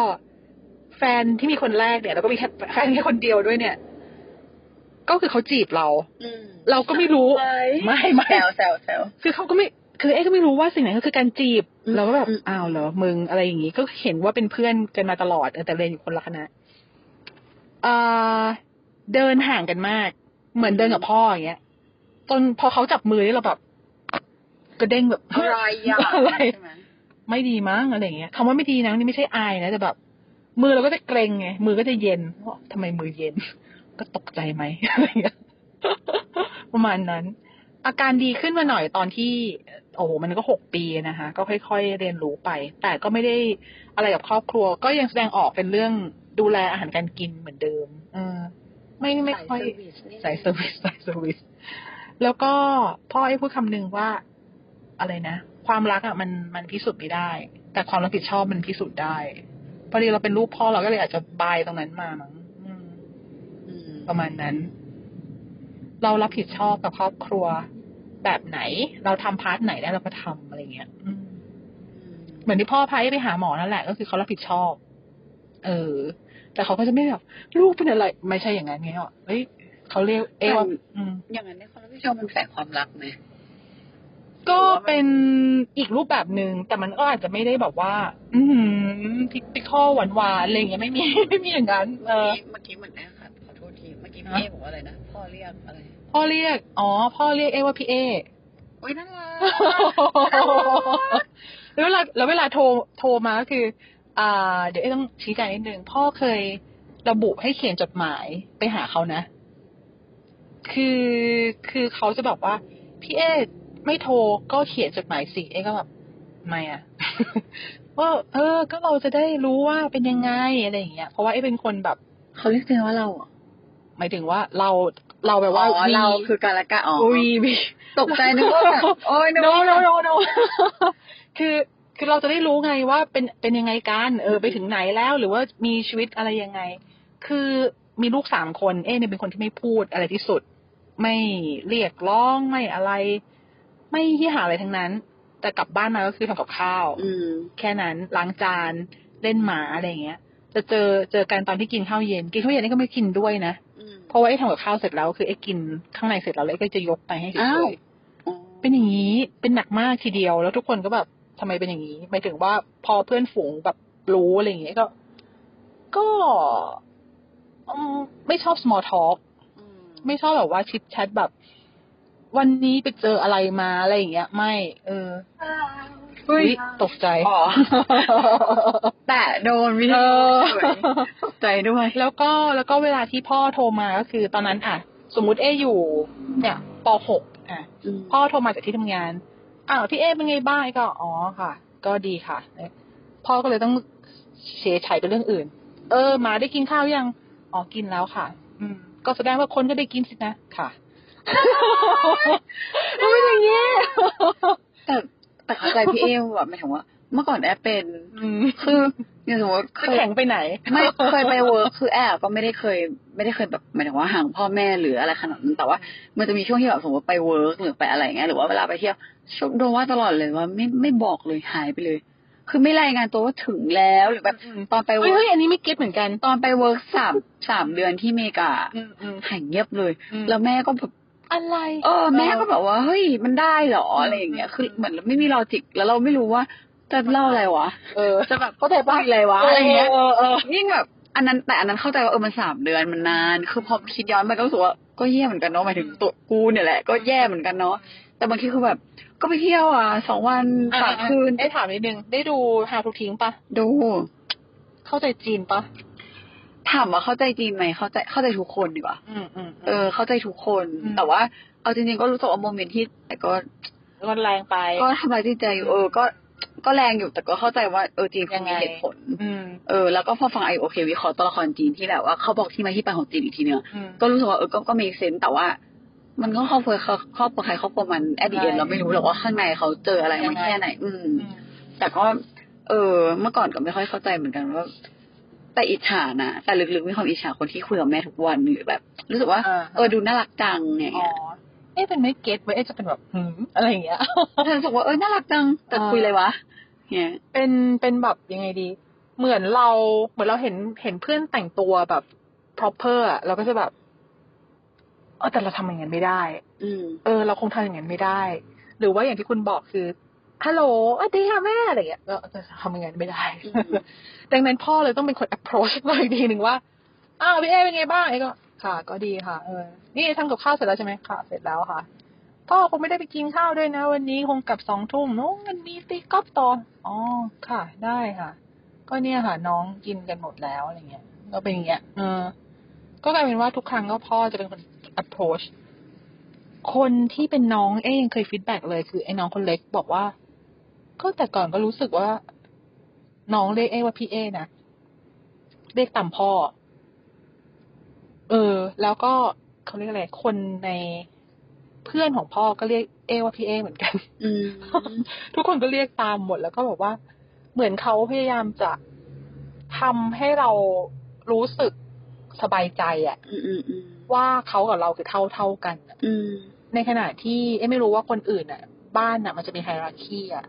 Speaker 2: แฟนที่มีคนแรกเนี่ย แล้วก็มีแค่แฟนแค่คนเดียวด้วยเนี่ย ก็คือเขาจีบเรา
Speaker 1: อืม
Speaker 2: เราก็ไม่รู้ ไม่ไม่
Speaker 1: แซวแซวแซว
Speaker 2: คือเขาก็ไม่ คือเอ๊ก็ไม่รู้ว่าสิ่งไหนก็คือการจีบ
Speaker 1: อืม
Speaker 2: เราก็แบบ
Speaker 1: อืม
Speaker 2: อ้าวเหรอมึงอะไรอย่างงี้ ก็เห็นว่าเป็นเพื่อนกันมาตลอดเออแต่เรียนอยู่คนละคณะเอ่อเดินห่างกันมาก เหมือนเดินกับพ่ออย่างเงี้ยจนพอเขาจับมือนี่เราแบบกระเด้งแบบ
Speaker 1: อะไรอย่าง
Speaker 2: อะไร
Speaker 1: ใช่ไหม
Speaker 2: ไม่ดีมั้งอะไรอย่างเงี้ยคำว่าไม่ดีนะนี่ไม่ใช่อายนะแต่แบบ มือเราก็จะเกรงไงมือก็จะเย็นว่าทำไมมือเย็น ก็ตกใจไหม อะไรอย่างเงี้ยประมาณนั้น อาการดีขึ้นมาหน่อยตอนที่ โอ้โหมันก็หกปีนะคะ ก็ค่อยๆเรียนรู้ไป แต่ก็ไม่ได้อะไรกับครอบครัว ก็ยังแสดงออกเป็นเรื่องดูแลอาหารการกินเหมือนเดิม เออ ไม่ไม่ค่อย สายเซอร์วิสสายเซอร์วิสแล้วก็พ่อให้พูดคำหนึ่งว่า อะไรนะ ความรักอ่ะมันมันพิสูจน์ไม่ได้ แต่ความรับผิดชอบมันพิสูจน์ได้ พอดีเราเป็นลูกพ่อเราก็เลยอาจจะบายตรงนั้นมามั้งอืม
Speaker 1: อืม
Speaker 2: ประมาณนั้น เรารับผิดชอบกับครอบครัวแบบไหน เราทำพาร์ทไหนได้เราก็ทำอะไรเงี้ยอืมเหมือนที่พ่อพาให้ไปหาหมอนั่นแหละ ก็คือเขารับผิดชอบ เออ แต่เขาก็จะไม่แบบลูกเป็นอะไร ไม่ใช่อย่างนั้นไงอ่ะเฮ้ยเขาเรียกเอว่าอืม
Speaker 1: อย่างนั้นเนี่ยความรับผิดชอบมันแฝงความรักไหม
Speaker 2: ก็เป็นอีกรูปแบบหนึ่งแต่มันก็อาจจะไม่ได้แบบว่า อืมพิติคอหวานหวานๆอะไรอย่างเงี้ยไม่มี ไม่มีอย่างนั้นเอ
Speaker 1: เมื่อ
Speaker 2: อ
Speaker 1: กี้เมื่อกี้เหมือนแอบขัดขอโทษทีเมื่อกี้พี่
Speaker 2: ฮะ
Speaker 1: เอบอกว่าอะไรนะพ่อเรียกอะไร
Speaker 2: พ่อเรียกอ๋อ พ่อเรียกเอว่าพี่เอ
Speaker 1: อุ้ยน่ารัก
Speaker 2: แล้วเวลาแล้วเวลาโทรโทรมาก็คือ อ่า เดี๋ยวเอ๊ะต้องชี้แจงนิดนึงพ่อเคยระบุให้เขียนจดหมายไปหาเขานะ คือคือเขาจะบอกว่า พี่เอ๊ะไม่โทรก็เขียนจดหมายสิเอ๊ะก็แบบไม่ อะ ว่าเออ ก็เราจะได้รู้ว่าเป็นยังไงอะไรอย่างเงี้ยเพราะว่าเอ๊ะเป็นคนแบบ
Speaker 1: เขาเรียกตัวเองว่าเราเหรอ
Speaker 2: หมายถึงว่าเราเราแบบว่า
Speaker 1: อ๋อ
Speaker 2: วี
Speaker 1: เราคือการละกะอ๋อ
Speaker 2: วีวี
Speaker 1: ตกใจนึกว่าแบบโอ้ยนึก
Speaker 2: no
Speaker 1: ว่า
Speaker 2: no no no คือคือเราจะได้รู้ไงว่าเป็นเป็นยังไงกันเออไปถึงไหนแล้วหรือว่ามีชีวิตอะไรยังไง คือมีลูกสามคน เอ๊ะเนี่ยเป็นคนที่ไม่พูดอะไรที่สุด ไม่เรียกร้องไม่อะไร ไม่ที่หาอะไรทั้งนั้น แต่กลับบ้านมาก็คือทำกับข้าว
Speaker 1: อืม
Speaker 2: แค่นั้นล้างจานเล่นหมาอะไรอย่างเงี้ย จะเจอเจอกันตอนที่กินข้าวเย็น กินข้าวเย็นนี่ก็ไม่กินด้วยนะ
Speaker 1: อืม
Speaker 2: เพราะว่าไอ้ทำกับข้าวเสร็จแล้วคือไอ้กินข้างในเสร็จแล้วแล้วไอ้ก็จะยกไปให้เฉ
Speaker 1: อ้าวย
Speaker 2: ๆ เป็นอย่างนี้ เป็นหนักมากทีเดียว แล้วทุกคนก็แบบทำไมเป็นอย่างนี้ หมายถึงว่าพอเพื่อนฝูงแบบรู้อะไรอย่างเงี้ยก็ ก็อืมไม่ชอบ small talk
Speaker 1: อืม
Speaker 2: ไม่ชอบแบบว่าชิดแชทแบบ วันนี้ไปเจออะไรมาอะไรอย่างเงี้ย ไม่ เออ
Speaker 1: อุ้ย
Speaker 2: อุ๊ตกใจ
Speaker 1: อ๋อ แต่โดนวิ
Speaker 2: เอ
Speaker 1: ธี
Speaker 2: อ
Speaker 1: ตกใจด้วย
Speaker 2: แล้วก็แล้วก็เวลาที่พ่อโทรมาก็คือ ตอนนั้นอ่ะ สมมุติเออยู่ เนี่ยปหกอ่ะ
Speaker 1: ม
Speaker 2: พ่อโทรมาจากที่ทำงาน อ้าวพี่เอเป็นไงบ้างก็ อ๋อค่ะ ก็ดีค่ะ พ่อก็เลยต้องเฉยไฉไปเรื่องอื่น เออหมาได้กินข้าวยัง อ๋อ กินแล้วค่ะ อืม ก็แสดงว่าคนก็ได้กินสินะ ค่ะ มันเป็นอย่างเงี้ย
Speaker 1: แต่แต่เข้าใจพี่เอแบบหมายถึงว่า เมื่อก่อนแอบเป็น
Speaker 2: อืม
Speaker 1: คืออย่างสมมติเค
Speaker 2: คือย แข็งไปไหน
Speaker 1: ไม่เคยไปเวิร์คคือแอบก็ไม่ได้เคย ไม่ได้เคยแบบหมายถึงว่าห่างพ่อแม่หรืออะไรขนาดนั้นแต่ว่า มันจะมีช่วงที่แบบสมมติไปเวิร์คหรือไปอะไรอย่างเงี้ยหรือว่าเวลาไปเที่ยวชอบโดนว่าตลอดเลยว่าไม่ไม่บอกเลยหายไปเลย คือไม่รายงานตัวว่าถึงแล้วหรือแบบ
Speaker 2: อืม
Speaker 1: ตอนไป
Speaker 2: เฮ้
Speaker 1: เวิ
Speaker 2: ย
Speaker 1: ร์
Speaker 2: เฮ้
Speaker 1: ค
Speaker 2: ยอันนี้ไม่เก็ตเหมือนกัน
Speaker 1: ตอนไปเวิร์คสามสามเดือนที่อเมริกา
Speaker 2: อืมอืม
Speaker 1: หายเงียบเลย
Speaker 2: อืม
Speaker 1: แล้วแม่ก็แบบ
Speaker 2: อะไร
Speaker 1: เออแม่ก็แบบว่าเฮ้ยมันได้เหรออะไรอย่างเงี้ย
Speaker 2: อืม
Speaker 1: คือเหมือนไม่มีลอจิกแล้วเราไม่รู้ว่าจะเล่าอะไรวะ
Speaker 2: เออ
Speaker 1: จะแบบก็แต่บ้าอะไรวะอะไรอย่างเงี้ย
Speaker 2: เออเออ
Speaker 1: ยิ่งแบบอันนั้นแต่อันนั้นเข้าใจว่าเออมันสามเดือนมันนาน คือพอคิดย้อนไปก็รู้สึกว่าก็แย่เหมือนกันเนาะหมายถึงตัวกูเนี่ยแหละก็แย่เหมือนกันเนาะแต่บางทีคือแบบ ก็ไปเที่ยวอ่ะสองวันสามคืน
Speaker 2: ได้ถามนิดนึง ได้ดูหาทุกทิ้งปะ
Speaker 1: ดู
Speaker 2: เข้าใจจีนปะ
Speaker 1: ถามว่าเข้าใจจีนไหมเข้าใจเข้าใจทุกคนดีกว่า
Speaker 2: อืมอืม
Speaker 1: เออ เข้าใจทุกคน
Speaker 2: อืม
Speaker 1: แต่ว่าเอาจริงๆก็รู้สึกว่าโมเมนต์ที่แต่ก็
Speaker 2: รุนแรงไป
Speaker 1: ก็ทำลายจิตใจอยู่เออก็ก็แรงอยู่แต่ก็เข้าใจว่าเออจีนเขามีเหตุผล
Speaker 2: อืม
Speaker 1: เออแล้วก็พอฟังไอโอเควิเคราะห์ตัวละครจีนที่แบบว่าเขาบอกที่มาที่ไปของจีนอีกทีเนง
Speaker 2: อืม
Speaker 1: ก็รู้สึกว่าเออก็ก็มีเซนส์แต่ว่า มันก็ครอบครัวเขาครอบครัวใครครอบครัวมันแอดดิเอน
Speaker 2: ใช่
Speaker 1: เราไม่รู้หรอกว่าข้างในเขาเจออะไรมัน
Speaker 2: ยังไง
Speaker 1: แค่ไหน อืม
Speaker 2: อืม
Speaker 1: แต่ก็ เออ เมื่อก่อนก็ไม่ค่อยเข้าใจเหมือนกันว่า แต่อิจฉานะแต่ลึกๆมีความอิจฉาคนที่คุยกับแม่ทุกวันหรือแบบ รู้สึกว่า
Speaker 2: อ่า
Speaker 1: เออดูน่ารักจังอย่าง
Speaker 2: อ๋อ
Speaker 1: เงี้ย
Speaker 2: เอ๊ะเป็นไม่เก็ตไว้ยเอ๊ะจะเป็นแบบหืมอะไรอย่างเงี้ย
Speaker 1: ฉันรู้สึกว่าเออน่ารักจังแต่
Speaker 2: อ่า
Speaker 1: คุยเลยวะเนี่ย
Speaker 2: เป็น เป็นแบบยังไงดี เหมือนเรา เหมือนเราเห็น เห็นเพื่อนแต่งตัวแบบ proper อะเราก็จะแบบ เออแต่เราทำอย่างนั้นไม่ได้
Speaker 1: อืม
Speaker 2: เออ เราคงทำอย่างนั้นไม่ได้ หรือว่าอย่างที่คุณบอกคือ ฮัลโหลสวัสดีค่ะแม่ อะไรอย่างเงี้ยเราจะทำอย่างนั้นไม่ได้
Speaker 1: อืม
Speaker 2: ดังนั้นพ่อเลยต้องเป็นคน approach เราอีกทีหนึ่งว่า อ้าวพี่เอเป็นไงบ้างไอ้ก็ ค่ะ ก็ดีค่ะ เออ นี่ทำกับข้าวเสร็จแล้วใช่ไหมค่ะ เสร็จแล้วค่ะ พ่อคงไม่ได้ไปกินข้าวด้วยนะ วันนี้คงกลับสองทุ่มน้องมันมีตีกอล์ฟต่อ อ๋อ ค่ะ ได้ค่ะ ก็เนี่ยค่ะ น้องกินกันหมดแล้วอะไรเงี้ย ก็เป็นอย่างเงี้ย เออ ก็กลายเป็นว่าทุกครั้งก็พ่อจะเป็นคน approach คนที่เป็นน้องเอ้ยยังเคยฟีดแบ็กเลยคือไอ้น้องคนเล็กบอกว่า ก็แต่ก่อนก็รู้สึกว่า น้องเรียกเอ้ว่าพี่เอ้นะเรียกตามพ่อ เออ แล้วก็เขาเรียกอะไร คนใน เพื่อนของพ่อก็เรียกเอว่าพี่เอเหมือนกัน
Speaker 1: อืม
Speaker 2: ทุกคนก็เรียกตามหมดแล้วก็บอกว่า เหมือนเขาพยายามจะทำให้เรารู้สึกสบายใจอะ
Speaker 1: อืมอืมอืม
Speaker 2: ว่าเขากับเราคือเท่าเท่าๆกันอะ
Speaker 1: อืม
Speaker 2: ในขณะที่เอ๊ะไม่รู้ว่าคนอื่นอะบ้านอะมันจะมีไฮรักีอะ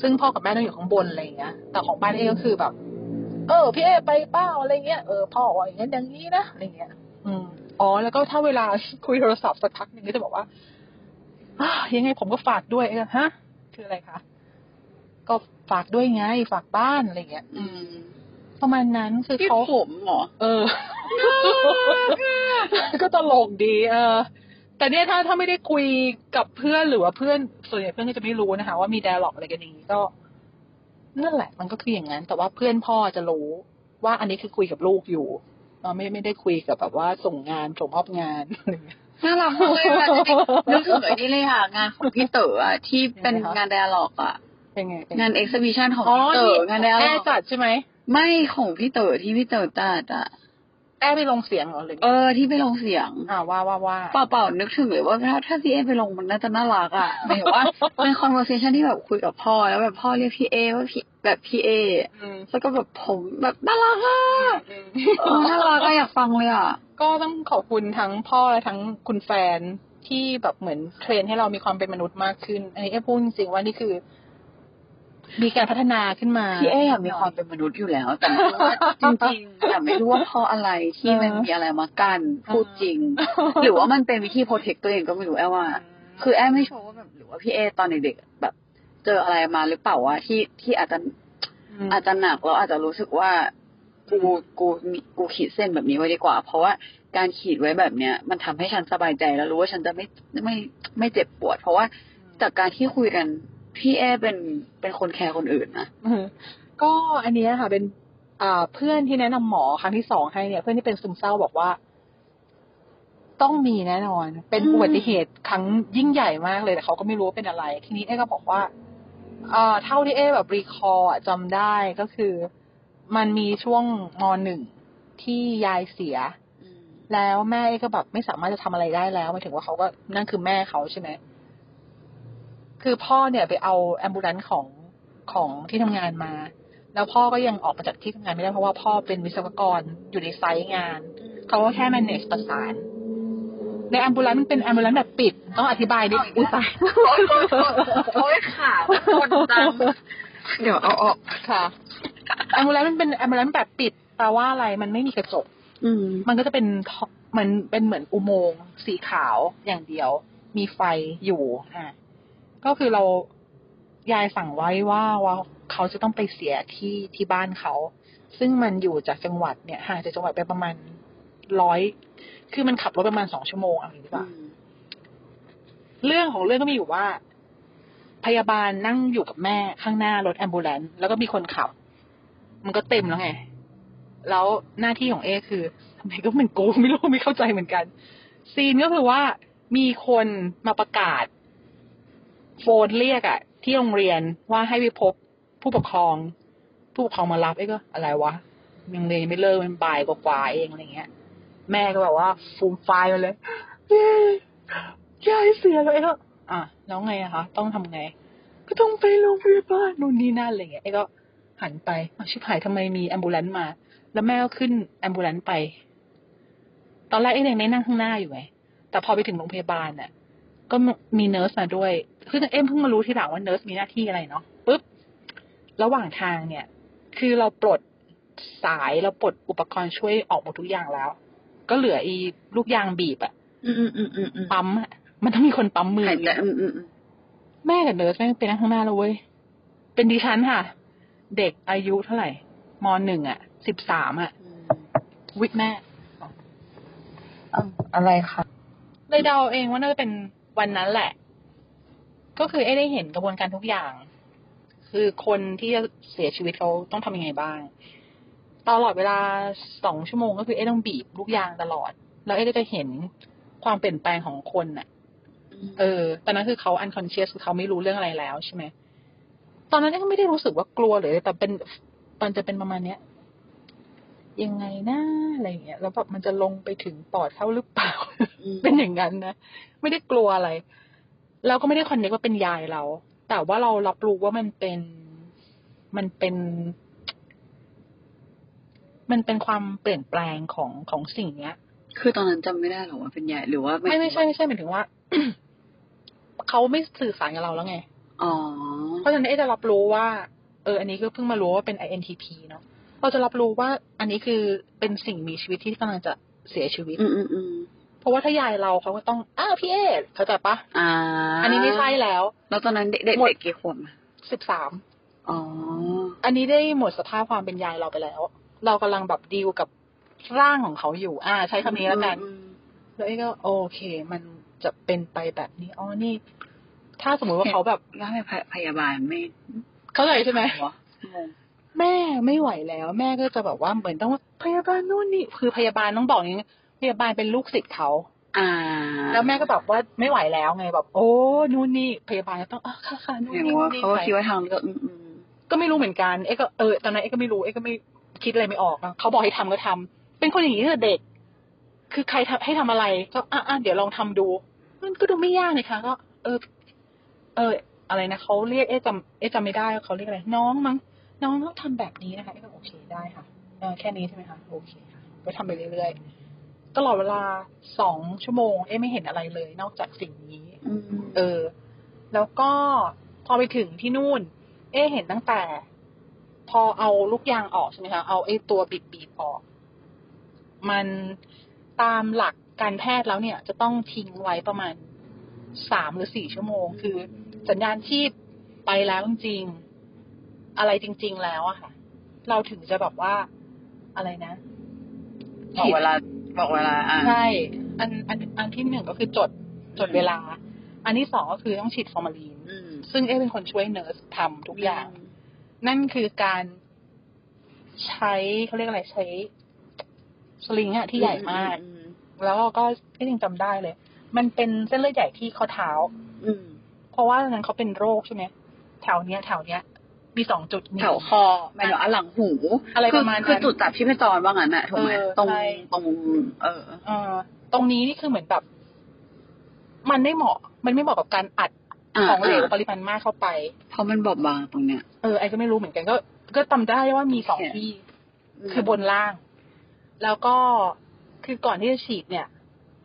Speaker 2: ซึ่งพ่อกับแม่ต้องอยู่ข้างบนอะไรอย่างเงี้ยแต่ของบ้านเอ๊ก็คือแบบ เออพี่เอ๊ไปเป้าอะไรเงี้ยเออพ่อว่าอย่างนั้นอย่างนี้นะอะไรเงี้ยอืมอ๋อแล้วก็ถ้าเวลา คุยโทรศัพท์สักพักหนึ่งก็จะบอกว่าอ้าวยังไงผมก็ฝากด้วยเอ๊ะฮะ คืออะไรคะ ก็ฝากด้วยไง ฝากบ้านอะไรเงี้ย
Speaker 1: อืม
Speaker 2: ประมาณนั้นคือ
Speaker 1: ที่
Speaker 2: เขา
Speaker 1: ผมเหรอ
Speaker 2: เออ ก็ตลกดี เออ แต่เนี่ยถ้าถ้าไม่ได้คุยกับเพื่อนหรือว่าเพื่อนส่วนใหญ่เพื่อนก็จะไม่รู้นะคะ ว่ามีด l o g อกอะไรกันอย่างนี้ก็นั่นแหละ มันก็คืออย่างนั้น แต่ว่าเพื่อนพ่อจะรู้ว่าอันนี้คือคุยกับลูกอยู่เออไม่ไม่ได้คุยกับแบบว่าส่งงานส่งมอบงานอะไรเงี้ย
Speaker 1: น่ารักมากเลยค่ะนึกถึงไอ้นี่เลยค่ะ งานของพี่เต๋ออะที่เป็น
Speaker 2: ยังไงคะ
Speaker 1: งานไดอะล็อกอะ
Speaker 2: เป็นไงเป็นไ
Speaker 1: งานเอ็กซิบิชันของ
Speaker 2: อ๋อ
Speaker 1: พี่เต๋
Speaker 2: ที่
Speaker 1: องานไดอะ
Speaker 2: แอ
Speaker 1: ล็อ
Speaker 2: ร์
Speaker 1: ก
Speaker 2: จัดใช่ไหม
Speaker 1: ไม่ของพี่เต๋อที่พี่เต๋อตัดอะ
Speaker 2: แอร์ไปลงเสียงเหรอหรือไง
Speaker 1: เออที่ไปลงเสียง
Speaker 2: อ่าว่าว่าว่า
Speaker 1: เปล่าเปล่าๆนึกถึงเลยว่าถ้าถ้าพี่เอไปลงมันน่าจะน่ารัก อ่ะหมายถึงว่า เป็น conversation ที่แบบคุยกับพ่อ แล้วแบบพ่อเรียกพี่เอว่าพี่แบบพี่เอ
Speaker 2: อืม
Speaker 1: แล้วก็แบบผมแบบน่ารักอ่ะเออน่ารักอะอยากฟังเลยอ่ะ
Speaker 2: ก็ต้องขอบคุณทั้งพ่อและทั้งคุณแฟนที่แบบเหมือนเทรนให้เรามีความเป็นมนุษย์มากขึ้นอันนี้เอ้พูดจริงๆว่านี่คือ มีการพัฒนาขึ้นมา
Speaker 1: พี่เออยากมีความเป็นมนุษย์อยู่แล้ว แต่ไม่รู้ว่าจริงๆแต่ไม่รู้ว่าเพราะอะไรที่มันมีอะไรมากันพูดจริง หรือว่ามันเป็นวิธี protect ตัวเองก็ไม่รู้แอลว่า คือแอมไม่ชัวร์ว่าแบบหรือว่าพี่เอตอนเด็กๆแบบ เจออะไรมาหรือเปล่าว่าที่ที่อาจจะ อาจจะหนักแล้วอาจจะรู้สึกว่ากูกูมีกูขีดเส้นแบบนี้ไว้ดีกว่า เพราะว่าการขีดไว้แบบเนี้ย มันทำให้ฉันสบายใจแล้วรู้ว่าฉันจะไม่ไม่ไม่เจ็บปวด เพราะว่าจากการที่คุยกันพี่แอเป็นเป็นคนแคร์คนอื่นนะ
Speaker 2: อืมก็อันเนี้ยค่ะ เป็นอ่าเพื่อนที่แนะนำหมอครั้งที่สองให้เนี่ย เพื่อนที่เป็นซึมเศร้าบอกว่า ต้องมีแน่นอน เป็นอุบัติเหตุครั้งยิ่งใหญ่มากเลยแต่เขาก็ไม่รู้ว่าเป็นอะไร ทีนี้เอ๊ก็บอกว่าเอ่อเท่าที่เอ๊แบบรีคอร์จำได้ก็คือ มันมีช่วงมหนึ่งที่ยายเสีย แล้วแม่ก็แบบไม่สามารถจะทำอะไรได้แล้วหมายถึงว่าเขาก็นั่นคือแม่เขาใช่ไหมคือพ่อเนี่ยไปเอาแอมบู a ลนของของที่ทำงานมา แล้วพ่อก็ยังออกมาจากที่ทำงานไม่ได้เพราะว่าพ่อเป็นวิศวกรอยู่ในไซต์งาน เขาก็แค่ manage ประสาน ในแอมบู a ลนมันเป็นแอมบู a ลนแบบปิด ต้องอธิบายนิดอุยตาย
Speaker 1: โอ้ยขาคนจังเดี๋ยวเอาออก
Speaker 2: ค่ะแอมบู a ลนมันเป็นแอมบู a ลนแบบปิดแปลว่าอะไรมันไม่มีกระจก
Speaker 1: อืม
Speaker 2: มันก็จะเป็นท่อมันเป็นเหมือนอุโมงค์สีขาวอย่างเดียว มีไฟอยู่อ่ะก็คือเรายายสั่งไว้ว่าว่าเขาจะต้องไปเสียที่ที่บ้านเขา ซึ่งมันอยู่จากจังหวัดเนี่ยห่างจากจังหวัดไปประมาณร้อยคือมันขับรถประมาณสองชั่วโมงเอะไรอย่างนี้ป่ะเรื่องของเรื่องก็มีอยู่ว่า พยาบาลนั่งอยู่กับแม่ข้างหน้ารถแอมบูเลนแล้วก็มีคนขับ มันก็เต็มแล้วไง แล้วหน้าที่ของเอคือทำไมก็เหมือนโกงไม่รู้ไม่เข้าใจเหมือนกัน ซีนก็คือว่ามีคนมาประกาศ โฟนเรียกอะที่โรงเรียนว่าให้ไปพบผู้ปกครอง ผู้ปกครองมารับเอ้ก็อะไรวะยังเรียนไม่เลิกมันบ่ายกว่าๆเองอะไรเงี้ย แม่ก็แบบว่าฟูมไฟายมาเลยเย้ยายเสียแล้วเอ้ก็อ่ะแล้วไงอะคะต้องทำไง ก็ต้องไปโรงพยาบาลนู่นนี่นั่นอะไรเงี้ยเอ้ก็หันไปอ้าวชิบหายทำไมมีแอมบูเลนมา แล้วแม่ก็ขึ้นแอมบูเลนไป ตอนแรกเอ็กยังไม่นั่งข้างหน้าอยู่ไง แต่พอไปถึงโรงพยาบาลน่ะ ก็มีเนอร์สมาด้วย คือเอ็มเพิ่งมารู้ทีหลังว่าเนอร์สมีหน้าที่อะไรเนาะ ปุ๊บ ระหว่างทางเนี่ย คือเราปลดสายเราปลดอุปกรณ์ช่วยออกหมดทุกอย่างแล้ว ก็เหลือไอีลูกยางบีบอะ
Speaker 1: อืมอืมอืมอืมอืม
Speaker 2: ปั๊มอะมันต้องมีคนปั๊มมือ
Speaker 1: หายใจอืมอืมอืม
Speaker 2: แม่กับเนิร์สแม่งเป็นนั่งข้างหน้าแล้วเว้ย เป็นดิฉันค่ะ เด็กอายุเท่าไหร่มหนึ่งอะสิบสามอะ
Speaker 1: อืม
Speaker 2: วิกแม่อะไรคะเลยเดาเองว่าน่าจะเป็นวันนั้นแหละ ก็คือไอ้ได้เห็นกระบวนการทุกอย่าง คือคนที่จะเสียชีวิตเขาต้องทำยังไงบ้าง ตลอดเวลาสองชั่วโมงก็คือไอ้ต้องบีบลูกยางตลอด แล้วไอ้ก็จะเห็นความเปลี่ยนแปลงของคนน่ะ เออ ตอนนั้นคือเขา unconscious คือเขาไม่รู้เรื่องอะไรแล้วใช่ไหม ตอนนั้นเอ้ก็ไม่ได้รู้สึกว่ากลัวหรืออะไรแต่เป็นมันจะเป็นประมาณเนี้ย ยังไงนะอะไรอย่างเงี้ยแล้วแบบมันจะลงไปถึงปอดเขาหรือเปล่า
Speaker 1: อืม
Speaker 2: เป็นอย่างนั้นนะ ไม่ได้กลัวอะไร เราก็ไม่ได้คอนเนคว่าเป็นยายเรา แต่ว่าเรารับรู้ว่ามันเป็น มันเป็น มันเป็นความเปลี่ยนแปลงของของสิ่งเนี้ย
Speaker 1: คือตอนนั้นจำไม่ได้หรอกว่าเป็นใหญ่หรือว่า
Speaker 2: ไม่ไม่ใช่ไม่ใช่หมายถึงว่า เขาไม่สื่อสารกับเราแล้วไง
Speaker 1: อ๋อ
Speaker 2: เพราะฉะนั้นเอ๊ะจะรับรู้ว่า เออ อันนี้ก็เพิ่งมารู้ว่าเป็น INTP เนาะเราจะรับรู้ว่า อันนี้คือเป็นสิ่งมีชีวิตที่กำลังจะเสียชีวิต
Speaker 1: อืมอืมอืม
Speaker 2: เพราะว่าถ้ายายเราเขาก็ต้อง อ้าวพี่เอ๊ะเข้าใจปะ
Speaker 1: อ่า
Speaker 2: อันนี้ไม่ใช่แล้ว
Speaker 1: แล้วตอนนั้นเด็กเด็ก
Speaker 2: หมด
Speaker 1: เด็กกี่ขวบอะ
Speaker 2: สิบสาม
Speaker 1: อ๋อ
Speaker 2: อันนี้ได้หมดสภาพความเป็นยายเราไปแล้ว เรากำลังแบบดีลกับร่างของเขาอยู่ อ่า ใช้คำนี้แล้วกัน
Speaker 1: อืม
Speaker 2: แล้วเอ๊ะก็โอเค มันจะเป็นไปแบบนี้ อ๋อ นี่ ถ้าสมมุติว่าเขาแบบ
Speaker 1: อืมแล้วทำไมพยพยาบาลไม่
Speaker 2: เข้าใจใช่ไหม
Speaker 1: วะงง
Speaker 2: แม่ไม่ไหวแล้ว แม่ก็จะแบบว่าเหมือนต้องว่าพยาบาลนู่นนี่คือพยาบาลต้องบอกอย่างนี้พยาบาลเป็นลูกศิษย์เขา
Speaker 1: อ่า
Speaker 2: แล้วแม่ก็แบบว่าไม่ไหวแล้วไงแบบ โอ้นู่นนี่พยาบาลก็ต้องอ๋อค่ะค่ะนู่น
Speaker 1: เนี่ย
Speaker 2: นี่
Speaker 1: เพราะ
Speaker 2: นู่
Speaker 1: ว่านเขาก็
Speaker 2: นี่ไป
Speaker 1: คิดว่าทางเลือกอืมอืม
Speaker 2: ก็ไม่รู้เหมือนกันเอ๊ะก็เออตอนนั้นเอ๊ะก็ไม่รู้เอ๊ะก็ไม่คิดอะไรไม่ออกอะเขาบอกให้ทำก็ทำเป็นคนอย่างนี้ตั้งแต่เด็ก คือใครทำให้ทำอะไรก็อ่ะอ่ะเดี๋ยวลองทำดู มันก็ดูไม่ยากเลยค่ะก็ เออ เออ อะไรนะเขาเรียกเอ๊ะจำเอ๊ะจำไม่ได้ว่าเขาเรียกอะไรน้องมั้ง น้องต้องทำแบบนี้นะคะเอ๊ะก็โอเคได้ค่ะเออแค่นี้ใช่ไหมคะโอเคค่ะก็ทำไปเรื่อยๆตลอดเวลาสองชั่วโมง เอ๊ะไม่เห็นอะไรเลย นอกจากสิ่งนี้
Speaker 1: อืม
Speaker 2: เออ แล้วก็พอไปถึงที่นู่น เอ๊ะเห็นตั้งแต่ พอเอาลูกยางออกใช่ไหมคะ เอาไอ้ตัวบีบบีบๆออก มันตามหลักการแพทย์แล้วเนี่ย จะต้องทิ้งไว้ประมาณสามหรือสี่ชั่วโมง คือ สัญญาณชีพไปแล้วจริงๆอะไรจริง ๆ แล้วอะค่ะ เราถึงจะแบบว่าอะไรนะ
Speaker 1: บอกเวลาบอกเวลาอ่า
Speaker 2: ใช่ อันอันอันที่หนึ่งก็คือจดจดเวลา อันที่สองก็คือต้องฉีดฟอร์มาลีน
Speaker 1: อืม
Speaker 2: ซึ่งเอ๊เป็นคนช่วยเนิร์สทำทุกอย่าง นั่นคือการใช้เขาเรียกอะไรใช้สลิงอะที่ใหญ่มาก
Speaker 1: อืม
Speaker 2: แล้วก็เอ๊ยังจำได้เลย มันเป็นเส้นเลือดใหญ่ที่ข้อเท้า
Speaker 1: อืม
Speaker 2: เพราะว่าตอนนั้นเขาเป็นโรคใช่ไหมแถวเนี้ยแถวเนี้ย มีสองจุดห
Speaker 1: อืม
Speaker 2: นึ่ง
Speaker 1: แถวคอหมายถึงว่าหลังหู
Speaker 2: อะไร
Speaker 1: คื
Speaker 2: ประมาณนั้น
Speaker 1: คือจุดจับชีพจรว่างั้นน่ะถูกไหม
Speaker 2: เออ
Speaker 1: ตรง
Speaker 2: ใช่
Speaker 1: ตรงเออ
Speaker 2: เอ่อตรงนี้นี่คือเหมือนแบบ มันไม่เหมาะ มันไม่เหมาะกับการอัดของเหลวปริมาณมากเข้าไป
Speaker 1: เพราะมันบอบบางตรงเนี้ย
Speaker 2: เออไอก็ไม่รู้เหมือนกันก็ ก็จำได้ว่ามีสอง
Speaker 1: โอเค
Speaker 2: ที่ คือบนล่าง แล้วก็คือก่อนที่จะฉีดเนี่ย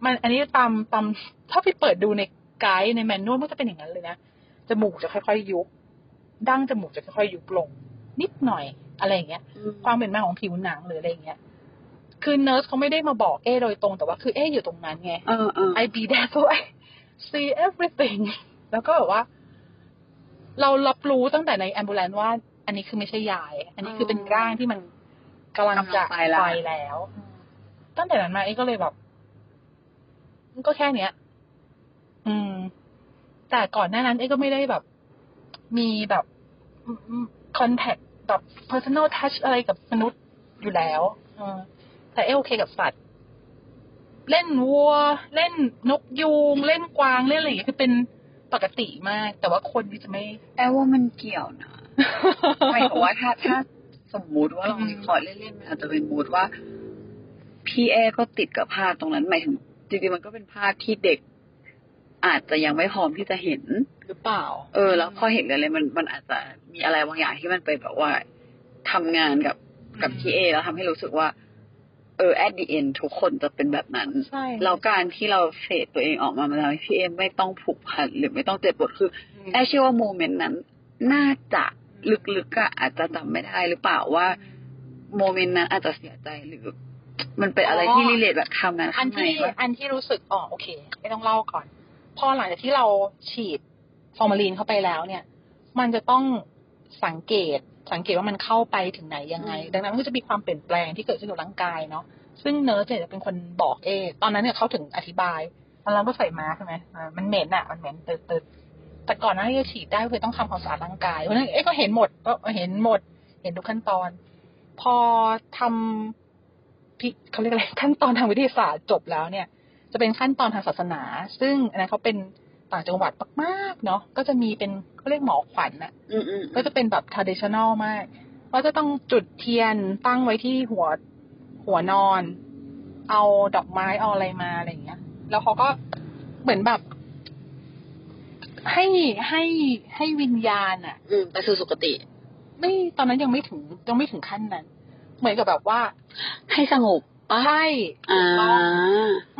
Speaker 2: มันอันนี้ตามตามถ้าไปเปิดดูในไกด์ในแมนนวลมันจะเป็นอย่างนั้นเลยนะจมูกจะค่อยๆยุบดั้งจมูกจะค่อยๆยุบลง นิดหน่อยอะไรอย่างเงี้ย ความเป็นมาของผิวหนังหรืออะไรอย่างเงี้ยคือเนิร์สเขาไม่ได้มาบอกเอ้โดยตรงแต่ว่าคือเอ้อยู่ตรงนั้นไง
Speaker 1: เออเออ
Speaker 2: I be there so I see everything แล้วก็แบบว่า เรารับรู้ตั้งแต่ในแอมบูเลนว่า อันนี้คือไม่ใช่ยาย อันนี้คือเป็นร่างที่มันกำลังจะ
Speaker 1: กำลังไปแล้ว
Speaker 2: ไปแล้ว ตั้งแต่นั้นมาเอ็กก็เลยแบบมันก็แค่เนี้ย อืม แต่ก่อนหน้านั้นเอ็กก็ไม่ได้แบบ มีแบบคอนแทคแบบ personal touch อะไรกับมนุษย์อยู่แล้วเออแต่เอ็กโอเคกับสัตว์ เล่นวัว เล่นนกยูง เล่นกวางเล่นอะไรอย่างเงี้ยคือเป็นปกติมาก แต่ว่าคนนี่จะ ไม่
Speaker 1: แปลว่ามันเกี่ยวนะหมายถึงว่าถ้าถ้าสมมุติว่าเรา
Speaker 2: อืม
Speaker 1: รีคอร์ดเล่นๆมันอาจจะเป็นมูดว่า พี่แอก็ติดกับภาพตรงนั้นหมายถึงจริงๆมันก็เป็นภาพที่เด็ก อาจจะยังไม่พร้อมที่จะเห็น
Speaker 2: หรือเปล่า
Speaker 1: เออ แล้วพอเห็นอะไรมันมันอาจจะมีอะไรบางอย่างที่มันไปแบบว่าทำงานกับกับ
Speaker 2: อืม
Speaker 1: พีเอแล้วทำให้รู้สึกว่า เออ at the end ทุกคนจะเป็นแบบนั้น
Speaker 2: ใช่
Speaker 1: แล้วการที่เราเฟดตัวเองออกมามันทำให้พี่เอไม่ต้องผูกพันหรือไม่ต้องเจ็บปวดคือ แอ
Speaker 2: อืม
Speaker 1: ร์เชื่อว่าโมเมนต์นั้น น่าจะลึกๆอะอาจจะจำไม่ได้หรือเปล่าว่าโมเมนต์นั้นอาจจะเสียใจหรือ มันเป็นอะไรที่
Speaker 2: อ๋อ
Speaker 1: รีเลทแบบทำงาน
Speaker 2: อั
Speaker 1: ข้าน งใน
Speaker 2: ที่
Speaker 1: ว่า
Speaker 2: อันที่รู้สึกอ๋อโอเค ไม่ต้องเล่าก่อน พอหลังจากที่เราฉีดฟอร์มาลีนเข้าไปแล้วเนี่ย มันจะต้องสังเกตสังเกตว่ามันเข้าไปถึงไหนยังไง ดังนั้นมันก็จะมีความเปลี่ยนแปลงที่เกิดขึ้นกับร่างกายเนาะซึ่งเนิร์สเนี่ยจะเป็นคนบอกเองตอนนั้นเนี่ยเขาถึงอธิบายตอนเราก็ใส่มาสก์ใช่ไหมอ่ามันเหม็นอะมันเหม็นตึดตึดๆแต่ก่อนหน้าที่จะฉีดได้ก็คือต้องทำความสะอาดร่างกายเพราะฉะนั้นเอ๊ะก็เห็นหมดก็เห็นหมด เห็นทุกขั้นตอน พอทำพิเขาเรียกอะไร ขั้นตอนทางวิทยาศาสตร์จบแล้วเนี่ย จะเป็นขั้นตอนทางศาสนา ซึ่งอันนั้นเขาเป็นต่างจังหวัดมากๆเนาะก็จะมีเป็นเขาเรียกหมอขวัญน่ะ
Speaker 1: อืมอืม
Speaker 2: ก็จะเป็นแบบ traditional มาก ก็จะต้องจุดเทียนตั้งไว้ที่หัว หัวนอน เอาดอกไม้เอาอะไรมาอะไรอย่างเงี้ย แล้วเขาก็เหมือนแบบ ให้ให้ให้วิญญาณอะ
Speaker 1: อืมไปสู่สุคติ
Speaker 2: ไม่ตอนนั้นยังไม่ถึงยังไม่ถึงขั้นนั้น เหมือนกับแบบว่า
Speaker 1: ให้สงบปะ
Speaker 2: ใช่
Speaker 1: อ่า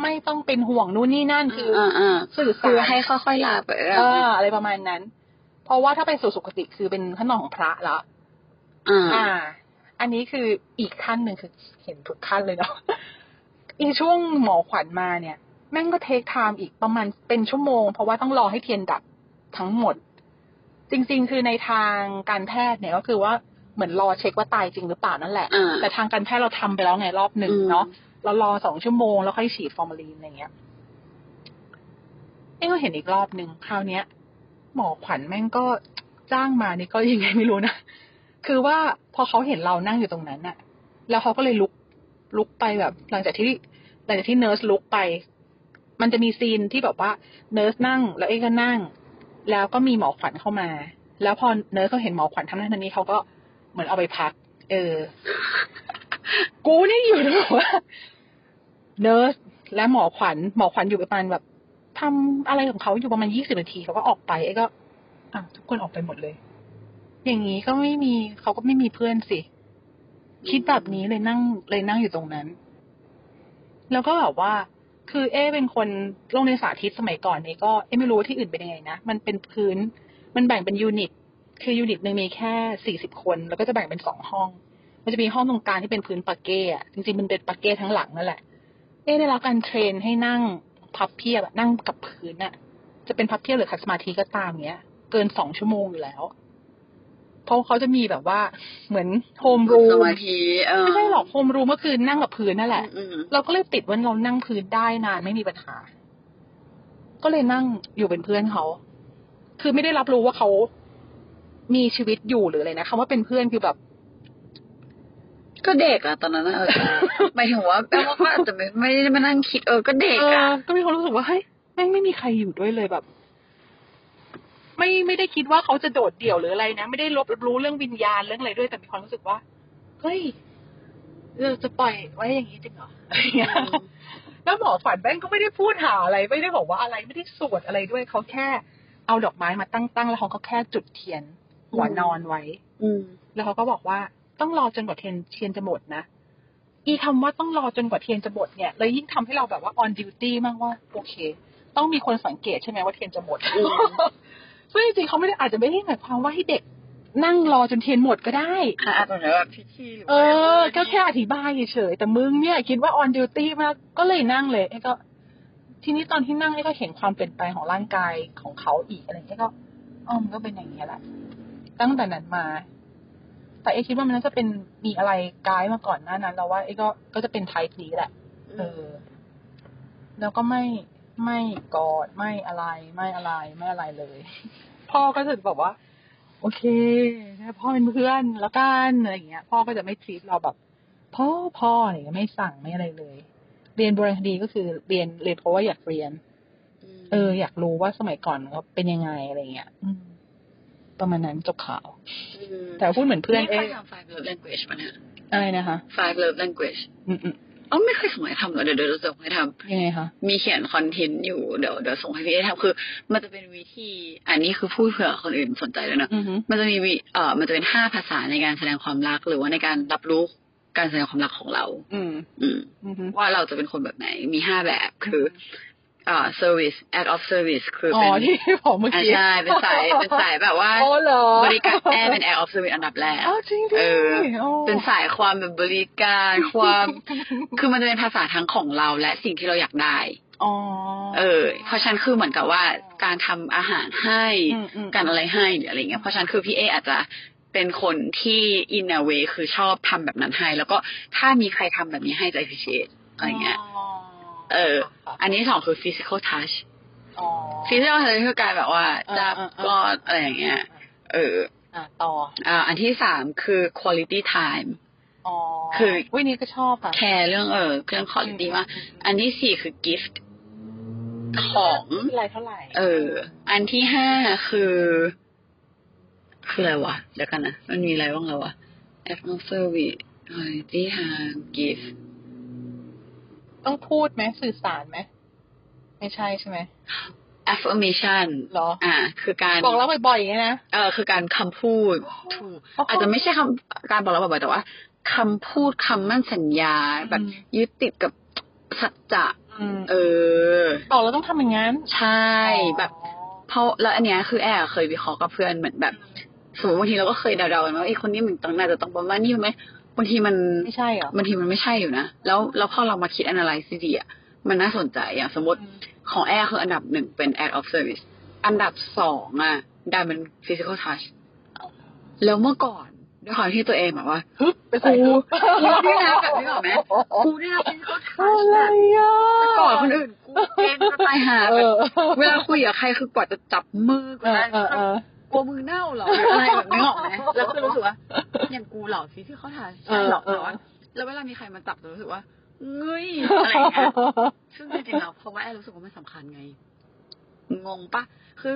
Speaker 2: ไม่ต้องเป็นห่วงนู่นนี่นั่นคืออ
Speaker 1: อ่าอ่า
Speaker 2: สื่อ
Speaker 1: คื
Speaker 2: สา
Speaker 1: อ
Speaker 2: ร
Speaker 1: ให้ค่อยๆลาไปอ่ะ
Speaker 2: เอออะไรประมาณนั้น เพราะว่าถ้าไปสู่สุคติคือเป็นขั้นตอนของพระละ
Speaker 1: อ่า
Speaker 2: อ่า อันนี้คืออีกขั้นหนึ่งคือเห็นทุกขั้นเลยเนาะ อีกช่วงหมอขวัญมาเนี่ย แม่งก็เทคไทม์อีกประมาณเป็นชั่วโมง เพราะว่าต้องรอให้เทียนดับทั้งหมด จริง ๆ คือในทางการแพทย์เนี่ยก็คือว่าเหมือนรอเช็คว่าตายจริงหรือเปล่านั่นแหละ
Speaker 1: อ่า
Speaker 2: แต่ทางการแพทย์เราทำไปแล้วไงรอบหนึ่งเนาะเรารอสองชั่วโมงแล้วค่อยฉีดฟอร์มาลีนอะไรเงี้ยเอ้ก็เห็นอีกรอบหนึ่งคราวเนี้ย หมอขวัญแม่งก็จ้างมานี่ก็ยังไงไม่รู้นะ คือว่าพอเขาเห็นเรานั่งอยู่ตรงนั้นอะแล้วเขาก็เลยลุกลุกไปแบบ หลังจากที่หลังจากที่เนิร์สลุกไป มันจะมีซีนที่แบบว่าเนิร์สนั่ง แล้วเอ้ก็นั่ง แล้วก็มีหมอขวัญเข้ามา แล้วพอเนิร์สเขาเห็นหมอขวัญทำหน้าทำนี้เขาก็เหมือนเอาไปพัก เออ กูนี่อยู่นะบอกว่าเนิร์สและหมอขวัญหมอขวัญอยู่ประมาณแบบทำอะไรของเขาอยู่ประมาณยี่สิบนาทีเขาก็ออกไปไอ้ก็อ่ะทุกคนออกไปหมดเลย อย่างนี้ก็ไม่มีเขาก็ไม่มีเพื่อนสิ คิดแบบนี้เลยนั่งเลยนั่งอยู่ตรงนั้น แล้วก็แบบว่า คือเอเป็นคนโรงเรียนสาธิตสมัยก่อนเนี่ยก็เอไม่รู้ว่าที่อื่นเป็นยังไงนะ มันเป็นพื้น มันแบ่งเป็นยูนิต คือยูนิตหนึ่งมีแค่สี่สิบคน แล้วก็จะแบ่งเป็นสองห้อง มันจะมีห้องตรงกลางที่เป็นพื้นปาเก้อะจริงๆมันเป็นปาเก้ทั้งหลังนั่นแหละ เอได้รับการเทรนให้นั่งพับเพียบอะนั่งกับพื้นอะจะเป็นพับเพียบหรือขัดสมาธิก็ตามเนี้ย เกินสองชั่วโมงอยู่แล้ว เพราะเขาจะมีแบบว่าเหมือนโฮมรู
Speaker 1: ส
Speaker 2: ม
Speaker 1: มาธิเออ
Speaker 2: ไม่ใช่หรอกโฮมรูมก็คือนั่งกับพื้นนั่นแหละ
Speaker 1: อืม
Speaker 2: เราก็เลยติดว่าเรานั่งพื้นได้นานไม่มีปัญหา ก็เลยนั่งอยู่เป็นเพื่อนเขา คือไม่ได้รับรู้ว่าเขามีชีวิตอยู่หรืออะไรนะคำว่าเป็นเพื่อนคือแบบ
Speaker 1: ๆก็เด็กอะตอนนั้นอะเออ หมายถึงว่าแปลว่าก็อาจจะไม่ไม่ได้มานั่งคิดเออก็เด็ก
Speaker 2: เอ
Speaker 1: อะ
Speaker 2: อก็มีความรู้สึกว่าเฮ้ยแม่งไม่มีใครอยู่ด้วยเลยแบบ ไม่ไม่ได้คิดว่าเขาจะโดดเดี่ยวหรืออะไรนะ ไม่ได้รับรู้เรื่องวิญญาณเรื่องอะไรด้วย แต่มีความรู้สึกว่าเฮ้ยเราจะปล่อยไว้อย่างนี้จริงเหรออะไรอย่างเงี้ย แล้วหมอฝันแม่งก็ไม่ได้พูดหาอะไรไม่ได้บอกว่าอะไรไม่ได้สวดอะไรด้วยเขาแค่ เอาดอกไม้มาตั้งๆแล้วเขาก็แค่จุดเทียนหัวนอนไว้
Speaker 1: อืม
Speaker 2: แล้วเขาก็บอกว่าต้องรอจนกว่าเทียนเทียนจะหมดนะอีคำว่าต้องรอจนกว่าเทียนจะหมดเนี่ยเลยยิ่งทำให้เราแบบว่า on duty มากว่าโอเค ต้องมีคนสังเกตใช่ไหมว่าเทียนจะหมด ซึ่งจริงๆเขาไม่ได้อาจจะไม่ได้หมายความว่าให้เด็ก นั่งรอจนเทียนหมดก็ได้
Speaker 1: อ่ะอาจจะเหมือนแบบพิธีหรื
Speaker 2: เอ
Speaker 1: ว่า
Speaker 2: อ ก็แค่อธิบายเฉยๆแต่มึงเนี่ย คิดว่า on duty มาก ก็เลยนั่งเลยไอ้ก็ ทีนี้ตอนที่นั่งไอ้ก็เห็นความเปลี่ยนแปลงของร่างกายของเขาอีกอะไรอย่างเงี้ยก็อ๋อมันก็เป็นอย่างนี้ยแหละ ตั้งแต่นั้นมา แต่ไอ้คิดว่ามันน่าจะเป็นมีอะไรกายมาก่อนหน้านั้น แล้วว่าไอ้ก็ก็จะเป็นไทป์นี้แหละ เออ แล้วก็ไม่ไม่กอดไม่อะไรไม่อะไรไม่อะไรเลย พ่อก็จะบอกว่า โอเคให้พ่อเป็นเพื่อนแล้วกันอะไรอย่างเงี้ย พ่อก็จะไม่ทีตเราแบบ พ่อพ่ออะไรอย่างเงี้ยไม่สั่งไม่อะไรเลย เรียนโบราณคดีก็คือเรียนเรียนเพราะว่าอยากเรียน
Speaker 1: ม
Speaker 2: เออ อยากรู้ว่าสมัยก่อนเขาเป็นยังไงอะไรอย่างเงี้ยอืมประมาณนั้นจบข่าว
Speaker 1: ม
Speaker 2: แต่พูดเหมือนเพื่อน
Speaker 1: นี่
Speaker 2: เอ
Speaker 1: ใครง ทำ five love language ปะเนี่ย
Speaker 2: อะไรนะคะ
Speaker 1: five love language
Speaker 2: อืมอืม
Speaker 1: อ๋อไม่เคยส่งให้ทำเหรอเดี๋ยวเดี๋ยวเราส่งให้ทำ
Speaker 2: ยังไงคะ
Speaker 1: มีเขียนคอนเทนต์อยู่เดี๋ยวเดี๋ยวส่งให้พี่ได้ทำคือ มันจะเป็นวิธี อันนี้คือพูดเผื่อคนอื่นสนใจแล้วยนะ
Speaker 2: อือฮึ
Speaker 1: มันจะมีวิเอ่อมันจะเป็นห้าภาษาในการแสดงความรัก หรือว่าในการรับรู้การแสดงความรักของเรา
Speaker 2: อืม
Speaker 1: อืม
Speaker 2: อือฮึ
Speaker 1: ว่าเราจะเป็นคนแบบไหนมีห้าแบบคือเอ่อ service act of service คือ
Speaker 2: อ๋
Speaker 1: เป็
Speaker 2: อน ที่ผมเมื่อ
Speaker 1: อ่า
Speaker 2: กี้
Speaker 1: ใช่เป็น สายเป็นสายแบบว่า
Speaker 2: อ๋อเหรอบ
Speaker 1: ริการแอร์เป็น act of service อันดับแรก
Speaker 2: อ้าวจริงดิ
Speaker 1: เออ
Speaker 2: โอ้
Speaker 1: เป็นสายความแบบบริการความคือมันจะเป็นภาษาทั้งของเราและสิ่งที่เราอยากได้
Speaker 2: อ๋อ
Speaker 1: เออ เพราะฉะนันคือเหมือนกับว่าการทำอาหารให้
Speaker 2: มอืม
Speaker 1: การอะไรให้หรืออะไรเงี้ย เพราะฉะนันคือพี่เออาจจะเป็นคนที่อินเ w เวคือชอบทำแบบนั้นให้ แล้วก็ถ้ามีใครทำแบบนี้ให้จะ appreciate อะไรเงี้ย
Speaker 2: อ๋อ
Speaker 1: เออ
Speaker 2: ค่ะ
Speaker 1: อันนี้สองคือ physical touch
Speaker 2: อ๋อ
Speaker 1: physical touch คือการแบบว่าจับ
Speaker 2: อ่าอ่า
Speaker 1: ก
Speaker 2: อ่า
Speaker 1: อดอะไรอย่างเงี้ย เออ
Speaker 2: อ่ะต่อ
Speaker 1: อ่า อันที่สามคือ quality time
Speaker 2: อ๋อ
Speaker 1: คือ
Speaker 2: วันนี้ก็ชอบค่ะ
Speaker 1: แคร์เรื่องเออเรื่อง quality มากอันที่สี่คือ gift ของ
Speaker 2: ไม่เป็นไรเท่าไหร่
Speaker 1: เออ อันที่ห้าคือ คืออะไรวะ เดี๋ยวกันนะ มันมีอะไรบ้างแล้ววะ a d m o s p h e r e วิที่ห้า gift
Speaker 4: ต้องพูดไหมสื่อสารไหมไม่ใช่ใช่ไหม
Speaker 1: affirmation
Speaker 4: เหรอ
Speaker 1: อ่า คือการ
Speaker 4: บอกเราบ่อยๆอย่างนี้นะ
Speaker 1: เออคือการคำพูดถูกอาจจะไม่ใช่คำการบอกเราบ่อยๆแต่ว่าคำพูดคำมั่นสัญญา
Speaker 4: อืม
Speaker 1: แบบยึดติดกับสัจจะ
Speaker 4: อืม
Speaker 1: เออ
Speaker 4: บอกเราต้องทำอย่างนั้น
Speaker 1: ใช่แบบเพราะแล้วอันเนี้ยคือแอบเคยวิเคราะห์กับเพื่อนเหมือนแบบสมมติบางทีเราก็เคยเดาๆกันว่าไอ้ยคนนี้มันต้องน่าจะต้องประมาณนี้ไหมบางทีมัน
Speaker 4: ไม่ใช่เหรอบ
Speaker 1: างทีมันไม่ใช่อยู่นะแล้วแล้วพอเรามาคิด analyze ดีๆอ่ะมันน่าสนใจอย่างสมมติ ของแอร์คืออันดับหนึ่งเป็น act of service อันดับสองอ่ะดันเป็น physical touch แล้วเมื่อก่อนด้วยความที่ตัวเองแบบว่า
Speaker 4: ฮึบไป
Speaker 1: กู
Speaker 4: ใส่ ฮึบ
Speaker 1: กูเนี่ยนะแบบนี้หรอกไหมกูเนี่ยนะ physical touch
Speaker 4: อะไร
Speaker 1: แบบ
Speaker 4: อ่ะ
Speaker 1: ก่อนคนอื่นกูเก่งจะตายหา
Speaker 4: เอ
Speaker 1: แบบ
Speaker 4: อ
Speaker 1: เวลาคุยกับใครคือกว่าจะจับมือก
Speaker 4: เอ
Speaker 1: ว่า
Speaker 4: อเอ
Speaker 1: จะ
Speaker 4: อเออก
Speaker 1: ลัวมือเน่าเหรอหรืออะไรแบบนี้หรอกไหม แล้วก็รู้สึกว่าอย่างกูเหรอ physical touch
Speaker 4: เอ
Speaker 1: ใช่
Speaker 4: อ
Speaker 1: หรอก
Speaker 4: เอ
Speaker 1: แต่
Speaker 4: อ
Speaker 1: ว่าแล้วเวลามีใครมาจับจะรู้สึกว่าเงยอะไรอย่างเงี้ย ซึ่งจริงๆแล้วเพราะว่าแอนรู้สึกว่ามันสำคัญไง งงปะคือ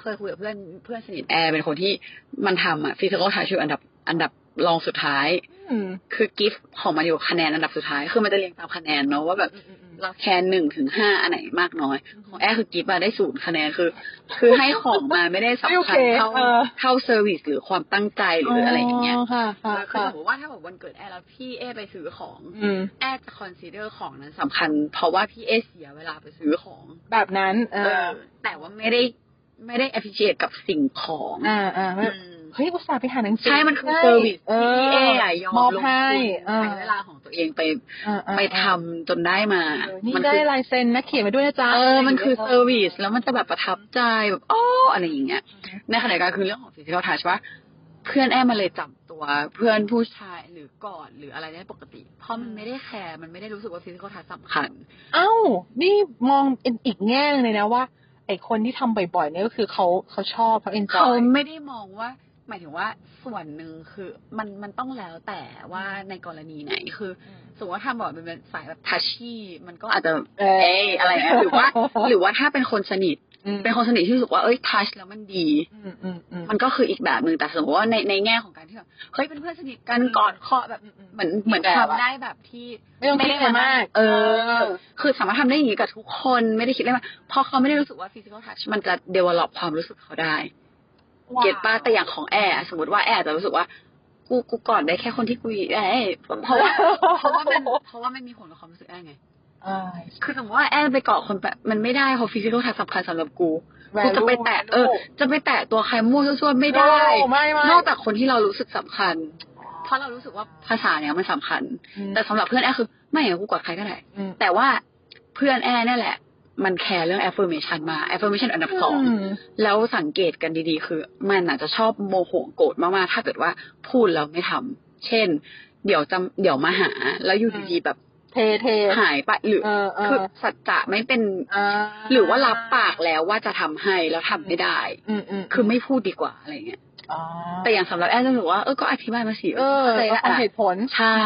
Speaker 1: เคยคุยกับเพื่อนเพื่อนสนิทแอร์เป็นคนที่มันทำอะฟิสิกอลทาชิวอันดับ อันดับรองสุดท้าย
Speaker 4: อืม
Speaker 1: คือกิฟต์ของมันอยู่คะแนนอันดับสุดท้าย คือมันจะเรียงตามคะแนนเนาะว่าแบบ
Speaker 4: อืมอืม
Speaker 1: เราแคนหนึ่งถึงห้าอันไหนมากน้อย ของแอร์คือกิฟต์มาได้ศูนย์คะแนนคือ คือให้ของมาไม่ได้ส ำคัญเท่าเท่าเซอร์วิสหรือความตั้งใจหรืออะไรอย่างเงี้ย
Speaker 4: ค่ะค่ะ
Speaker 1: คือ
Speaker 4: ค่ะ
Speaker 1: สมมติว่าถ้าแบบวันเกิดแอร์แล้วพี่เอไปซื้อของ
Speaker 4: อืม
Speaker 1: แอดจะ consider ของนั้นสำคัญ เพราะว่าพี่เอเสียเวลาไปซื้อของ
Speaker 4: แบบนั้น เอ
Speaker 1: เอ
Speaker 4: อ
Speaker 1: อแต่ว่าไม่ได้ไม่ได้ appreciate กับสิ่งของ
Speaker 4: อ่าอ่า
Speaker 1: อืม
Speaker 4: เฮ้ยอุตส่าห์ไปหาหนังสือ
Speaker 1: ใช่มันคือ
Speaker 4: ให้
Speaker 1: เซอร์วิส
Speaker 4: เอ
Speaker 1: ที่
Speaker 4: อ
Speaker 1: พี่เออะยอม
Speaker 4: มอบ
Speaker 1: ลง
Speaker 4: ให้
Speaker 1: ทุน
Speaker 4: เออ
Speaker 1: ใช้เวลาของตัวเองไป
Speaker 4: เออเออ
Speaker 1: ไป
Speaker 4: เออ
Speaker 1: ทำจนได้มา
Speaker 4: เออนี่
Speaker 1: มั
Speaker 4: ได้
Speaker 1: คือ
Speaker 4: ลายเซ็นนะเขียนมาด้วยนะจ๊ะ
Speaker 1: เออมันคือเซอร์วิสแล้วมันจะแบบประทับใจแบบอ้ออะไรอย่างเงี้ย ในขณะเดียวกันคือเรื่องของ physical touch ว่าเพื่อนแอมมาเลยจับตัวเพื่อนผู้ชายหรือกอดหรืออะไรได้ปกติ เพราะมันไม่ได้แคร์มันไม่ได้รู้สึกว่า physical touch สำคัญ
Speaker 4: เอ้า นี่มองเป็นอีกแง่หนึงเลยนะว่า ไอคนที่ทำบ่อยๆเนี่ยก็คือเขาเขาชอบเขาเอนจอ
Speaker 1: เขา
Speaker 4: ย
Speaker 1: ไม่ได้มองว่า หมายถึงว่าส่วนหนึ่งคือมันมันต้องแล้วแต่ว่าในกรณีไหนคือสมมติว่าทำบอกเป็นสายแบบทัชชี่มันก็อาจจะ
Speaker 4: เออ
Speaker 1: เอ้ยอะไร นะหรือว่า หรือว่าถ้าเป็นคนสนิท เป็นคนสนิทที่รู้สึกว่าเอ้ยทัชแล้วมันดี
Speaker 4: อืมอืมอืม
Speaker 1: มันก็คืออีกแบบหนึ่งแต่สมมติว่าในในแง่ของการที่แบบเฮ้ยเป็นเพื่อนสนิทกันกอดเคาะแบบ
Speaker 4: อื
Speaker 1: เหมือนเหมือน
Speaker 4: แบบอะ
Speaker 1: ทำได้แบบที่
Speaker 4: ไม่ต้องคิดอะไรมาก
Speaker 1: เออ คือสามารถทำได้อย่างนี้กับทุกคนไม่ได้คิดอะไรมากเพราะเขาไม่ได้รู้สึกว่า physical touch มันจะ develop ความรู้สึกเขาได้ เก็ตป้าแต่อย่างของแอร์อะสมมติว่าแอร์อาจจะรู้สึกว่า กูกูก่อนได้แค่คนที่กูแอร์เพราะว่าเพราะว่ามันเพราะว่ามันมีผลกับความรู้สึกแอร์ไง
Speaker 4: อ่า
Speaker 1: คือสมมติว่าแอร์ไปเกาะคนแบบมันไม่ได้เพราะฟิสิกอลทัชสำคัญสำหรับกูกูจะไปแตะเออ จะไปแตะตัวใครมั่วซั่วๆไม่ได้
Speaker 4: โอ้ไม่ไม่
Speaker 1: นอกจากคนที่เรารู้สึกสำคัญ เพราะเรารู้สึกว่าภาษาเนี่ยมันสำคัญ แต่สำหรับเพื่อนแอร์คือ ไม่กูกอดใครก็ได้
Speaker 4: อืม
Speaker 1: แต่ว่าเพื่อนแอร์เนี่ยแหละ มันแคร์เรื่อง affirmation มา affirmation อันดับสอง
Speaker 4: ม
Speaker 1: แล้วสังเกตกันดีๆ คือ มันอาจจะชอบโมโหโกรธมากๆ ถ้าเกิดว่าพูดแล้วไม่ทำ เช่น เดี๋ยวจะเดี๋ยวมาหา แล้วอยู่ดีๆ แบบ
Speaker 4: เทเท
Speaker 1: หายไปหรือ
Speaker 4: เออเอ
Speaker 1: คือ
Speaker 4: อ
Speaker 1: สัจจะไม่เป็น
Speaker 4: า
Speaker 1: หรือว่ารับปากแล้วว่าจะทำให้แล้วทำไม่ได้
Speaker 4: อืมอืม
Speaker 1: คือไม่พูดดีกว่าอะไรเงี้ย
Speaker 4: อ๋อ
Speaker 1: แต่อย่างสำหรับแอนจะรู้สึกว่าเออ ก็อธิบายมาสิ
Speaker 4: เออ
Speaker 1: เข้าใจ
Speaker 4: เราฟัง
Speaker 1: ละอ่ะ
Speaker 4: เหตุผล
Speaker 1: ใช่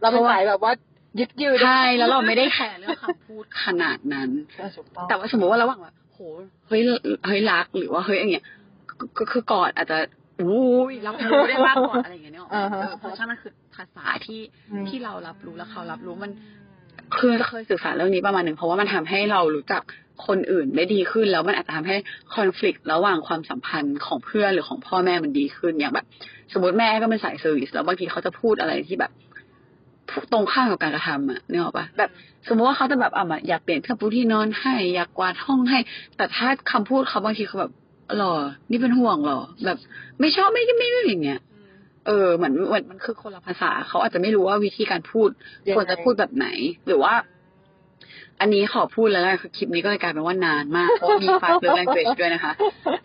Speaker 4: เราเป็นสายแบบว่ายึดยืด
Speaker 1: ใช่แล้วเราไม่ได้แคร์เรื่องคำพูดขนาดนั้น
Speaker 4: เออถูกต้อง
Speaker 1: แต่ว่าสมมติว่าระหว่างแบบโหเฮ้ยเฮ้ยรักหรือว่าเฮ้ยอย่างเงี้ยก็ก็คือกอดอาจจะอุ้ยรับรู้ได้มากกว่าอะไรอย่างเงี้ยเนาะเออเพราะฉะนั้นมันคือภาษาที่
Speaker 4: อืม
Speaker 1: ที่เรารับรู้และเขารับรู้มัน คือเคยศึกษาเรื่องนี้ประมาณหนึ่งเพราะว่ามันทำให้เรารู้จักคนอื่นได้ดีขึ้น แล้วมันอาจจะทำให้คอน FLICT ระหว่างความสัมพันธ์ของเพื่อนหรือของพ่อแม่มันดีขึ้นอย่างแบบ สมมติแม่ก็เป็นสายเซอร์วิสแล้วบางทีเขาจะพูดอะไรที่แบบตรงข้ามกับการกระทำอะเนี่ยหรอกปะแบบ สมมติว่าเขาจะแบบอ่ะมาอยากเปลี่ยนเสื้อผ้าที่นอนให้ อยากกวาดห้องให้ แต่ถ้าคำพูดเขาบางทีเขาแบบหรอนี่เป็นห่วงหรอ แบบ ไม่ชอบไม่ไม่ไม่อย่างเงี้ยเออเหมือนเหมือนมันคือคนละภาษาเขาอาจจะไม่รู้ว่าวิธีการพูด ควรจะพูดแบบไหน หรือว่า อันนี้ขอพูดแล้วนะคือคลิปนี้ก็เลยกลายเป็นว่านานมากเพราะว่ามีฟาสเรื่อง language ด้วยนะคะ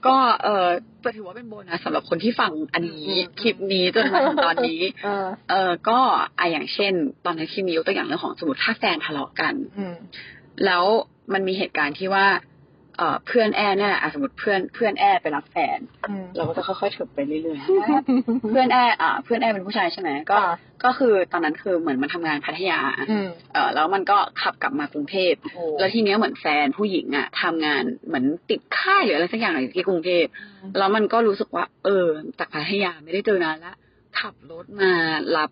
Speaker 1: ก็เออจะถือว่าเป็นโบนัสสำหรับคนที่ฟังอันนี้คลิปนี้จนมาถึงตอนนี้
Speaker 4: เออ
Speaker 1: เออก็อะอย่างเช่น ตอนนั้นที่มียกตัวอย่างเรื่องของสมมติถ้าแฟนทะเลาะกัน
Speaker 4: อืม
Speaker 1: แล้วมันมีเหตุการณ์ที่ว่าเออเพื่อนแอร์เนี่ยแหละอ่ะสมมติเพื่อนเพื่อนแอร์ไปรับแฟน
Speaker 4: อืม
Speaker 1: เราก็จะค่อยๆถึบไปเรื่อย ๆ เพื่อนแอร์อ่ะเพื่อนแอร์เป็นผู้ชายใช่ไหมก็ ก็คือตอนนั้นคือเหมือนมันทำงานพัทยา
Speaker 4: อืม
Speaker 1: เออแล้วมันก็ขับกลับมากรุงเทพ
Speaker 4: โอ้
Speaker 1: แล้วทีเนี้ยเหมือนแฟนผู้หญิงอะทำงานเหมือนติดค่ายหรืออะไรสักอย่างอยู่ที่กรุงเทพ
Speaker 4: อืม
Speaker 1: แล้วมันก็รู้สึกว่า เออจากพัทยาไม่ได้เจอนานละขับรถมารับ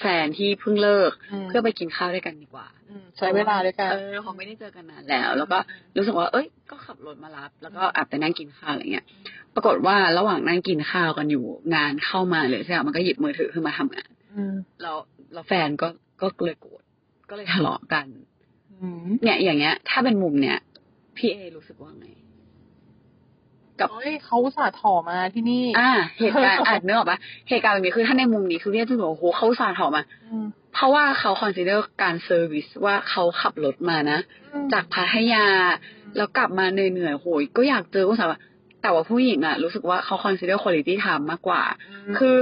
Speaker 1: แฟนที่เพิ่งเลิก
Speaker 2: ม
Speaker 1: เพื่อไปกินข้าวด้วยกันดีกว่า
Speaker 2: มใช้เวลาด้วยกัน
Speaker 1: เออเขาไม่ได้เจอกันนานแล้ว แล้วก็รู้สึกว่า เอ้ย ก็ขับรถมารับ แล้วก็อาบไปนั่งกินข้าวอะไรเงี้ย ปรากฏว่าระหว่างนั่งกินข้าวกันอยู่งานเข้ามาเลยใช่ไหมมันก็หยิบมือถือขึ้นมาทำงาน
Speaker 2: อืม
Speaker 1: แล้วแล้วแฟนก็ก็เลยโกรธก็เลยทะเลาะกัน
Speaker 2: อืม
Speaker 1: เนี่ยอย่างเงี้ย ถ้าเป็นมุมเนี้ยพี่เอรู้สึกว่าไง
Speaker 2: เฮ้ยเขาอุตสาห์ถอมาที่นี่
Speaker 1: อ่า เหตุการณ์ อาจเนื้อออกปะเหตุการณ์แบบนี้คือถ้าในมุมนี้คือเนี่ยจะบอกว่าโหเขาอุตสาห์ถอมา
Speaker 2: อืม
Speaker 1: เพราะว่าเขาคอนซีเดอร์การเซอร์วิสว่าเขาขับรถมานะ จากพัทยา แล้วกลับมาเหนื่อยๆโหยก็อยากเจอคุณสาวแต่ว่าผู้หญิงอะรู้สึกว่าเขาคอนซีเดอร์คุณลิตี้ไทม์มากกว่า
Speaker 2: ม
Speaker 1: คือ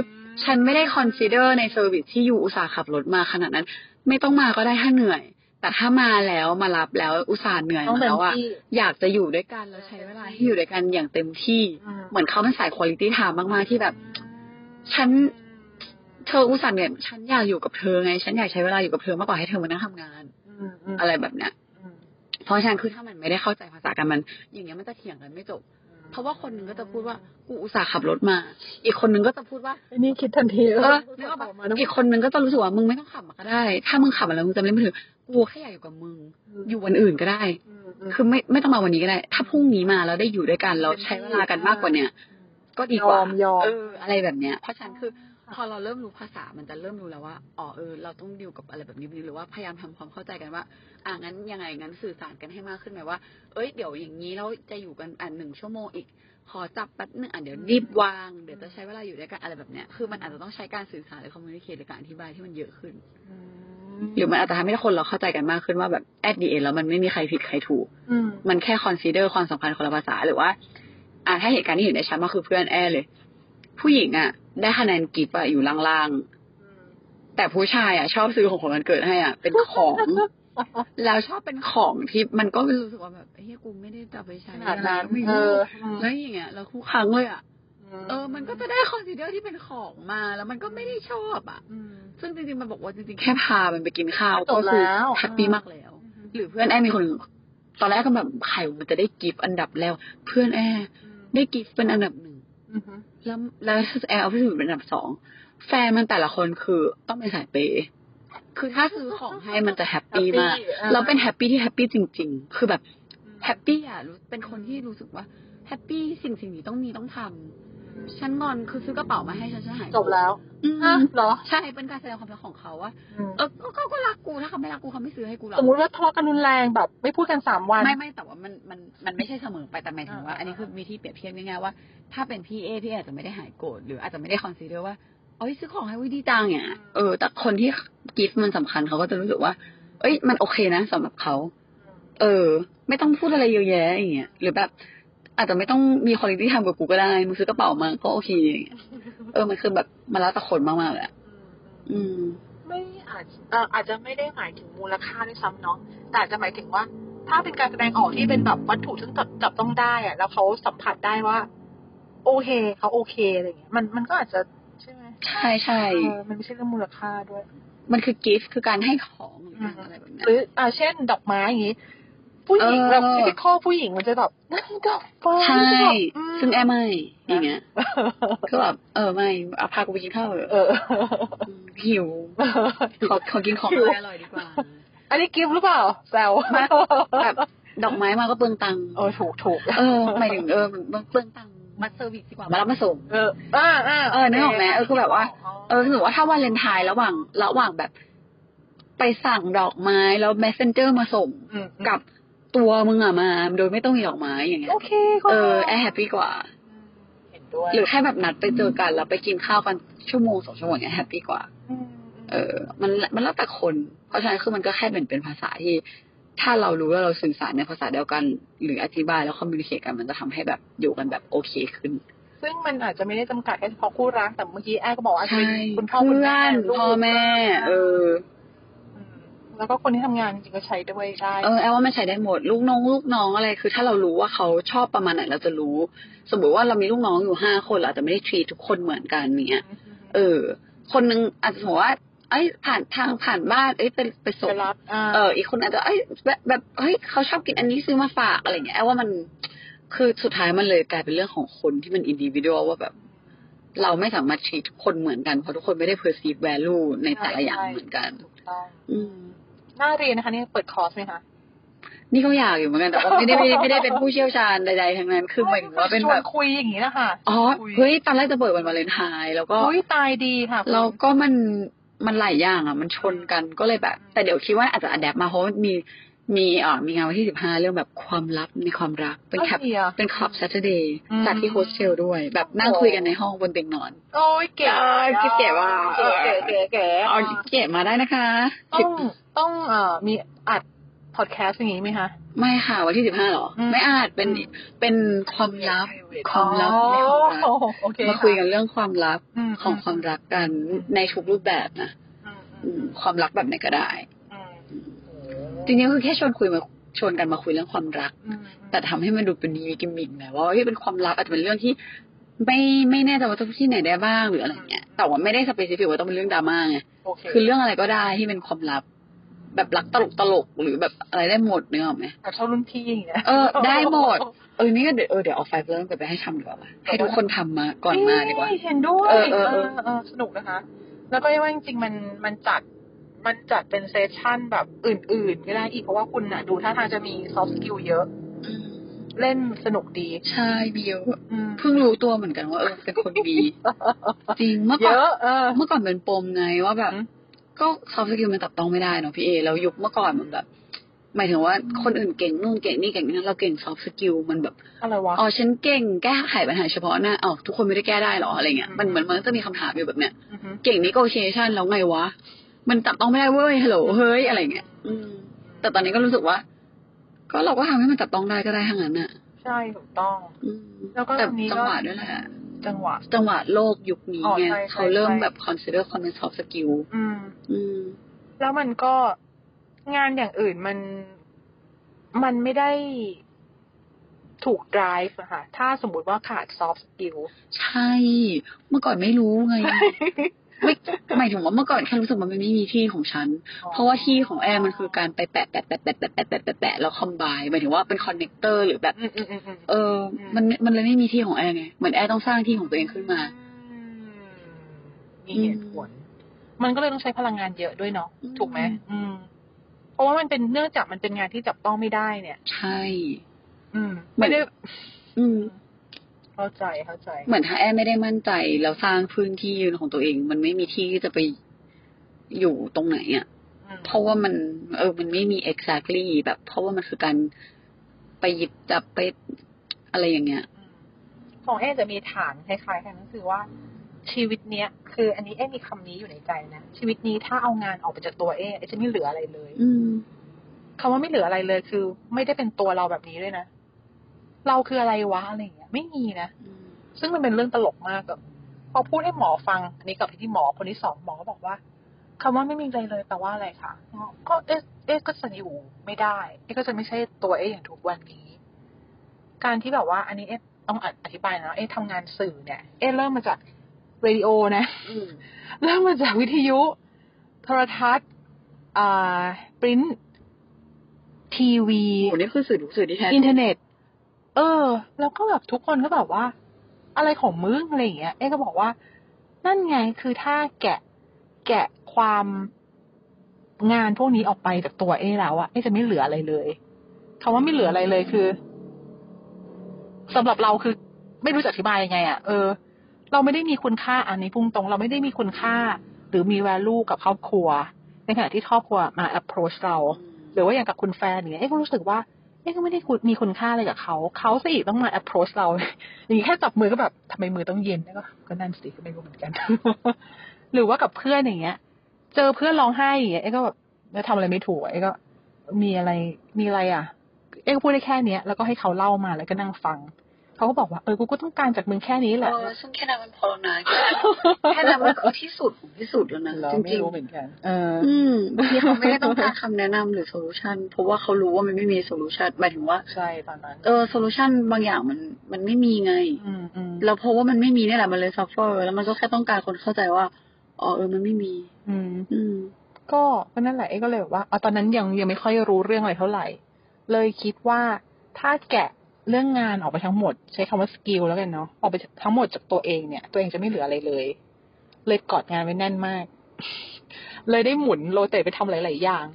Speaker 1: ฉันไม่ได้คอนซีเดอร์ในเซอร์วิสที่อยู่อุตสาห์ขับรถมาขนาดนั้น ไม่ต้องมาก็ได้ถ้าเหนื่อย แต่ถ้ามาแล้วมารับแล้วอุตส่าห์เหนื่อย
Speaker 2: ต้อง
Speaker 1: มา
Speaker 2: เต็ม
Speaker 1: แล้วอะ
Speaker 2: ที่
Speaker 1: อยากจะอยู่ด้วยกันแล้วใช้เวลาที่อยู่ด้วยกันอย่างเต็มที่
Speaker 2: อืม
Speaker 1: เหมือนเขาเป็นสายคุณลิตี้ไทม์มากๆที่แบบ ฉัน เธออุตส่าห์เหนื่อยฉันอยากอยู่กับเธอไง ฉันอยากใช้เวลาอยู่กับเธอมากกว่าให้เธอมานั่งทำงาน
Speaker 2: อืมอืม
Speaker 1: อะไรแบบเนี้ย
Speaker 2: อืม
Speaker 1: เพราะฉะนั้นคือถ้ามันไม่ได้เข้าใจภาษากันมัน อย่างเงี้ยมันจะเถียงกันไม่จบ เพราะว่าคนหนึ่งก็จะพูดว่ากูอุตส่าห์ขับรถมา อีกคนหนึ่งก็จะพูดว่า
Speaker 2: อันนี้คิดทันที
Speaker 1: เออ
Speaker 2: อุต
Speaker 1: นึก
Speaker 2: ส่า
Speaker 1: ออก
Speaker 2: ห์
Speaker 1: ปะ
Speaker 2: ถมาด้วย
Speaker 1: อีกคนหนึ่งก็จะรู้สึกว่ามึงไม่ต้องขับมาก็ได้ ถ้ามึงขับมาแล้วมึงจะไม่มาถึงกูแค่อยากอยู่กับมึง อยู่วันอื่นก็ได้
Speaker 2: อืมอืม
Speaker 1: คือไม่ไม่ต้องมาวันนี้ก็ได้ ถ้าพรุ่งนี้มาแล้วได้อยู่ด้วยกันแล้วใช้เวลากันมากกว่าเนี้ยก็ดีกว่าย
Speaker 2: อมยอม
Speaker 1: เอออะไรแบบเนี้ย เพราะฉะนั้นคือ พอเราเริ่มรู้ภาษามันจะเริ่มรู้แล้วว่าอ๋อเออเราต้องดิวกับอะไรแบบนี้แบบนี้หรือว่าพยายามทำความเข้าใจกันว่า อ่ะงั้นยังไงงั้นสื่อสารกันให้มากขึ้นไหมว่า เอ้ยเดี๋ยวอย่างนี้เราจะอยู่กันอ่ะหนึ่งชั่วโมงอีก ขอจับแป๊บนึงอ่ะเดี๋ยวรีบวางเดี๋ยวจะใช้เวลาอยู่ด้วยกันอะไรแบบเนี้ยคือมันอาจจะต้องใช้การสื่อสารหรือคอมมูนิเคชหรือการอธิบายที่มันเยอะขึ้น
Speaker 2: ม
Speaker 1: หรือมันอาจจะทำให้คนเราเข้าใจกันมากขึ้นว่าแบบ at the end แล้วมันไม่มีใครผิดใครถูก
Speaker 2: อืม
Speaker 1: มันแค่ consider ความสัมพันธ์คนละภาษาหรือว่า อ่าถ้าเหตุการณ์ที่เห็นได้ชัดมากคือเพื่อนแอร์เลย ผู้หญิงอ่ะ ได้คะแนนกิฟต์อะอยู่ล่างๆ แต่ผู้ชายอ่ะ ชอบซื้อของขวัญวันเกิดให้อ่ะ เป็นของ แล้วชอบเป็นของที่มันก็รู้สึกว่าแบบเฮ้ยกูไม่ได้จะไปใช้
Speaker 2: ขนาดนั้น
Speaker 1: ไม่
Speaker 2: เอ
Speaker 1: รู้
Speaker 2: อ
Speaker 1: แล้วอย่างเงี้ยแล้วทุกครั้งเลยอ่ะเออมันก็จะได้ consider ที่เป็นของมาแล้วมันก็ไม่ได้ชอบอ่ะ
Speaker 2: อืม
Speaker 1: ซึ่งจริงๆมันบอกว่าจริงๆแค่พามันไปกินข้าว
Speaker 2: ก็
Speaker 1: ก็
Speaker 2: จบ
Speaker 1: คือ
Speaker 2: แล้ว
Speaker 1: แฮปปี้มากแล้ว หรือเพื่อนแอร์มีคนหนึ่งตอนแรกก็แบบใครมันจะได้กิฟต์อันดับแล้ว เพื่อนแอร์ได้กิฟต์เป็นอันดับหนึ่ง
Speaker 2: อืมอืม
Speaker 1: แล้วแล้วแอร์เอาพี่สุดเป็นอันดับสองแฟนมันแต่ละคนคือต้องเป็นสายเปย์คือถ้าซื้อของให้มันจะแฮปปี้มาก
Speaker 2: อ่ะ
Speaker 1: เราเป็นแฮปปี้ที่แฮปปี้จริง ๆ คือแบบแฮปปี้อ่ะรู้เป็นคนที่รู้สึกว่าแฮปปี้สิ่งสิ่งนี้ต้องมีต้องทำฉันงอนคือซื้อกระเป๋ามาให้ฉันฉันหาย
Speaker 2: จบแล้ว
Speaker 1: อื
Speaker 2: อ่ะ
Speaker 1: ม
Speaker 2: เหรอ
Speaker 1: ใช่เป็นการแสดงความรักของเขาว่า
Speaker 2: อืม
Speaker 1: เออก็เขาก็รักกูถ้าเขาไม่รักกูเขาไม่ซื้อให้กูหรอก
Speaker 2: สมมุติว่าทะเลาะกันรุนแรงแบบ ไม่พูดกันสามวัน
Speaker 1: ไม่ไม่แต่ว่ามันมันมันไม่ใช่เสมอไปแต่หมายถึงว่า
Speaker 2: อ่า
Speaker 1: อันนี้คือมีที่เปรียบเทียบง่ายๆว่า ถ้าเป็นพี่เอพี่อาจจะไม่ได้หายโกรธหรืออาจจะไม่ได้คอนซีเดอร์ว่าเอ้ยซื้อของให้วิดีจังเนี่ยเออแต่คนที่กิฟต์มันสำคัญเขาก็จะรู้สึกว่า เอ้ยมันโอเคนะสำหรับเขา เออ ไม่ต้องพูดอะไรเยอะแยะอย่างเงี้ยหรือแบบอาจจะไม่ต้องมีคุณลิตี้ทำกับกูก็ได้มึงซื้อกระเป๋ามาก็โอเคอย่างเงี้ยเออมันคือแบบมาแล้วแต่คนมากๆเลยอะอืม
Speaker 2: ไม่อาจเอ่ออาจจะไม่ได้หมายถึงมูลค่าด้วยซ้ำเนาะแต่อาจจะหมายถึงว่า ถ้าเป็นการแสดงออกที่เป็นแบบวัตถุที่จับจับต้องได้อะแล้วเขาสัมผัสได้ว่า โอเคเขาโอเคอะไรอย่างเงี้ยมันมันก็อาจจะใช่ไหม
Speaker 1: ใช่ใช่
Speaker 2: เออมันไม่ใช่เรื่องมูลค่าด้วย
Speaker 1: มันคือกิฟต์คือการให้ของหรือการอะไรแบบเนี้ย
Speaker 2: หรืออ่าเช่น ดอกไม้อย่างงี้ ผู้หญิง
Speaker 1: เออ
Speaker 2: แบบที่ข้อผู้หญิงมันจะแบบนั่นดอกไม้
Speaker 1: ใช่
Speaker 2: แบบอืม
Speaker 1: ซึ่งแอร์ไม่อย่างเงี้ย ก็แบบเออไม่เอาพากูไปกินข้าวเถ
Speaker 2: เอ
Speaker 1: อะ
Speaker 2: อ
Speaker 1: มหิวขอขอกินของ
Speaker 2: หิว
Speaker 1: อร่อยๆดีกว่า
Speaker 2: อันนี้กิฟต์หรือเปล่าแซว
Speaker 1: ไม่ แบบดอกไม้มาก็เปลืองตังค์
Speaker 2: เออถูกถูก
Speaker 1: เออหมายถึงเออมันเปลืองตังค์มาเซอร์วิสดีกว่ามารับมาส่ง
Speaker 2: เอออ่าอ่า
Speaker 1: เออนึกออกไหมเออคือแบบว่า เออถือว่าถ้าวาเลนไทน์ระหว่างระหว่างแบบ ไปสั่งดอกไม้แล้ว messenger มาส่ง
Speaker 2: ม
Speaker 1: กับตัวมึงอะมา โดยไม่ต้องมีดอกไม้อย่างเงี้ย
Speaker 2: โอเคก็
Speaker 1: เออแอร์แฮปปี้กว่า
Speaker 2: เห็นด้วย
Speaker 1: หรือแค่แบบนัดไปเจอกันแล้วไปกินข้าวกันชั่วโมงสองชั่วโมงอย่างเงี้ยแฮปปี้กว่า
Speaker 2: ม
Speaker 1: เออ มัน มันแล้วแต่คน เพราะฉะนั้นคือมันก็แค่เป็นเป็นภาษาที่ ถ้าเรารู้ว่าเราสื่อสารในภาษาเดียวกัน หรืออธิบายแล้วคอมมิวนิเคชกันมันจะทำให้แบบอยู่กันแบบโอเคขึ้น
Speaker 2: ซึ่งมันอาจจะไม่ได้จำกัดแค่เฉพาะคู่รักแต่เมื่อกี้แอร์ก็บอกว่าอาจจะ
Speaker 1: ใช่
Speaker 2: เป็นคุณพ่อ
Speaker 1: เพื่
Speaker 2: คุณ
Speaker 1: อ
Speaker 2: แม่
Speaker 1: น
Speaker 2: ลูก
Speaker 1: พ่อแม่ เออ
Speaker 2: อืมแล้วก็คนที่ทำงานจริงๆก็ใช้ด้วยได้
Speaker 1: เออแอลว่ามันใช้ได้หมด ลูกน้องลูกน้องอะไร คือถ้าเรารู้ว่าเขาชอบประมาณไหนเราจะรู้ สมมติว่าเรามีลูกน้องอยู่ห้าคนเราอาจจะไม่ได้ทีทุกคนเหมือนกันเนี้ย เออ คนนึงอาจจะสมมติว่า เอ้ย ผ่านทางผ่านบ้าน เอ้ยไปไปส่ง
Speaker 2: จะรับอ่า
Speaker 1: เอออีกคนอาจจะเอ้ยแบบแบบเฮ้ยเขาชอบกินอันนี้ซื้อมาฝากอะไรอย่างเงี้ยแอบว่ามันคือสุดท้ายมันเลยกลายเป็นเรื่องของคนที่มันอินดิวิ u ด l ว่าแบบ เราไม่สามารถชีทคนเหมือนกัน เพราะทุกคนไม่ได้ perceive value ในแต่ละอย่าง
Speaker 2: ใช่
Speaker 1: เหมือนกัน
Speaker 2: ถูกต้อง
Speaker 1: อืม
Speaker 2: น่าเรียนนะคะเนี่ยเปิดคอร์สไหมคะ
Speaker 1: นี่ก็อยากอยู่เหมือนกันแต่ว่าไม่ได้ไม่ได้ไม่ได้เป็นผู้เชี่ยวชาญใดๆทั้งนั้นคือหมายถึงว่าเป็นแบบ
Speaker 2: ชคุยอย่างนี้นะคะ
Speaker 1: อ๋อเฮ้ยตอนแรกจะเปิดวันวาเลนไทน์แล้วก็
Speaker 2: อุ้ยตายดีค่ะคุณ
Speaker 1: เราก็มันมันหลายอย่างอ่ะ มันชนกันก็เลยแบบ แต่เดี๋ยวคิดว่าอาจจะอัดแอปมาเพราะมันมีมีเอ่อมีงานวันที่สิบห้าเรื่องแบบความลับในความรักเป็นแคป
Speaker 2: เอาดีอะ
Speaker 1: เป็นคลับ s a เ u อร์เดย์
Speaker 2: อืม
Speaker 1: จัดที่โฮสเทลด้วย แบบนั่งคุยกันในห้องบนเตียงนอน
Speaker 2: โอ้ยเก๋
Speaker 1: เออเก๋ว่ะ
Speaker 2: เก๋เก๋เก๋เก๋
Speaker 1: เอาเก็บมาได้นะคะ
Speaker 2: ต้อ
Speaker 1: สิบ
Speaker 2: งต้องเอ่อมีอัดพอดแคสต์อย่างนี้ไหมคะ
Speaker 1: ไม่ค่ะวันที่สิบห้าหรอ
Speaker 2: อืม
Speaker 1: ไม่อาจเป็น
Speaker 2: อืม
Speaker 1: เป็นความลับความลับ
Speaker 2: อ๋อ
Speaker 1: ในความรัก
Speaker 2: โอเค
Speaker 1: มาคุยกันเรื่องความลับ
Speaker 2: ม
Speaker 1: ของความรักกันในทุกรูปแบบนะ
Speaker 2: อืม
Speaker 1: อืมความรักแบบไหนก็ได้
Speaker 2: อืม
Speaker 1: จริงๆคือแค่ชวนคุยมาชวนกันมาคุยเรื่องความรัก
Speaker 2: อืม
Speaker 1: แต่ทำให้มันดูเป็นมีกิมมิกหนะว่าเฮ้ยเป็นความลับอาจจะเป็นเรื่องที่ ไม่ไม่แน่ใจว่าจะพูดที่ไหนได้บ้างหรืออะไรเงี้ยแต่ว่าไม่ได้สเปซิฟิกว่าต้องเป็นเรื่องดราม่าไง
Speaker 2: โอเค
Speaker 1: คือเรื่องอะไรก็ได้ที่เป็นความลับ แบบรักตลกตลกๆหรือแบบอะไรได้หมดเนื้ออกไหม
Speaker 2: แต่เท่ารุ่นพี่อย่างเงี้ย
Speaker 1: เออได้หมด เออนี่ก็เดี๋ยวเออเดี๋ยวเอาไฟล์เริ่มไปให้ทำดีกว่าปะให้ทุกคนทำมาก่อนมาดีกว่า
Speaker 2: เห็นด้วย
Speaker 1: เออเออเออ
Speaker 2: เออสนุกนะคะ แล้วก็ว่าจริงๆมันมันจัดมันจัดเป็นเซสชั่นแบบอื่นๆ ก็ได้อีกเพราะว่าคุณน่ะดูท่าทางจะมีซอฟต์สกิลเยอะ
Speaker 1: อืม
Speaker 2: เล่นสนุกดี
Speaker 1: ใช่มีเยอะ
Speaker 2: อืม
Speaker 1: เพิ่งรู้ตัวเหมือนกันว่าเออเป็นคนมีจริงเมื่อ
Speaker 2: เย
Speaker 1: ก่อน
Speaker 2: อะเออ
Speaker 1: เมื่อก่อนเป็นปมไงว่าแบบ
Speaker 2: อืม
Speaker 1: ก็ซอฟต์สกิลมันตับต้องไม่ได้เนาะพี่เอแล้วยุคเมื่อก่อนมันแบบ หมายถึงว่าคนอื่นเก่งนู่นเก่งนี่เก่งนั่นเราเก่งซอฟต์สกิลมันแบบ
Speaker 2: อะไรวะ
Speaker 1: อ๋อฉันเก่งแก้ไขปัญหาเฉพาะหน้าอ้าวทุกคนไม่ได้แก้ได้หรออะไรเงี้ย
Speaker 2: อืม
Speaker 1: มันเหมือนมันก็จะมีคำถามอยู่แบบเนี้ย
Speaker 2: อือฮึ
Speaker 1: เก่งนิโกเชชันแล้วไงวะ มันตับต้องไม่ได้เว้ยฮัลโหลเฮ้ยอะไรเงี้ยอืม แต่ตอนนี้ก็รู้สึกว่า ก็เราก็ทำให้มันจับต้องได้ก็ได้ทั้งนั้นน่ะ
Speaker 2: ใช่ถูกต้อง
Speaker 1: อืม
Speaker 2: แล้วก็
Speaker 1: แต่
Speaker 2: อันนี้ก็
Speaker 1: จังหวะด้วยแหละ
Speaker 2: จังหวะ
Speaker 1: จังหวะโลกยุคนี้
Speaker 2: อ๋อ
Speaker 1: ไง
Speaker 2: ใช่ใช่
Speaker 1: เขาเริ่ม
Speaker 2: ใช่
Speaker 1: แบบ consider ความเป็น soft skill
Speaker 2: อืม
Speaker 1: อืม
Speaker 2: แล้วมันก็งานอย่างอื่นมันมันไม่ได้ถูก drive อะค่ะ ถ้าสมมติว่าขาด soft skill
Speaker 1: ใช่ เมื่อก่อนไม่รู้ไง ไม่หมายถึงว่าเมื่อก่อนแค่รู้สึกว่ามันไม่มีที่ของฉัน เพราะว่าที่ของแอร์มันคือการไปแปะแปะแปะแปะแปะแปะแปะแปะแปะแล้วคอมไบหมายถึงว่าเป็นคอนเนคเตอร์หรือแบบ
Speaker 2: อืมอืมอืมอืม
Speaker 1: เออ
Speaker 2: อืม
Speaker 1: มันมันเลยไม่มีที่ของแอร์ไง เหมือนแอร์ต้องสร้างที่ของตัวเองขึ้นมา
Speaker 2: อืมมีเหตุผล มันก็เลยต้องใช้พลังงานเยอะด้วยเนาะ
Speaker 1: อืม
Speaker 2: ถูกไหมอืม เพราะว่ามันเป็นเนื่องจากมันเป็นงานที่จับต้องไม่ได้เนี่ย
Speaker 1: ใช่
Speaker 2: อืม ไม่ได้
Speaker 1: อืม
Speaker 2: เข้าใจเข้าใจ
Speaker 1: เหมือนถ้าแอร์ไม่ได้มั่นใจแล้วสร้างพื้นที่ยืนของตัวเอง มันไม่มีที่จะไปอยู่ตรงไหนอ่ะ
Speaker 2: อืม
Speaker 1: เพราะว่ามัน เออ มันไม่มี exactly แบบ เพราะว่ามันคือการไปหยิบจับไปอะไรอย่างเงี้ย
Speaker 2: ของเอจะมีฐานคล้ายๆกันก็คือว่า ชีวิตเนี้ย คืออันนี้เอมีคำนี้อยู่ในใจนะ ชีวิตนี้ถ้าเอางานออกไปจากตัวเอเอจะไม่เหลืออะไรเลย
Speaker 1: อืม
Speaker 2: คำว่าไม่เหลืออะไรเลยคือ ไม่ได้เป็นตัวเราแบบนี้ด้วยนะ เราคืออะไรวะอะไรอย่างเงี้ยไม่มีนะ ซึ่งมันเป็นเรื่องตลกมากแบบพอพูดให้หมอฟัง อันนี้กลับไปที่หมอคนที่สองหมอก็บอกว่าคำว่าไม่มีอะไรเลยแปลว่าอะไรคะก็เอ๊ะเอ๊ะก็จะอยู่ไม่ได้ เอ๊ะก็จะไม่ใช่ตัวเอ๊ะอย่างทุกวันนี้ การที่แบบว่า อันนี้เอ๊ะต้องอธิบายนะเอ๊ะทำงานสื่อเนี่ย เอ๊ะเริ่มมาจากเรดิโอนะ
Speaker 1: อืม
Speaker 2: เริ่มมาจากวิทยุโทรทัศน์อ่าปริ้นทีวี
Speaker 1: โอ้โหนี่คือสื่อสื่อที่แท้
Speaker 2: อินเทอร์เน็ต เออ แล้วก็แบบทุกคนก็แบบว่า อะไรของมึงอะไรอย่างเงี้ย เอ๊ะก็บอกว่า นั่นไงคือถ้าแกะแกะความงานพวกนี้ออกไปจากตัวเอ๊ะแล้วอะเอ๊ะจะไม่เหลืออะไรเลยคำว่าไม่เหลืออะไรเลยคือสำหรับเราคือ ไม่รู้จะอธิบายยังไงอะเออ เราไม่ได้มีคุณค่าอันนี้พุ่งตรงเราไม่ได้มีคุณค่า หรือมี value กับครอบครัว ในขณะที่ครอบครัวมา approach เรา หรือว่าอย่างกับคุณแฟนอย่างเงี้ยเอ๊ะก็รู้สึกว่า เอ๊ะก็ไม่ได้คุณมีคุณค่าอะไรกับเขา เขาสิต้องมา approach เรา อย่างงี้แค่จับมือก็แบบทำไมมือต้องเย็นแล้วก็ก็นั่นสิก็ไม่รู้เหมือน กัน หรือว่ากับเพื่อนอย่างเงี้ย เจอเพื่อนร้องไห้อย่างเงี้ยเอ๊ะก็แบบแล้วทำอะไรไม่ถูกอะเอ๊ะก็ มีอะไรมีอะไรอ่ะ เอ๊ะก็พูดได้แค่เนี้ยแล้วก็ให้เขาเล่ามาแล้วก็นั่งฟัง เขาก็บอกว่าเออกูก็ต้องการจากมึงแค่นี้
Speaker 1: เอ
Speaker 2: แหละ
Speaker 1: อซึ่งแค่นั้นมันพอแล้ว นะแค่นั้น มันคือที่สุดของที่สุดแล้วนะจริงๆ
Speaker 2: เออ
Speaker 1: อืมบางทีเขาไม่ได้ต้องการคำแนะนำหรือโซลูชันเพราะว่าเขารู้ว่ามันไม่มีโซลูชันหมายถึงว่า
Speaker 2: ใช่ตอนนั้น
Speaker 1: เออโซลูชันบางอย่างมันมันไม่มีไง
Speaker 2: อืมอืม
Speaker 1: แล้วเพราะว่ามันไม่มีนี่แหละมันเลยซัฟเฟอร์แล้วมันก็แค่ต้องการคนเข้าใจว่าอ๋อเออมันไม่มี
Speaker 2: อืม
Speaker 1: อืม
Speaker 2: ก็ก็นั่นแหละเอ๊ก็เลยแบบว่าเอาตอนนั้นยังยังไม่ค่อยรู้เรื่องอะไรเท่าไหร่ เลยคิดว่าถ้าแกะ เรื่องงานออกไปทั้งหมด ใช้คำว่าสกิลแล้วกันเนาะออกไปทั้งหมดจากตัวเองเนี่ย ตัวเองจะไม่เหลืออะไรเลย เลยกอดงานไว้แน่นมาก เลยได้หมุนโรเตทไปทำหลาย ๆ อย่าง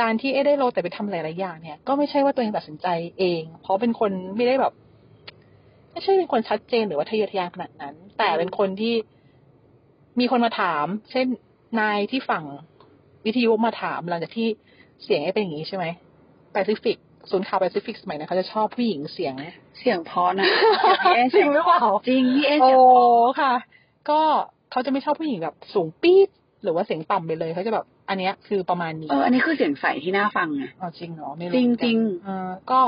Speaker 2: การที่เอ๊ได้โรเตทไปทำหลาย ๆ อย่างเนี่ย ก็ไม่ใช่ว่าตัวเองตัดสินใจเอง เพราะเป็นคนไม่ได้แบบ ไม่ใช่เป็นคนชัดเจนหรือว่าทะเยอทะยานขนาดนั้น แต่เป็นคนที่มีคนมาถาม เช่นนายที่ฝั่งวิทยุมาถามหลังจากที่เสียงเอ๊เป็นอย่างนี้ใช่ไหมแปซิฟิกศูนย์ข่าวแปซิฟิกสมัยนั้นเขาจะชอบผู้หญิงเสียง
Speaker 1: เสียงเพอนะ
Speaker 2: จริงหรือเปล่า
Speaker 1: จริงพี่เอเสี
Speaker 2: โอ้
Speaker 1: ยง
Speaker 2: ค่ะ ก็เขาจะไม่ชอบผู้หญิงแบบสูงปี๊ดหรือว่าเสียงต่ำไปเลยเขาจะแบบ อันเนี้ยคือประมาณนี้
Speaker 1: เอออันนี้คือเสียงใสที่น่าฟังนะ
Speaker 2: เอาจริงเหรอไม่
Speaker 1: จริง
Speaker 2: เหมือน
Speaker 1: จ
Speaker 2: กัน
Speaker 1: ริง
Speaker 2: เออก็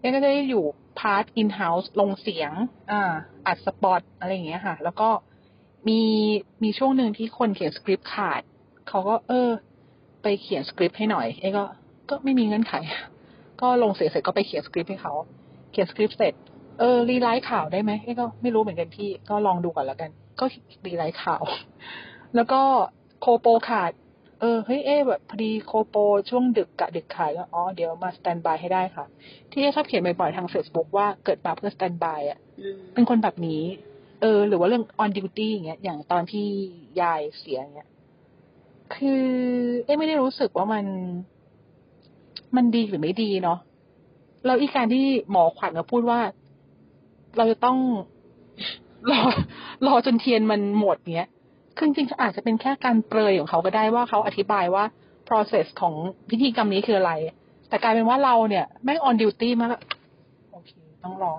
Speaker 2: เอ็ก็จะได้อยู่พาร์ทอินเฮาส์ลงเสียง อ่า อัดสปอตอะไรอย่างเงี้ยค่ะ แล้วก็มีมีช่วงหนึ่งที่คนเขียนสคริปต์ขาด เขาก็ เออ ไปเขียนสคริปต์ให้หน่อย เอ็ก็ก็ไม่มีเงื่อนไข ก็ลงเสียงเสร็จก็ไปเขียนสคริปต์ให้เขาเขียนสคริปต์เสร็จ เออรีไลท์ข่าวได้ไหมเอ้ยก็ไม่รู้เหมือนกันพี่ก็ลองดูก่อนแล้วกัน ก็รีไลท์ข่าว แล้วก็โคโปขาด เออเฮ้ยเอ้ยแบบพอดีโคโปช่วงดึกกะดึกขายก็อ๋อเดี๋ยวมาสแตนบายให้ได้ค่ะ ที่เอ้ยชอบเขียนบ่อยๆทาง Facebook ว่าเกิดมาเพื่อสแตนบายอ่ะ
Speaker 1: อืม
Speaker 2: เป็นคนแบบนี้ เออ หรือว่าเรื่อง on duty อย่างเงี้ย อย่างตอนที่ยายเสียเงี้ย คือ เอ้ยไม่ได้รู้สึกว่ามัน มันดีหรือไม่ดีเนาะ เราอีกการที่หมอขวัญมาพูดว่า เราจะต้อง รอ รอจนเทียนมันหมดเงี้ย คือจริงๆอาจจะเป็นแค่การเปรยของเขาก็ได้ว่าเขาอธิบายว่า process ของพิธีกรรมนี้คืออะไร แต่กลายเป็นว่าเราเนี่ยแม่ง on duty มากอะโอเค ต้องรอ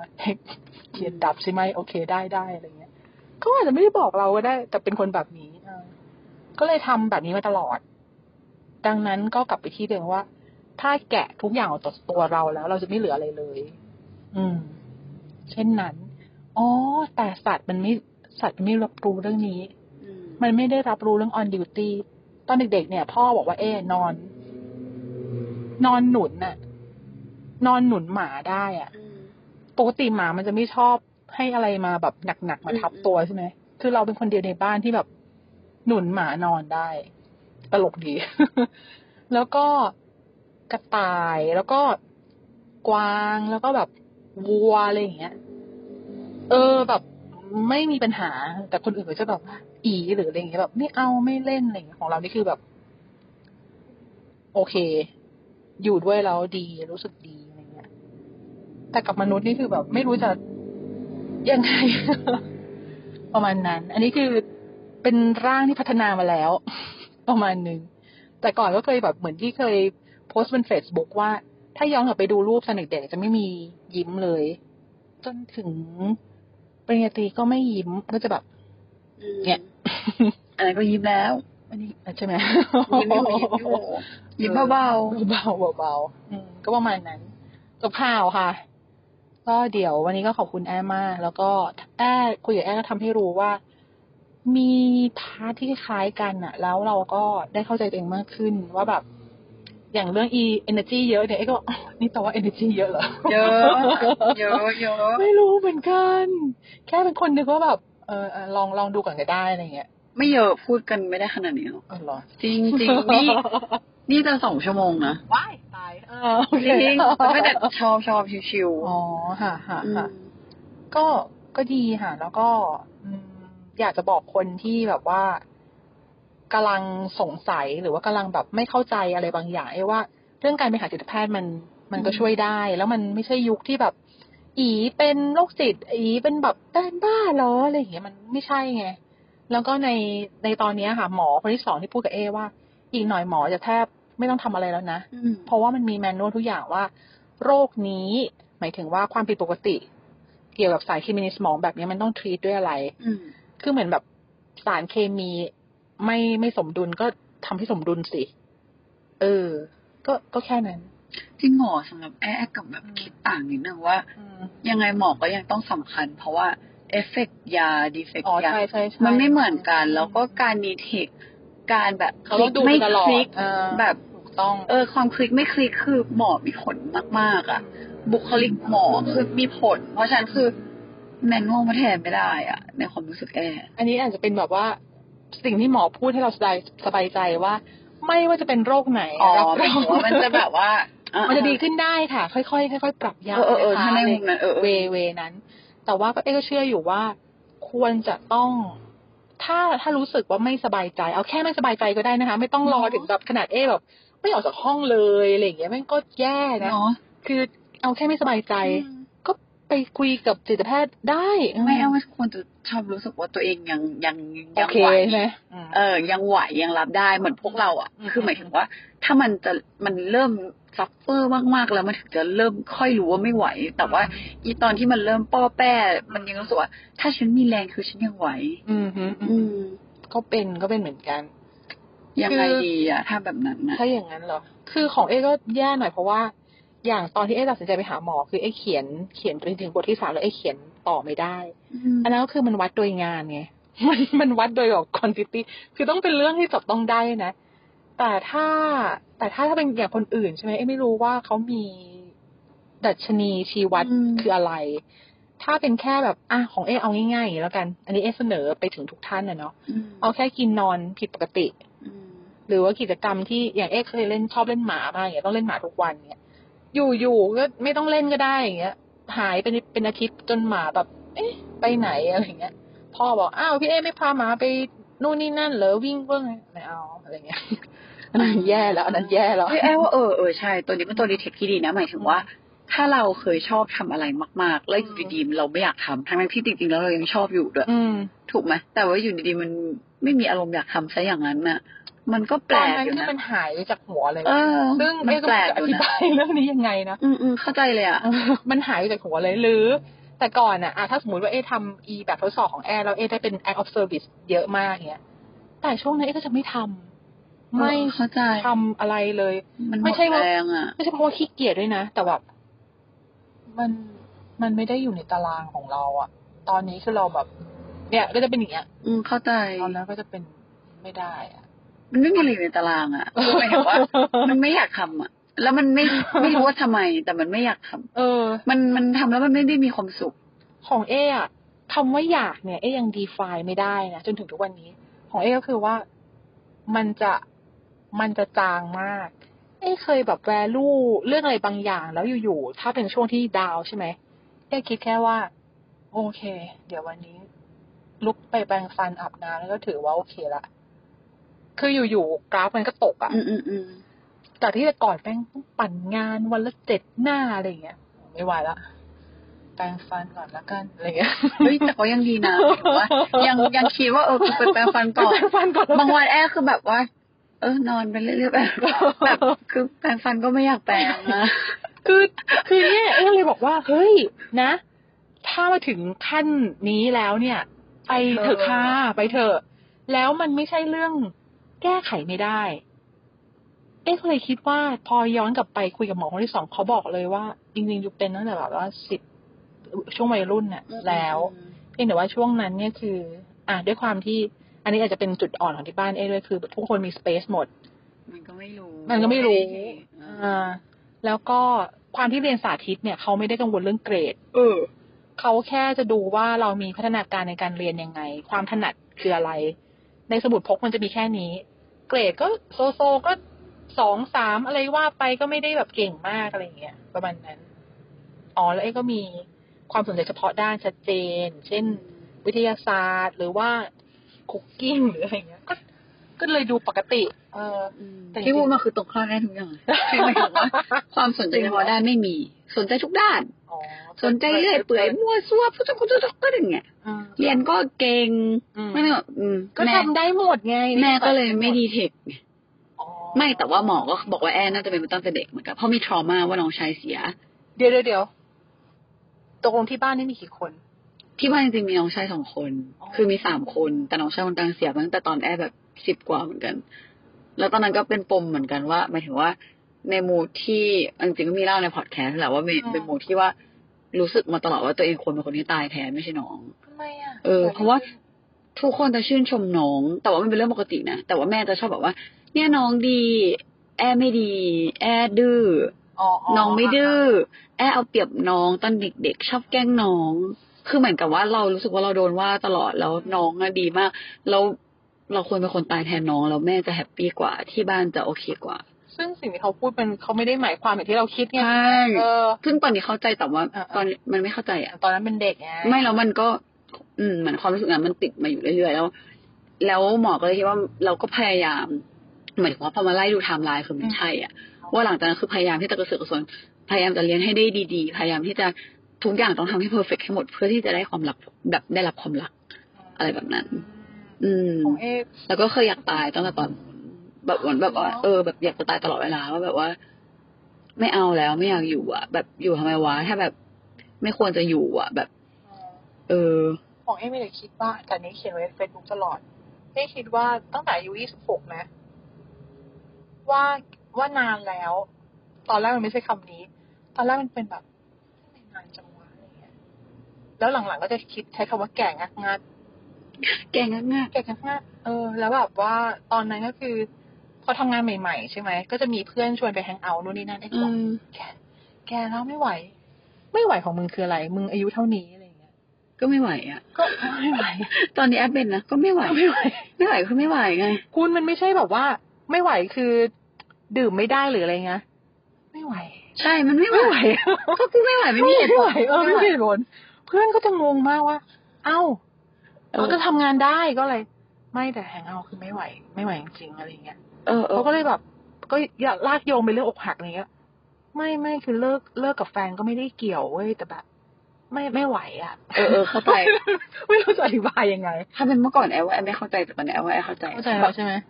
Speaker 2: เทียนดับใช่ไหมโอเคได้ได้อะไรเงี้ยเขาอาจจะไม่ได้บอกเราก็ได้ แต่เป็นคนแบบนี้เออก็เลยทำแบบนี้มาตลอด ดังนั้นก็กลับไปที่เดิมว่า ถ้าแกะทุกอย่างออกจากตัวเราแล้ว เราจะไม่เหลืออะไรเลย อืม เช่นนั้นอ๋อแต่สัตว์มันไม่สัตว์มันไม่รับรู้เรื่องนี้
Speaker 1: อืม
Speaker 2: มันไม่ได้รับรู้เรื่อง on duty ตอนเด็กๆ เนี่ย พ่อบอกว่าเอ๊ะนอน นอนหนุนน่ะ นอนหนุนหมาได้อะ
Speaker 1: อืม
Speaker 2: ปกติหมามันจะไม่ชอบให้อะไรมาแบบหนักๆมาทับ
Speaker 1: อืม
Speaker 2: ตัวใช่ไหม คือเราเป็นคนเดียวในบ้านที่แบบหนุนหมานอนได้ ตลกดี แล้วก็กระต่ายแล้วก็กวางแล้วก็แบบวัวอะไรอย่างเงี้ย เออแบบไม่มีปัญหา แต่คนอื่นก็จะแบบอีหรืออะไรอย่างเงี้ยแบบไม่เอาไม่เล่นอะไรอย่างเงี้ยของเรานี่คือแบบ โอเค อยู่ด้วยแล้วดีรู้สึกดีอะไรเงี้ย แต่กับมนุษย์นี่คือแบบไม่รู้จะยัง ไง ประมาณนั้น อันนี้คือเป็นร่างที่พัฒนามาแล้ว ประมาณหนึ่งแต่ก่อนก็เคยแบบเหมือนที่เคยโพสต์บน Facebook ว่า ถ้าย้อนกลับไปดูรูปตอนเด็กๆจะไม่มียิ้มเลย จนถึงปริญญาตรีก็ไม่ยิ้มก็จะแบบ
Speaker 1: อืม
Speaker 2: เนี่ย
Speaker 1: อันนั้นก็ยิ้มแล้ว
Speaker 2: อันนี้ใช่ไหม
Speaker 1: ยิ้มอยู่ยิ้มอยู่ยิ้มเบา
Speaker 2: ๆเบาๆเบาๆอืมก็ประมาณนั้นจบข่าวค่ะ ก็เดี๋ยววันนี้ก็ขอบคุณแอ้มาก แล้วก็แอ้คุยกับแอ้ก็ทำให้รู้ว่า มีพาร์ทที่คล้ายกันอะแล้วเราก็ได้เข้าใจตัวเองมากขึ้น ว่าแบบ อย่างเรื่อง e energy เยอะเนี่ยไอ้ก็ บอกอ้าวนี่แปลว่า energy เยอะเหรอ
Speaker 1: ๆเยอะเยอะเยอะ
Speaker 2: ไม่รู้เหมือนกัน แค่เป็นคนนึกว่าแบบเออเออลองลองดูก่อนก็ได้อะไรเงี้ย
Speaker 1: ไม่เยอะพูดกันไม่ได้ขนาดนี้หรอก
Speaker 2: เออเหรอ
Speaker 1: จริงจริง นี่นี่จะสองชั่วโมงนะ
Speaker 5: ว้ายตาย
Speaker 2: เออโอ
Speaker 1: จ
Speaker 2: เค
Speaker 1: ริง แต่ไม่แต่ชอบชอบชิว
Speaker 2: อ๋อค่ะค่ะ
Speaker 1: ๆอืม
Speaker 2: ค่ะ ก็ก็ดีค่ะ แล้วก็อืมอยากจะบอกคนที่แบบว่ากำลังสงสัยหรือว่ากำลังแบบไม่เข้าใจอะไรบางอย่างไอ้ว่า เรื่องการไปหาจิตแพทย์มัน มันก็ช่วยได้ แล้วมันไม่ใช่ยุคที่แบบ อีเป็นโรคจิต อีเป็นแบบแต้นบ้าเหรออะไรอย่างเงี้ยมันไม่ใช่ไง แล้วก็ในในตอนเนี้ยค่ะ หมอคนที่สองที่พูดกับเอว่า อีกหน่อยหมอจะแทบไม่ต้องทำอะไรแล้วนะ
Speaker 1: อืม
Speaker 2: เพราะว่ามันมีแมนนวลทุกอย่างว่า โรคนี้ หมายถึงว่าความผิดปกติ เกี่ยวกับสารเคมีในสมองแบบนี้มันต้องทรีตด้วยอะไร
Speaker 1: อืม
Speaker 2: คือเหมือนแบบสารเคมีไม่ไม่สมดุลก็ทำให้สมดุลสิ เออ ก็ก็แค่นั้น
Speaker 1: จริงเหรอสำหรับแอร์แอร์กับแบบคิดต่างนิดนึงว่า
Speaker 2: อืม
Speaker 1: ยังไงหมอก็ยังต้องสำคัญ เพราะว่าเอฟเฟกยาดีเฟก
Speaker 2: อ๋อย
Speaker 1: า
Speaker 2: ใช่ใช่ใช่
Speaker 1: มันไม่เหมือนกัน แล้วก็การนีเทคการแบบ
Speaker 2: เขาก็ดู
Speaker 1: ไม่
Speaker 2: ตลอ
Speaker 1: ค
Speaker 2: ด
Speaker 1: ลิก
Speaker 2: เออ
Speaker 1: แบบ
Speaker 2: ถูกต้อง
Speaker 1: เออความคลิกไม่คลิกคือหมอมีผลมากๆอ่ะ บุคลิกหมอคือมีผล เพราะฉะนั้นคือแมนนวลมาแทนไม่ได้อ่ะ ในความรู้สึกแอร์
Speaker 2: อันนี้อาจจะเป็นแบบว่าสิ่งที่หมอพูดให้เราสบายสบายใจว่า ไม่ว่าจะเป็นโรคไหน
Speaker 1: อ๋อ
Speaker 2: รับ
Speaker 1: เป็น
Speaker 2: รอง
Speaker 1: หัวมันจะแบบว่า อ่า
Speaker 2: มันจะดีขึ้นได้ค่ะ ค่อยๆค่อยๆปรับยา
Speaker 1: เออเออเออ
Speaker 2: นะคะ
Speaker 1: ถ้าใน
Speaker 2: อะไร
Speaker 1: มุมนั้นเออเออ
Speaker 2: เวเวนั้น แต่ว่าก็เอ๊ก็เชื่ออยู่ว่า ควรจะต้อง ถ้าถ้ารู้สึกว่าไม่สบายใจ เอาแค่ไม่สบายใจก็ได้นะคะ ไม่ต้องรอถึงแบบขนาดเอ๊แบบไม่ออกจากห้องเลยอะไรอย่างเงี้ยมันก็แย่นะ
Speaker 1: เนาะ
Speaker 2: คือเอาแค่ไม่สบายใจ
Speaker 1: อืม
Speaker 2: ไปคุยกับจิตแพทย์ได้
Speaker 1: ไม่เอาไม่ควรจะชอบรู้สึกว่าตัวเองยังยัง
Speaker 2: โอ
Speaker 1: ยัง
Speaker 2: เค
Speaker 1: ไหว
Speaker 2: ใช่ไหมอืม
Speaker 1: เออยังไหวยังรับได้เหมือนพวกเราอ่ะ
Speaker 2: อืม
Speaker 1: คือหมายถึงว่า ถ้ามันจะมันเริ่มซัฟเฟอร์มากๆแล้วมันถึงจะเริ่มค่อยรู้ว่าไม่ไหว แต่ว่าอีตอนที่มันเริ่มป้อแป้มันยังรู้สึกว่า ถ้าฉันมีแรงคือฉันยังไหว
Speaker 2: อืมฮึอื
Speaker 1: อืม
Speaker 2: มก็เป็นก็เป็นเหมือนกัน
Speaker 1: ยังไงดีอ่ะถ้าแบบนั้นนะ
Speaker 2: ถ้าอย่างนั้นเหรอ คือของเอก็แย่หน่อยเพราะว่า อย่างตอนที่เอตัดสินใจไปหาหมอ คือเอเขียนเขียนไปถึงบทที่สามแล้วเอเขียนต่อไม่ได้ อันนั้นก็คือมันวัดโดยงานไง มันมันวัดโดยแบบคอนติตี้ คือต้องเป็นเรื่องที่จับต้องได้นะ แต่ถ้าแต่ถ้าถ้าเป็นอย่างคนอื่นใช่ไหมเอไม่รู้ว่าเขามีดัชนีชี้วัดคืออะไร ถ้าเป็นแค่แบบอ่ะของเอเอาง่ายๆอย่างนี้แล้วกัน อันนี้เอเสนอไปถึงทุกท่านนะเนาะ
Speaker 1: ม
Speaker 2: เอาแค่กินนอนผิดปกติ
Speaker 1: อืม
Speaker 2: หรือว่ากิจกรรมที่อย่างเอ็กเคยเล่นชอบเล่นหมามากอย่างเงี้ยต้องเล่นหมาทุกวันเนี่ยอยู่อยู่ๆก็ไม่ต้องเล่นก็ได้อย่างเงี้ยหายเป็นเป็นอาทิตย์จนหมาแบบ เอ๊ะ ไปไหนอะไรเงี้ยพ่อบอกอ้าวพี่เอ๊ไม่พาหมาไปนู่นนี่นั่นเหรอวิ่งเบื้องไม่เอาอะไรเงี้ยอันนั้นแย่แล้วอันนั้นแย่แล้ว
Speaker 1: เอ้ยแอบว่าเออเออใช่ ตัวนี้เป็นตัวรีเทคที่ดีนะหมายถึงว่า ถ้าเราเคยชอบทำอะไรมากๆ แล้วอยู่ดีๆเราไม่อยากทำทั้งๆที่จริงๆแล้วเรายังชอบอยู่ด้วย
Speaker 2: อืม
Speaker 1: ถูกไหมแต่ว่าอยู่ดีๆมันไม่มีอารมณ์อยากทำซะอย่างนั้นน่ะ มันก็แป
Speaker 2: ต
Speaker 1: ล
Speaker 2: อน
Speaker 1: กอ
Speaker 2: นั้น
Speaker 1: ยู่
Speaker 2: ที่
Speaker 1: นะ
Speaker 2: มันหายไปจากหัวเลย
Speaker 1: เออ
Speaker 2: ซึ่ง
Speaker 1: มัน
Speaker 2: เอ๊ก็
Speaker 1: แปล
Speaker 2: ไม่
Speaker 1: ก
Speaker 2: รู้จะ
Speaker 1: อ
Speaker 2: อ
Speaker 1: นะ
Speaker 2: ยู่ ธิบายเรื่องนี้ยังไงนะ
Speaker 1: อืมอืมเข้าใจเลยอ่ะ
Speaker 2: เออ มันหายไปจากหัวเลยหรือ แต่ก่อนอ่ะอะถ้าสมมติว่าเอทำอีแบบทดสอบของแอร์แล้วเอได้เป็น act of service เยอะมากเงี้ยแต่ช่วงนั้นเอก็จะไม่ทำไม่
Speaker 1: เข้าใจ
Speaker 2: ทำอะไรเลย
Speaker 1: มันหม
Speaker 2: ไม่
Speaker 1: ด
Speaker 2: ใช่ว่า
Speaker 1: แรงอ่ะ
Speaker 2: ไม่ใช่เพราะว่าขี้เกียจด้วยนะ แต่แบบมันมันไม่ได้อยู่ในตารางของเราอ่ะ ตอนนี้คือเราแบบ เนี่ยก็จะเป็นอย่างเงี้ย
Speaker 1: อืมเข้าใจ
Speaker 2: ตอนนั้นก็จะเป็นไม่ได้อ่ะ
Speaker 1: มันไม่มีอะไรอยู่ในตารางอ่ะคือหมายถึงว่า มันไม่อยากทำอ่ะ แล้วมันไม่ไม่รู้ว่าทำไม แต่มันไม่อยากทำ
Speaker 2: เออ
Speaker 1: มันมันทำแล้วมันไม่ได้มีความสุข
Speaker 2: ของเออะคำว่าอยากเนี่ยเอยัง define ไม่ได้นะจนถึงทุกวันนี้ ของเอก็คือว่ามันจะมันจะจางมาก เอเคยแบบ value เรื่องอะไรบางอย่างแล้วอยู่ๆถ้าเป็นช่วงที่ดาวน์ใช่ไหมเอคิดแค่ว่า โอเค เดี๋ยววันนี้ ลุกไปแปรงฟันอาบน้ำแล้วก็ถือว่าโอเคละคืออยู่ๆกราฟมันก็ตกอะ
Speaker 1: อืมอืมอืม
Speaker 2: จากที่แต่ก่อนแม่งต้องปั่นงานวันละเจ็ดหน้าอะไรอย่างเงี้ย ไม่ไหวละแปรงฟันก่อนละกันอะไรอย่างเงี้ย
Speaker 1: เฮ้ยแต่ก็ยังดีนะหมายถึงว่า ยังยังคิดว่าเออกูไปแปรงฟันก่อ
Speaker 2: แป
Speaker 1: น
Speaker 2: รงฟันก่อนแล้ว
Speaker 1: บางวันแอร์คือแบบว่า เออนอนไปเรื่อยๆแบบแบบคือแปรงฟันก็ไม่อยากแปรงนะ
Speaker 2: คือคือเนี่ยเออเลยบอกว่าเฮ้ยนะ ถ้ามาถึงขั้นนี้แล้วเนี่ย ไปเถอะค่ะไปเถอะ แล้วมันไม่ใช่เรื่องแก้ไขไม่ได้ เอ๊ะก็เลยคิดว่าพอย้อนกลับไปคุยกับหมอคนที่สองเขาบอกเลยว่าจริงๆอยู่เป็นตั้งแต่แบบว่าสิบช่วงวัยรุ่นน่ะ แล้ว เพียงแต่ว่าช่วงนั้นเนี่ยคือ อ่ะด้วยความที่ อันนี้อาจจะเป็นจุดอ่อนของที่บ้านเอ้ด้วยคือ ทุกคนมีสเปซหมด
Speaker 1: มันก็ไม่รู้
Speaker 2: มันก็ไม่รู้
Speaker 1: เออ
Speaker 2: อ่า แล้วก็ความที่เรียนสาธิตเนี่ยเขาไม่ได้กังวลเรื่องเกรด
Speaker 1: เออ
Speaker 2: เขาแค่จะดูว่าเรามีพัฒนาการในการเรียนยังไง ความถนัดคืออะไร ในสมุดพกมันจะมีแค่นี้ เกรดก็โซโซก็สองสามอะไรว่าไปก็ไม่ได้แบบเก่งมากอะไรอย่างเงี้ยประมาณนั้น อ๋อแล้วเอ้ก็มีความสนใจเฉพาะด้านชัดเจน เช่น วิทยาศาสตร์หรือว่าคุกกิ้งหรืออะไรเงี้ย ก็ก็เลยดูปกติ เออ แต่จริงๆ
Speaker 1: ที่พูดมาคือตรงข้ามได้ทุกอย่างคือหมายถึงว่าความสนใจเฉพาะด้านไม่มี สนใจทุกด้าน
Speaker 2: อ๋อ
Speaker 1: สนใจเรื่อยเปื่อยมั่วซั่วพุทธคุณทุกก็อย่างเงี้ย
Speaker 2: อืม
Speaker 1: เรียนก็เก่ง
Speaker 2: อืม
Speaker 1: ไม่ไม่อืม
Speaker 2: ก็
Speaker 1: แม่
Speaker 2: ทำได้หมดไง
Speaker 1: แม่ก็เลยไม่ดีเทค
Speaker 2: อ๋อ
Speaker 1: ไม่แต่ว่าหมอก็บอกว่าแอนน่าจะเป็นมาตั้งแต่เด็กเหมือนกันเพราะมีทรมาว่าน้องชายเสีย
Speaker 2: เดี๋ยวเดี๋ยวเดี๋ยวตกลงที่บ้านนี่มีกี่คน
Speaker 1: ที่บ้านจริงๆมีน้องชายสองคน
Speaker 2: อ๋อ
Speaker 1: คือมีสามคน แต่น้องชายคนกลางเสียมาตั้งแต่ตอนแอร์แบบสิบ10 กว่าเหมือนกัน แล้วตอนนั้นก็เป็นปมเหมือนกันว่าหมายถึงว่า ในหมู่ที่อันจริงๆก็มีเล่าในพอดแคสต์แหละว่ามี
Speaker 2: อืม
Speaker 1: เป็นหมู่ที่ว่ารู้สึกมาตลอดว่าตัวเองควรเป็นคนที่ตายแทนไม่ใช่น้อง
Speaker 2: ทำไมอ่ะ
Speaker 1: เออเพราะว่าทุกคนจะชื่นชมน้อง แต่ว่ามันเป็นเรื่องปกตินะแต่ว่าแม่จะชอบแบบว่า เนี่ยน้องดี แอร์ไม่ดี แอร์ดื้อ
Speaker 2: อ๋อ
Speaker 1: น้องไม่ดื้อแอร์เอาเปรียบน้องตอนเด็กๆชอบแกล้งน้อง คือเหมือนกับว่าเรารู้สึกว่าเราโดนว่าตลอดแล้วน้องอะดีมากแล้วเราควรเป็นคนตายแทนน้องแล้วแม่จะแฮปปี้กว่าที่บ้านจะโอเคกว่า
Speaker 2: ซึ่งสิ่งที่เขาพูดมันเขาไม่ได้หมายความอย่างที่เราคิดไง
Speaker 1: ใช่
Speaker 2: เออ
Speaker 1: ซึ่งตอนนี้เข้าใจแต่ว่า
Speaker 2: อ่า
Speaker 1: ตอนมันไม่เข้าใจอ่ะ
Speaker 2: ตอนนั้นเป็นเด็กไง
Speaker 1: ไม่แล้วมันก็ อืมเหมือนความรู้สึกนั้นมันติดมาอยู่เรื่อยๆแล้ว แล้วหมอก็เลยคิดว่าเราก็พยายามเหมือนว่าพอมาไล่ดูไทม์ไลน์คือมันใช่อ่ะว่าหลังจากนั้นคือพยายามที่จะกระเสือกกระสนพยายามจะเลี้ยงให้ได้ดีๆ พยายามที่จะทุกอย่างต้องทำให้เพอร์เฟกให้หมดเพื่อที่จะได้ความรักแบบได้รับความรักอะไรแบบนั้น อืม
Speaker 2: ของเอ
Speaker 1: แล้วก็เคยอยากตายตั้งแต่ตอน แบบวันแบบว่าเออแบบอยากจะตายตลอดเวลาว่าแบบว่า ไม่เอาแล้วไม่อยากอยู่อ่ะ แบบอยู่ทำไมวะถ้าแบบ ไม่ควรจะอยู่อ่ะ แบบ เออ
Speaker 2: ของเอ้ไม่ได้คิดว่าแต่นี้เขียนไว้ในเฟซบุ๊กตลอดเอ้คิดว่าตั้งแต่อายุยี่สิบหกนะ ว่าว่านานแล้ว ตอนแรกมันไม่ใช่คำนี้ ตอนแรกมันเป็นแบบทำไมนานจังวะอะไรเงี้ยแล้วหลังๆก็จะคิดใช้คำว่าแก่งักงัด
Speaker 1: แกงง่าย
Speaker 2: แก่งักงัดเออ แล้วแบบว่าตอนนั้นก็คือ พอทำงานใหม่ๆ ใช่ไหมก็จะมีเพื่อนชวนไปแฮงเอาท์นู่นนี่นั่นไอ้
Speaker 1: ๆอื
Speaker 2: บอก
Speaker 1: ม
Speaker 2: แกแกแล้วไม่ไหว ไม่ไหวของมึงคืออะไร มึงอายุเท่านี้อะไรเงี้ย
Speaker 1: ก็ไม่ไหวอ่ะ
Speaker 2: ก็ไม่ไหว
Speaker 1: ตอนนี้แอปเป็นนะก็ไม่ไหว
Speaker 2: ไม่ไหว
Speaker 1: ไม่ไหวคือไม่ไหวไง
Speaker 2: คุณมันไม่ใช่แบบว่า ไม่ไหวคือ ดื่มไม่ได้หรืออะไรเงี้ยไม่ไหว
Speaker 1: ใช่มันไม่ไหว
Speaker 2: ไม่ไหว
Speaker 1: ก็กูไม่ไหวไม่มีเหตุ
Speaker 2: ไม่
Speaker 1: ผ
Speaker 2: ไหว
Speaker 1: ล
Speaker 2: เออไม่มีเหตุผลเพื่อนก็จะงงมากว่า เอ้ามันก็ทำงานได้ก็เลย ไม่แต่แหงเอาคือไม่ไหว ไม่ไหวจริงๆอะไรเงี้ย
Speaker 1: เออเออ
Speaker 2: เขาก็เลยแบบ ก็อยากลากโยงไปเรื่องอกหักอะไรเงี้ย ไม่ไม่คือเลิกเลิกกับแฟนก็ไม่ได้เกี่ยวเว้ยแต่แบบ ไม่ไม่ไหวอ่ะ
Speaker 1: เออเออเข้าใจ
Speaker 2: ไม่รู้จะอธิบายยังไง
Speaker 1: ถ้าเป็นเมื่อก่อนแอปว่าแอปไม่เข้าใจแต่ตอนนี้แอปว่าแอปเข้าใจ
Speaker 2: เข้าใจแล้วใช่ไหม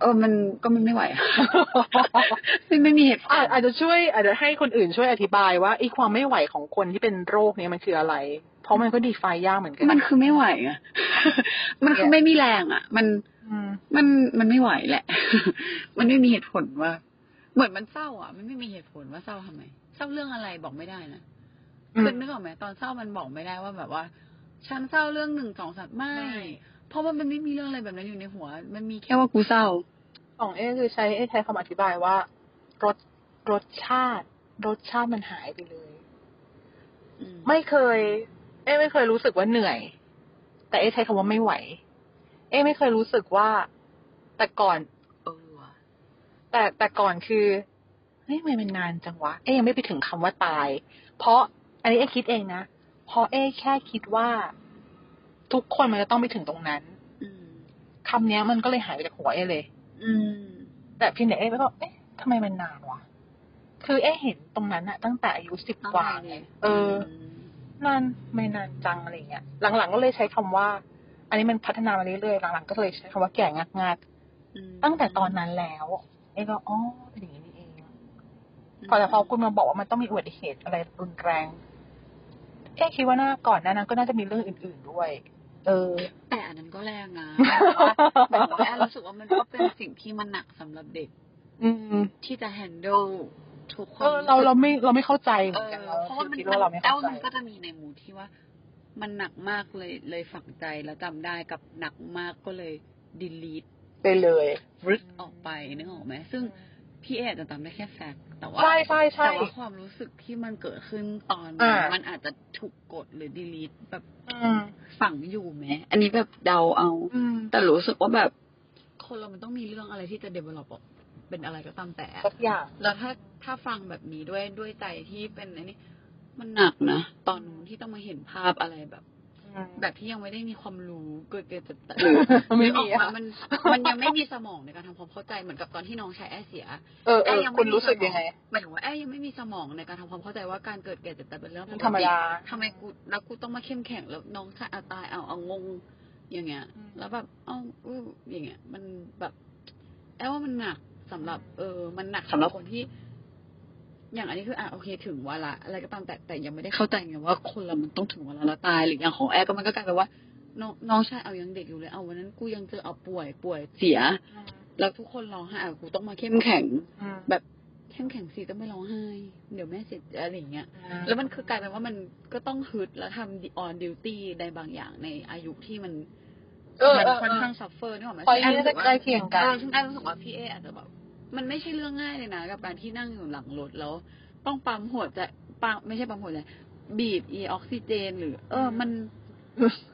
Speaker 1: เออมันก็มันไม่ไหวอะไม่ไม่มีเหตุผล
Speaker 2: อาจอาจจะช่วยอาจจะให้คนอื่นช่วยอธิบายว่าไอ้ความไม่ไหวของคนที่เป็นโรคเนี้ยมันคืออะไร เพราะมันก็ดีไฟยากเหมือนกัน
Speaker 1: มันคือไม่ไหวอ่ะ มันคือไม่มีแรงอ่ะ มัน
Speaker 2: อืม
Speaker 1: มันมันไม่ไหวแหละ มันไม่มีเหตุผลว่า เหมือนมันเศร้าอ่ะ มันไม่มีเหตุผลว่าเศร้าทำไม เศร้าเรื่องอะไรบอกไม่ได้นะคือนึกออกไหมตอนเศร้ามันบอกไม่ได้ว่าแบบว่า ฉันเศร้าเรื่องหนึ่งสองสามไม่ เพราะว่ามันไม่มีเรื่องอะไรแบบนั้นอยู่ในหัว มันมีแค่ว่ากูเศร้า
Speaker 2: ของเอคือใช้เอใช้คำอธิบายว่ารสรสชาติ รสชาติมันหายไปเลย
Speaker 1: อืม
Speaker 2: ไม่เคย เอไม่เคยรู้สึกว่าเหนื่อย แต่เอใช้คำว่าไม่ไหว เอไม่เคยรู้สึกว่า แต่ก่อน
Speaker 1: เออว่ะ
Speaker 2: แต่แต่ก่อนคือเฮ้ยทำไมมันนานจังวะ เอ๊ยังไม่ไปถึงคำว่าตาย เพราะอันนี้เอ๊คิดเองนะ เพราะเอ๊แค่คิดว่า ทุกคนมันจะต้องไปถึงตรงนั้น
Speaker 1: อืม
Speaker 2: คำเนี้ยมันก็เลยหายไปจากหัวเอ๊เลย
Speaker 1: อืม
Speaker 2: แต่พี่เนี่ยเอ๊ก็เอ๊ะทำไมมันนานวะคือเอ๊เห็นตรงนั้นอะตั้งแต่อายุสิบกว่าไงเออ นานไม่นานจังอะไรเงี้ย หลังๆก็เลยใช้คำว่า อันนี้มันพัฒนามาเรื่อยๆหลังๆก็เลยใช้คำว่าแก่งักงักตั้งแต่ตอนนั้นแล้ว เอ๊ก็อ๋อเป็นอย่างนี้นี่เอง พอแต่พอคุณมาบอกว่ามันต้องมีอุบัติเหตุอะไรรุนแรง แค่คิดว่าหน้าก่อนหนานั้นก็น่าจะมีเรื่องอื่น ๆด้วย เออ
Speaker 1: แต่อันนั้นก็แรง นะแบบว่าแบบว่าแอนรู้สึกว่ามันก็เป็นสิ่งที่มันหนักสำหรับเด็ก
Speaker 2: อืม
Speaker 1: ที่จะแฮนดลทุกควา
Speaker 2: เอ
Speaker 1: ม
Speaker 2: อ
Speaker 1: สึก
Speaker 2: เราเราไม่เราไม่เข้าใจเห
Speaker 1: เอ
Speaker 2: มือน
Speaker 1: อ
Speaker 2: กันเรา
Speaker 1: เพราะว่ามัน
Speaker 2: คิดว่าเราไม่
Speaker 1: แอล
Speaker 2: เข้าใจ
Speaker 1: มันก็จะมีในหมู่ที่ว่า มันหนักมากเลยเลยฝังใจแล้วจำได้กับหนักมากก็เลยดีลีท
Speaker 2: ไปเลย
Speaker 1: รึดออกไปนึกออกไหมซึ่งพี่เออาจจะจำได้แค่แฟกต์แต่ว่า
Speaker 2: ใช่ใช่ใช่
Speaker 1: แต่ว่าความรู้สึกที่มันเกิดขึ้นตอน
Speaker 2: อ่ามั
Speaker 1: มันอาจจะถูกกดหรือดีลีทแบบ
Speaker 2: อืม
Speaker 1: ฝังอยู่ไหมอันนี้แบบเดาเอา
Speaker 2: อืม
Speaker 1: แต่รู้สึกว่าแบบ คนเรามันต้องมีเรื่องอะไรที่จะเดเวลลอปออกเป็นอะไรก็ตามแต่อะ
Speaker 2: สักอย่าง
Speaker 1: แล้วถ้าถ้าฟังแบบนี้ด้วยด้วยใจที่เป็นอันนี้ มันหนักนะตอนนู้นที่ต้องมาเห็นภาพอะไรแบบ แบบที่ยังไม่ได้มีความรู้เกิดเกิดจะ
Speaker 2: ไม่
Speaker 1: นึกออก
Speaker 2: มีอะ
Speaker 1: มันมันยังไม่มีสมองในการทำความเข้าใจเหมือนกับตอนที่น้องชายแอร์เสีย
Speaker 2: เออเออ
Speaker 1: ยังไม่
Speaker 2: คุณรู้สึกยังไง
Speaker 1: หมายถึงว่าแอร์ยังไม่มีสมองในการทำความเข้าใจว่าการเกิดแก่เจ็บตายเป็นเรื่องปก
Speaker 2: ธรรม
Speaker 1: ติ
Speaker 2: ดา
Speaker 1: ทำไมกูแล้วกูต้องมาเข้มแข็งแล้วน้องชายอาตายเอาเอางงอย่างเงี้ย
Speaker 2: อืม
Speaker 1: แล้วแบบเอ้าอู้อย่างเงี้ย มันแบบแอบว่ามันหนักสำหรับ เออ มันหนักสำหรับคนที่ อย่างอันนี้คืออ่ะโอเค ถึงเวลาอะไรก็ตามแต่แต่ยังไม่ได้เข้าใจไงว่าคนเรามันต้องถึงเวลาแล้วตายหรืออย่างของแอร์ก็มันก็กลายเป็นว่า น้องน้องชายเอายังเด็กอยู่เลยเอาวันนั้นกูยังเจอเอาป่วยป่วยเสีย แล้วทุกคนร้องไห้อ่ะกูต้องมาเข้มแข็ง
Speaker 2: อืม
Speaker 1: แบบเข้มแข็งสิต้องไม่ร้องไห้เดี๋ยวแม่เสร็จอะไรอย่างเงี้ย แล้วมันคือกลายเป็นว่ามันก็ต้องฮึดแล้วทำ on duty ในบางอย่างในอายุที่มัน
Speaker 2: เออ
Speaker 1: มั
Speaker 2: เออ
Speaker 1: ค่อน
Speaker 2: เออ
Speaker 1: ข้าง suffer นึกออกไหม
Speaker 2: พอ
Speaker 1: ซึ่งแอนรู้สึ
Speaker 2: ยิ่ง
Speaker 1: กว่า
Speaker 2: ใกล้เคียงกัน
Speaker 1: เออซึ่งแอนรู้สึกว่าพี่เออาจจะแบบมันไม่ใช่เรื่องง่ายเลยนะ กับการที่นั่งอยู่หลังรถแล้ว ต้องปั๊มหัวใจปั๊มไม่ใช่ปั๊มหัวใจบีบอีออกซิเจน หรือ เออมัน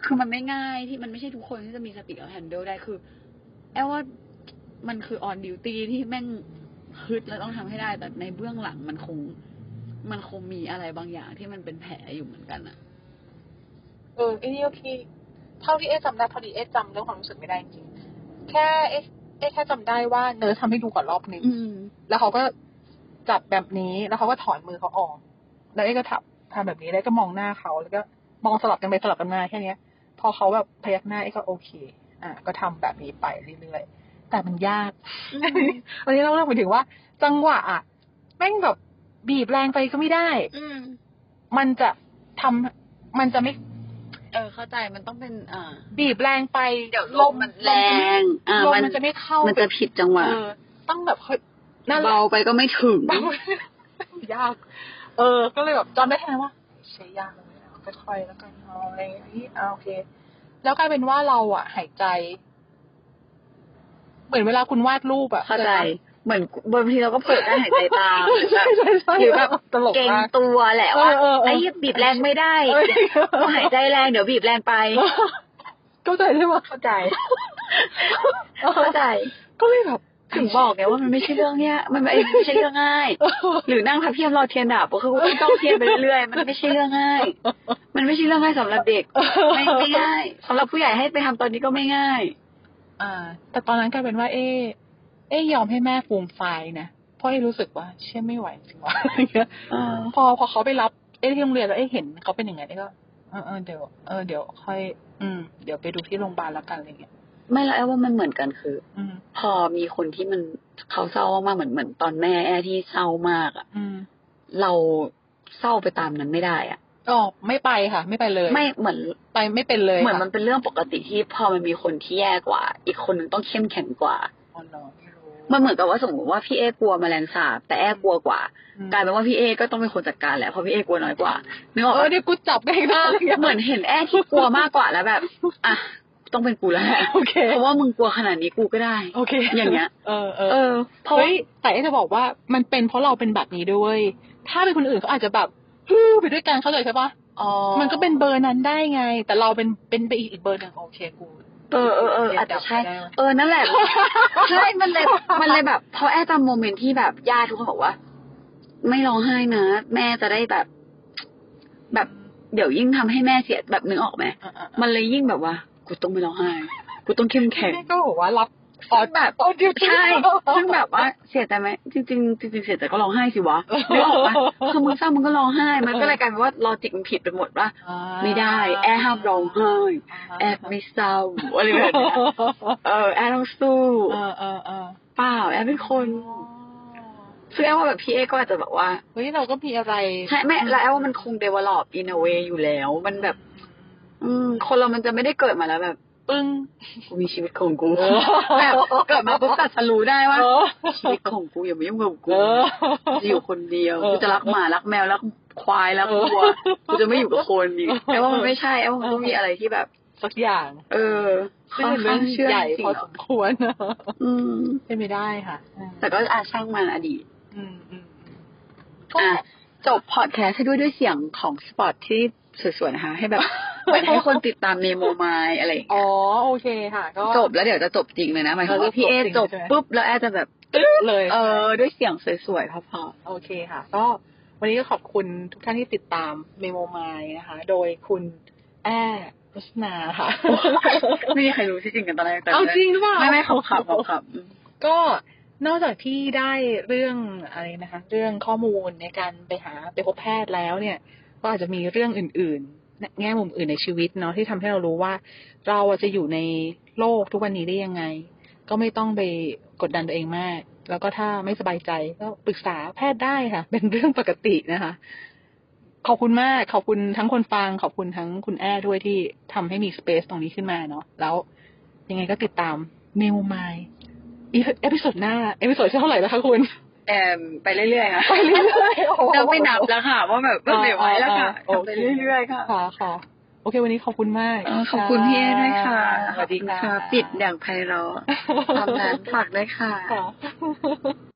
Speaker 1: คือมันไม่ง่ายที่มันไม่ใช่ทุกคนที่จะมีสติเอาแฮนเดิลได้คือ แอลว่ามันคือ on duty ที่แม่ง ฮึดแล้วต้องทำให้ได้ แต่ในเบื้องหลังมันคง มันคงมีอะไรบางอย่างที่มันเป็นแผลอยู่เหมือนกันอะ
Speaker 2: เออไอ้นี่ก็คือเท่าที่เอ๊ะจำได้พอดีเอ๊ะจำเรื่องความรู้สึกไม่ได้จริงๆแค่เอ๊ะเอ๊ะแค่จำได้ว่าเนิร์ดทำให้ดูก่อนรอบหนึ่ง
Speaker 1: อืม
Speaker 2: แล้วเขาก็จับแบบนี้แล้วเขาก็ถอนมือเขาออก แล้วเอ้ก็ทับทำแบบนี้แล้วก็มองหน้าเขาแล้วก็มองสลับกันไปสลับกันมาแค่เนี้ย พอเขาแบบพยักหน้าเอ้ก็โอเค อ่ะก็ทำแบบนี้ไปเรื่อยๆแต่มันยาก อันนี้เราเล่าไปถึงว่า จังหวะอ่ะแม่งแบบบีบแรงไปก็ไม่ได้
Speaker 1: อืม
Speaker 2: มันจะทำมันจะไม่
Speaker 1: เออ เข้าใจมันต้องเป็น อ่า
Speaker 2: บีบแรงไป
Speaker 1: เดี๋ยวลมมันแรงอ่า
Speaker 2: ลม
Speaker 1: มั
Speaker 2: มัน
Speaker 1: น
Speaker 2: จะไม่เข้า
Speaker 1: มันจะผิดจังหวะ
Speaker 2: เออต้องแบบค่อยนั่นแหละ
Speaker 1: เบาไปก็ไม่ถึง
Speaker 2: บาง ยาก เออ ก็เลยแบบจำได้แค่นั้นว่าใช้ยากเลยนะค่อยๆแล้วกันเอาอะไรอย่างนี้เอาโอเค แล้วกลายเป็นว่าเราอะหายใจ เหมือนเวลาคุณวาดรูปอะ
Speaker 1: เข้าใจ เหมือนบางทีเราก็เผลอการหายใจตามหรือแบบห
Speaker 2: ห
Speaker 1: รืแบ
Speaker 2: รือ อแบบ บตลก
Speaker 1: เก่ง
Speaker 2: มาก
Speaker 1: ตัวแหละว่า
Speaker 2: เออเออเออ
Speaker 1: ไอ้เหี้ยบีบแรงไม่ได้
Speaker 2: เออ
Speaker 1: ต้องหายใจแรงเดี๋ยวบีบแรงไป
Speaker 2: เข้าใจใช่ไหม
Speaker 1: เข้าใจ
Speaker 2: เออ
Speaker 1: เข้าใจ
Speaker 2: ก็เลยแบบ
Speaker 1: ถึงบอกไงว่ามันไม่ใช่เรื่องเนี้ย มันไม่ใช่เรื่องง่าย หรือนั่งพับเพียบรอเทียนดับก็คือกูต้องจ้องเทียนไปเรื่อยๆมันไม่ใช่เรื่องง่าย มันไม่ใช่เรื่องง่ายสำหรับเด็ก ไม่ไม่ง่ายสำหรับผู้ใหญ่ให้ไปทำตอนนี้ก็ไม่ง่าย
Speaker 2: อ่า แต่ตอนนั้นกลายเป็นว่า เอ๊ะเอ๊ะยอมให้แม่ฟูมไฟล์นะเพราะเอ๊ะรู้สึกว่า เชื่อไม่ไหวจริงวะ อะไรอย่างเงี้ย
Speaker 1: เออ
Speaker 2: พอพอเขาไปรับเอ้ที่โรงเรียนแล้วเอ้เห็นเขาเป็นอย่างไงเอ้ก็เออเออเดี๋ยวเออเดี๋ยวค่อย อืม เดี๋ยวไปดูที่โรงพยาบาลแล้วกันอะไรเงี้ย
Speaker 1: ไม่และแอว่ามันเหมือนกันคือ
Speaker 2: อืม
Speaker 1: พอมีคนที่มันเขาเศร้ามากๆเหมือนเหมือนตอนแม่แอร์ที่เศร้ามากอะ
Speaker 2: อืม
Speaker 1: เราเศร้าไปตามนั้นไม่ได้อะ
Speaker 2: อ๋อไม่ไปค่ะ ไม่ไปเลย
Speaker 1: ไม่เหมือน
Speaker 2: ไปไม่เป็นเลย
Speaker 1: เหมือน
Speaker 2: ค่ะ
Speaker 1: มันเป็นเรื่องปกติที่พอมันมีคนที่แย่กว่า อีกคนหนึ่งต้องเข้มแข็งกว่า
Speaker 2: อ๋อเหรอไม่รู้
Speaker 1: มันเหมือนกับว่าสมมติว่าพี่เอกลัวแมลงสาบ แต่แอกลัวกว่า
Speaker 2: อืม
Speaker 1: กลายเป็นว่าพี่เอก็ต้องเป็นคนจัดการแหละเพราะพี่เอกลัวน้อยกว่านึกออก
Speaker 2: เออ
Speaker 1: ปะ
Speaker 2: เดี๋ยวกูจับได้หน้าเลย
Speaker 1: เหมือนเห็นแอที่กลัวมากกว่าแล้วแบบอ่ะต้องเป็นกูแล้วแหละ
Speaker 2: โอเค
Speaker 1: เพราะว่ามึงกลัวขนาดนี้กูก็ได้
Speaker 2: โอเค
Speaker 1: อย่างเงี้ย
Speaker 2: เออเอ
Speaker 1: เอ
Speaker 2: อ
Speaker 1: อ เพราะ
Speaker 2: เฮ้ยแต่เอ๊จะบอกว่ามันเป็นเพราะเราเป็นแบบนี้ด้วยเวยถ้าเป็นคนอื่นเขาอาจจะแบบฮือไปด้วยกันเข้าใจใช่ปะ
Speaker 1: อ๋อ
Speaker 2: มันก็เป็นเบอร์นั้นได้ไง แต่เราเป็นเป็นไปอีกอีกเบอร์หนึ่งโอเคกู
Speaker 1: เออเออเอออาจจะใช่ เออนั่นแหละ ใช่ มันเลย มันเลยแบบ พอแอร์จำโมเมนต์ที่แบบญาติทุกคนบอกว่า ไม่ร้องไห้นะ แม่จะได้แบบ แบบเดี๋ยวยิ่งทำให้แม่เสียแบบนึกออกไหม
Speaker 2: อ่ะอ่ะ
Speaker 1: มันเลยยิ่งแบบว่า กูต้องไม่ร้องไห้ กูต้องเข้มแข็ง
Speaker 2: แม่ก็บอกว่ารับอ
Speaker 1: ซึ่
Speaker 2: อง
Speaker 1: แบบ
Speaker 2: ออดิวตี้
Speaker 1: ใช่ซึ่งแบบว่าเสียใจไหมจริงจริงๆจริงๆเสียใจก็ร้องไห้สิวะนึกออก ปะคือมึงเศร้ามึงก็ร้องไห้ มันก็เลยกลายเป็นว่าลอจิกมันผิดไปหมดว่าไม่ได้ แอร์ห้ามร้องไห้ แอร์ไม่เศร้าอะไรแบบเนี้ยเออแอร์ต้องสู้
Speaker 2: เออเออเออ
Speaker 1: เปล่าแอปเป็นคนซึ่งแอปว่าแบบพี่เอก็อาจจะแบบว่า
Speaker 2: เฮ้ยเราก็มีอะไร
Speaker 1: ใช่ไม่แล้วแอปว่ามันคง develop in a way อยู่แล้ว มันแบบ อืม คนเรามันจะไม่ได้เกิดมาแล้วแบบ
Speaker 2: ปึ้ง
Speaker 1: กูมีชีวิตของกู
Speaker 2: เออ
Speaker 1: แบบเกิดมาปุ๊บตัดสรู้ได้ว่า
Speaker 2: เออ
Speaker 1: ชีวิตของกูอย่ามายุ่งกับกู
Speaker 2: เออ
Speaker 1: จะอยู่คนเดียว
Speaker 2: เออ
Speaker 1: กูจะรักหมารักแมวรักควายรักวัว
Speaker 2: เออ
Speaker 1: กูจะไม่อยู่กับคนอีก
Speaker 2: เออ
Speaker 1: แอปว่ามันไม่ใช่แอปว่ามันต้องมีอะไรที่แบบ
Speaker 2: สักอย่าง
Speaker 1: เออค่อน
Speaker 2: ซึ่
Speaker 1: ข้างเชื่อ
Speaker 2: ใหญ่
Speaker 1: จริง
Speaker 2: พอ
Speaker 1: ๆ
Speaker 2: ส
Speaker 1: อะ
Speaker 2: มควร
Speaker 1: อืม
Speaker 2: เป็นไม่ได้ค่ะ
Speaker 1: แต่ก็อาช่างมันอดีต
Speaker 2: อืมอืม
Speaker 1: ก็จบพอดแคสต์ให้ด้วยด้วยเสียงของสปอตที่สวยๆนะคะ ให้แบบ เหมือนให้คนติดตามเนโมมายอะไรอย่างเงี้ย
Speaker 2: อ๋อโอเคค่ะ ก็
Speaker 1: จบแล้วเดี๋ยวจะจบจริงเลยนะหมายความ
Speaker 2: เออ
Speaker 1: ว่าพี่เอ
Speaker 2: จบจริง
Speaker 1: จบ
Speaker 2: ใช่ไหม
Speaker 1: ปุ๊บแล้วแอร์จะแบบ
Speaker 2: ตึ๊ดเลย
Speaker 1: เออด้วยเสียงสวยๆเพอ
Speaker 2: โอเคค่ะ ก็วันนี้ก็ขอบคุณทุกท่านที่ติดตามเมโมไมนะคะ โดยคุณแอ้รสนาค่ะ
Speaker 1: ๆไม่มีใครรู้ที่อจริงกันตอนแรกแต่
Speaker 2: เอาจริงหรือเปล่า
Speaker 1: ไม่ไม่ขำขำขำข
Speaker 2: ก็นอกจากที่ได้เรื่องอะไรนะคะ เรื่องข้อมูลในการไปหาไปพบแพทย์แล้วเนี่ย ก็อาจจะมีเรื่องอื่นๆ แง่มุมอื่นในชีวิตเนาะที่ทำให้เรารู้ว่า เราอะจะอยู่ในโลกทุกวันนี้ได้ยังไง ก็ไม่ต้องไปกดดันตัวเองมาก แล้วก็ถ้าไม่สบายใจก็ปรึกษาแพทย์ได้ค่ะ เป็นเรื่องปกตินะคะ ขอบคุณมาก ขอบคุณทั้งคนฟัง ขอบคุณทั้งคุณแอ้ด้วยที่ทำให้มีสเปซตรงนี้ขึ้นมาเนาะ แล้วยังไงก็ติดตามเมลไมล์เอพิโซดหน้า เอพิโซดที่เท่าไหร่แล้วคะคุณ
Speaker 1: ำแต่ไปเรื่อยๆค่ะ
Speaker 2: ไปเรื่อยๆโอ้โห
Speaker 1: เราไม่นับแล้วค่ะว่าแบบไม่ไหวแล้วค่ะ
Speaker 2: อ๋ออ๋อ
Speaker 1: ทำไปเรื่อยๆค่ะ
Speaker 2: ค่ะค่ะ โอเค วันนี้ขอบคุณมาก
Speaker 1: เออขอบคุณพี่เอด้วยค่ะ
Speaker 2: สวัสดีค่ะ
Speaker 1: ขอบณปิดอย่างไพเราะตามนั้นฝากด้วยค่ะ
Speaker 2: ค่ะ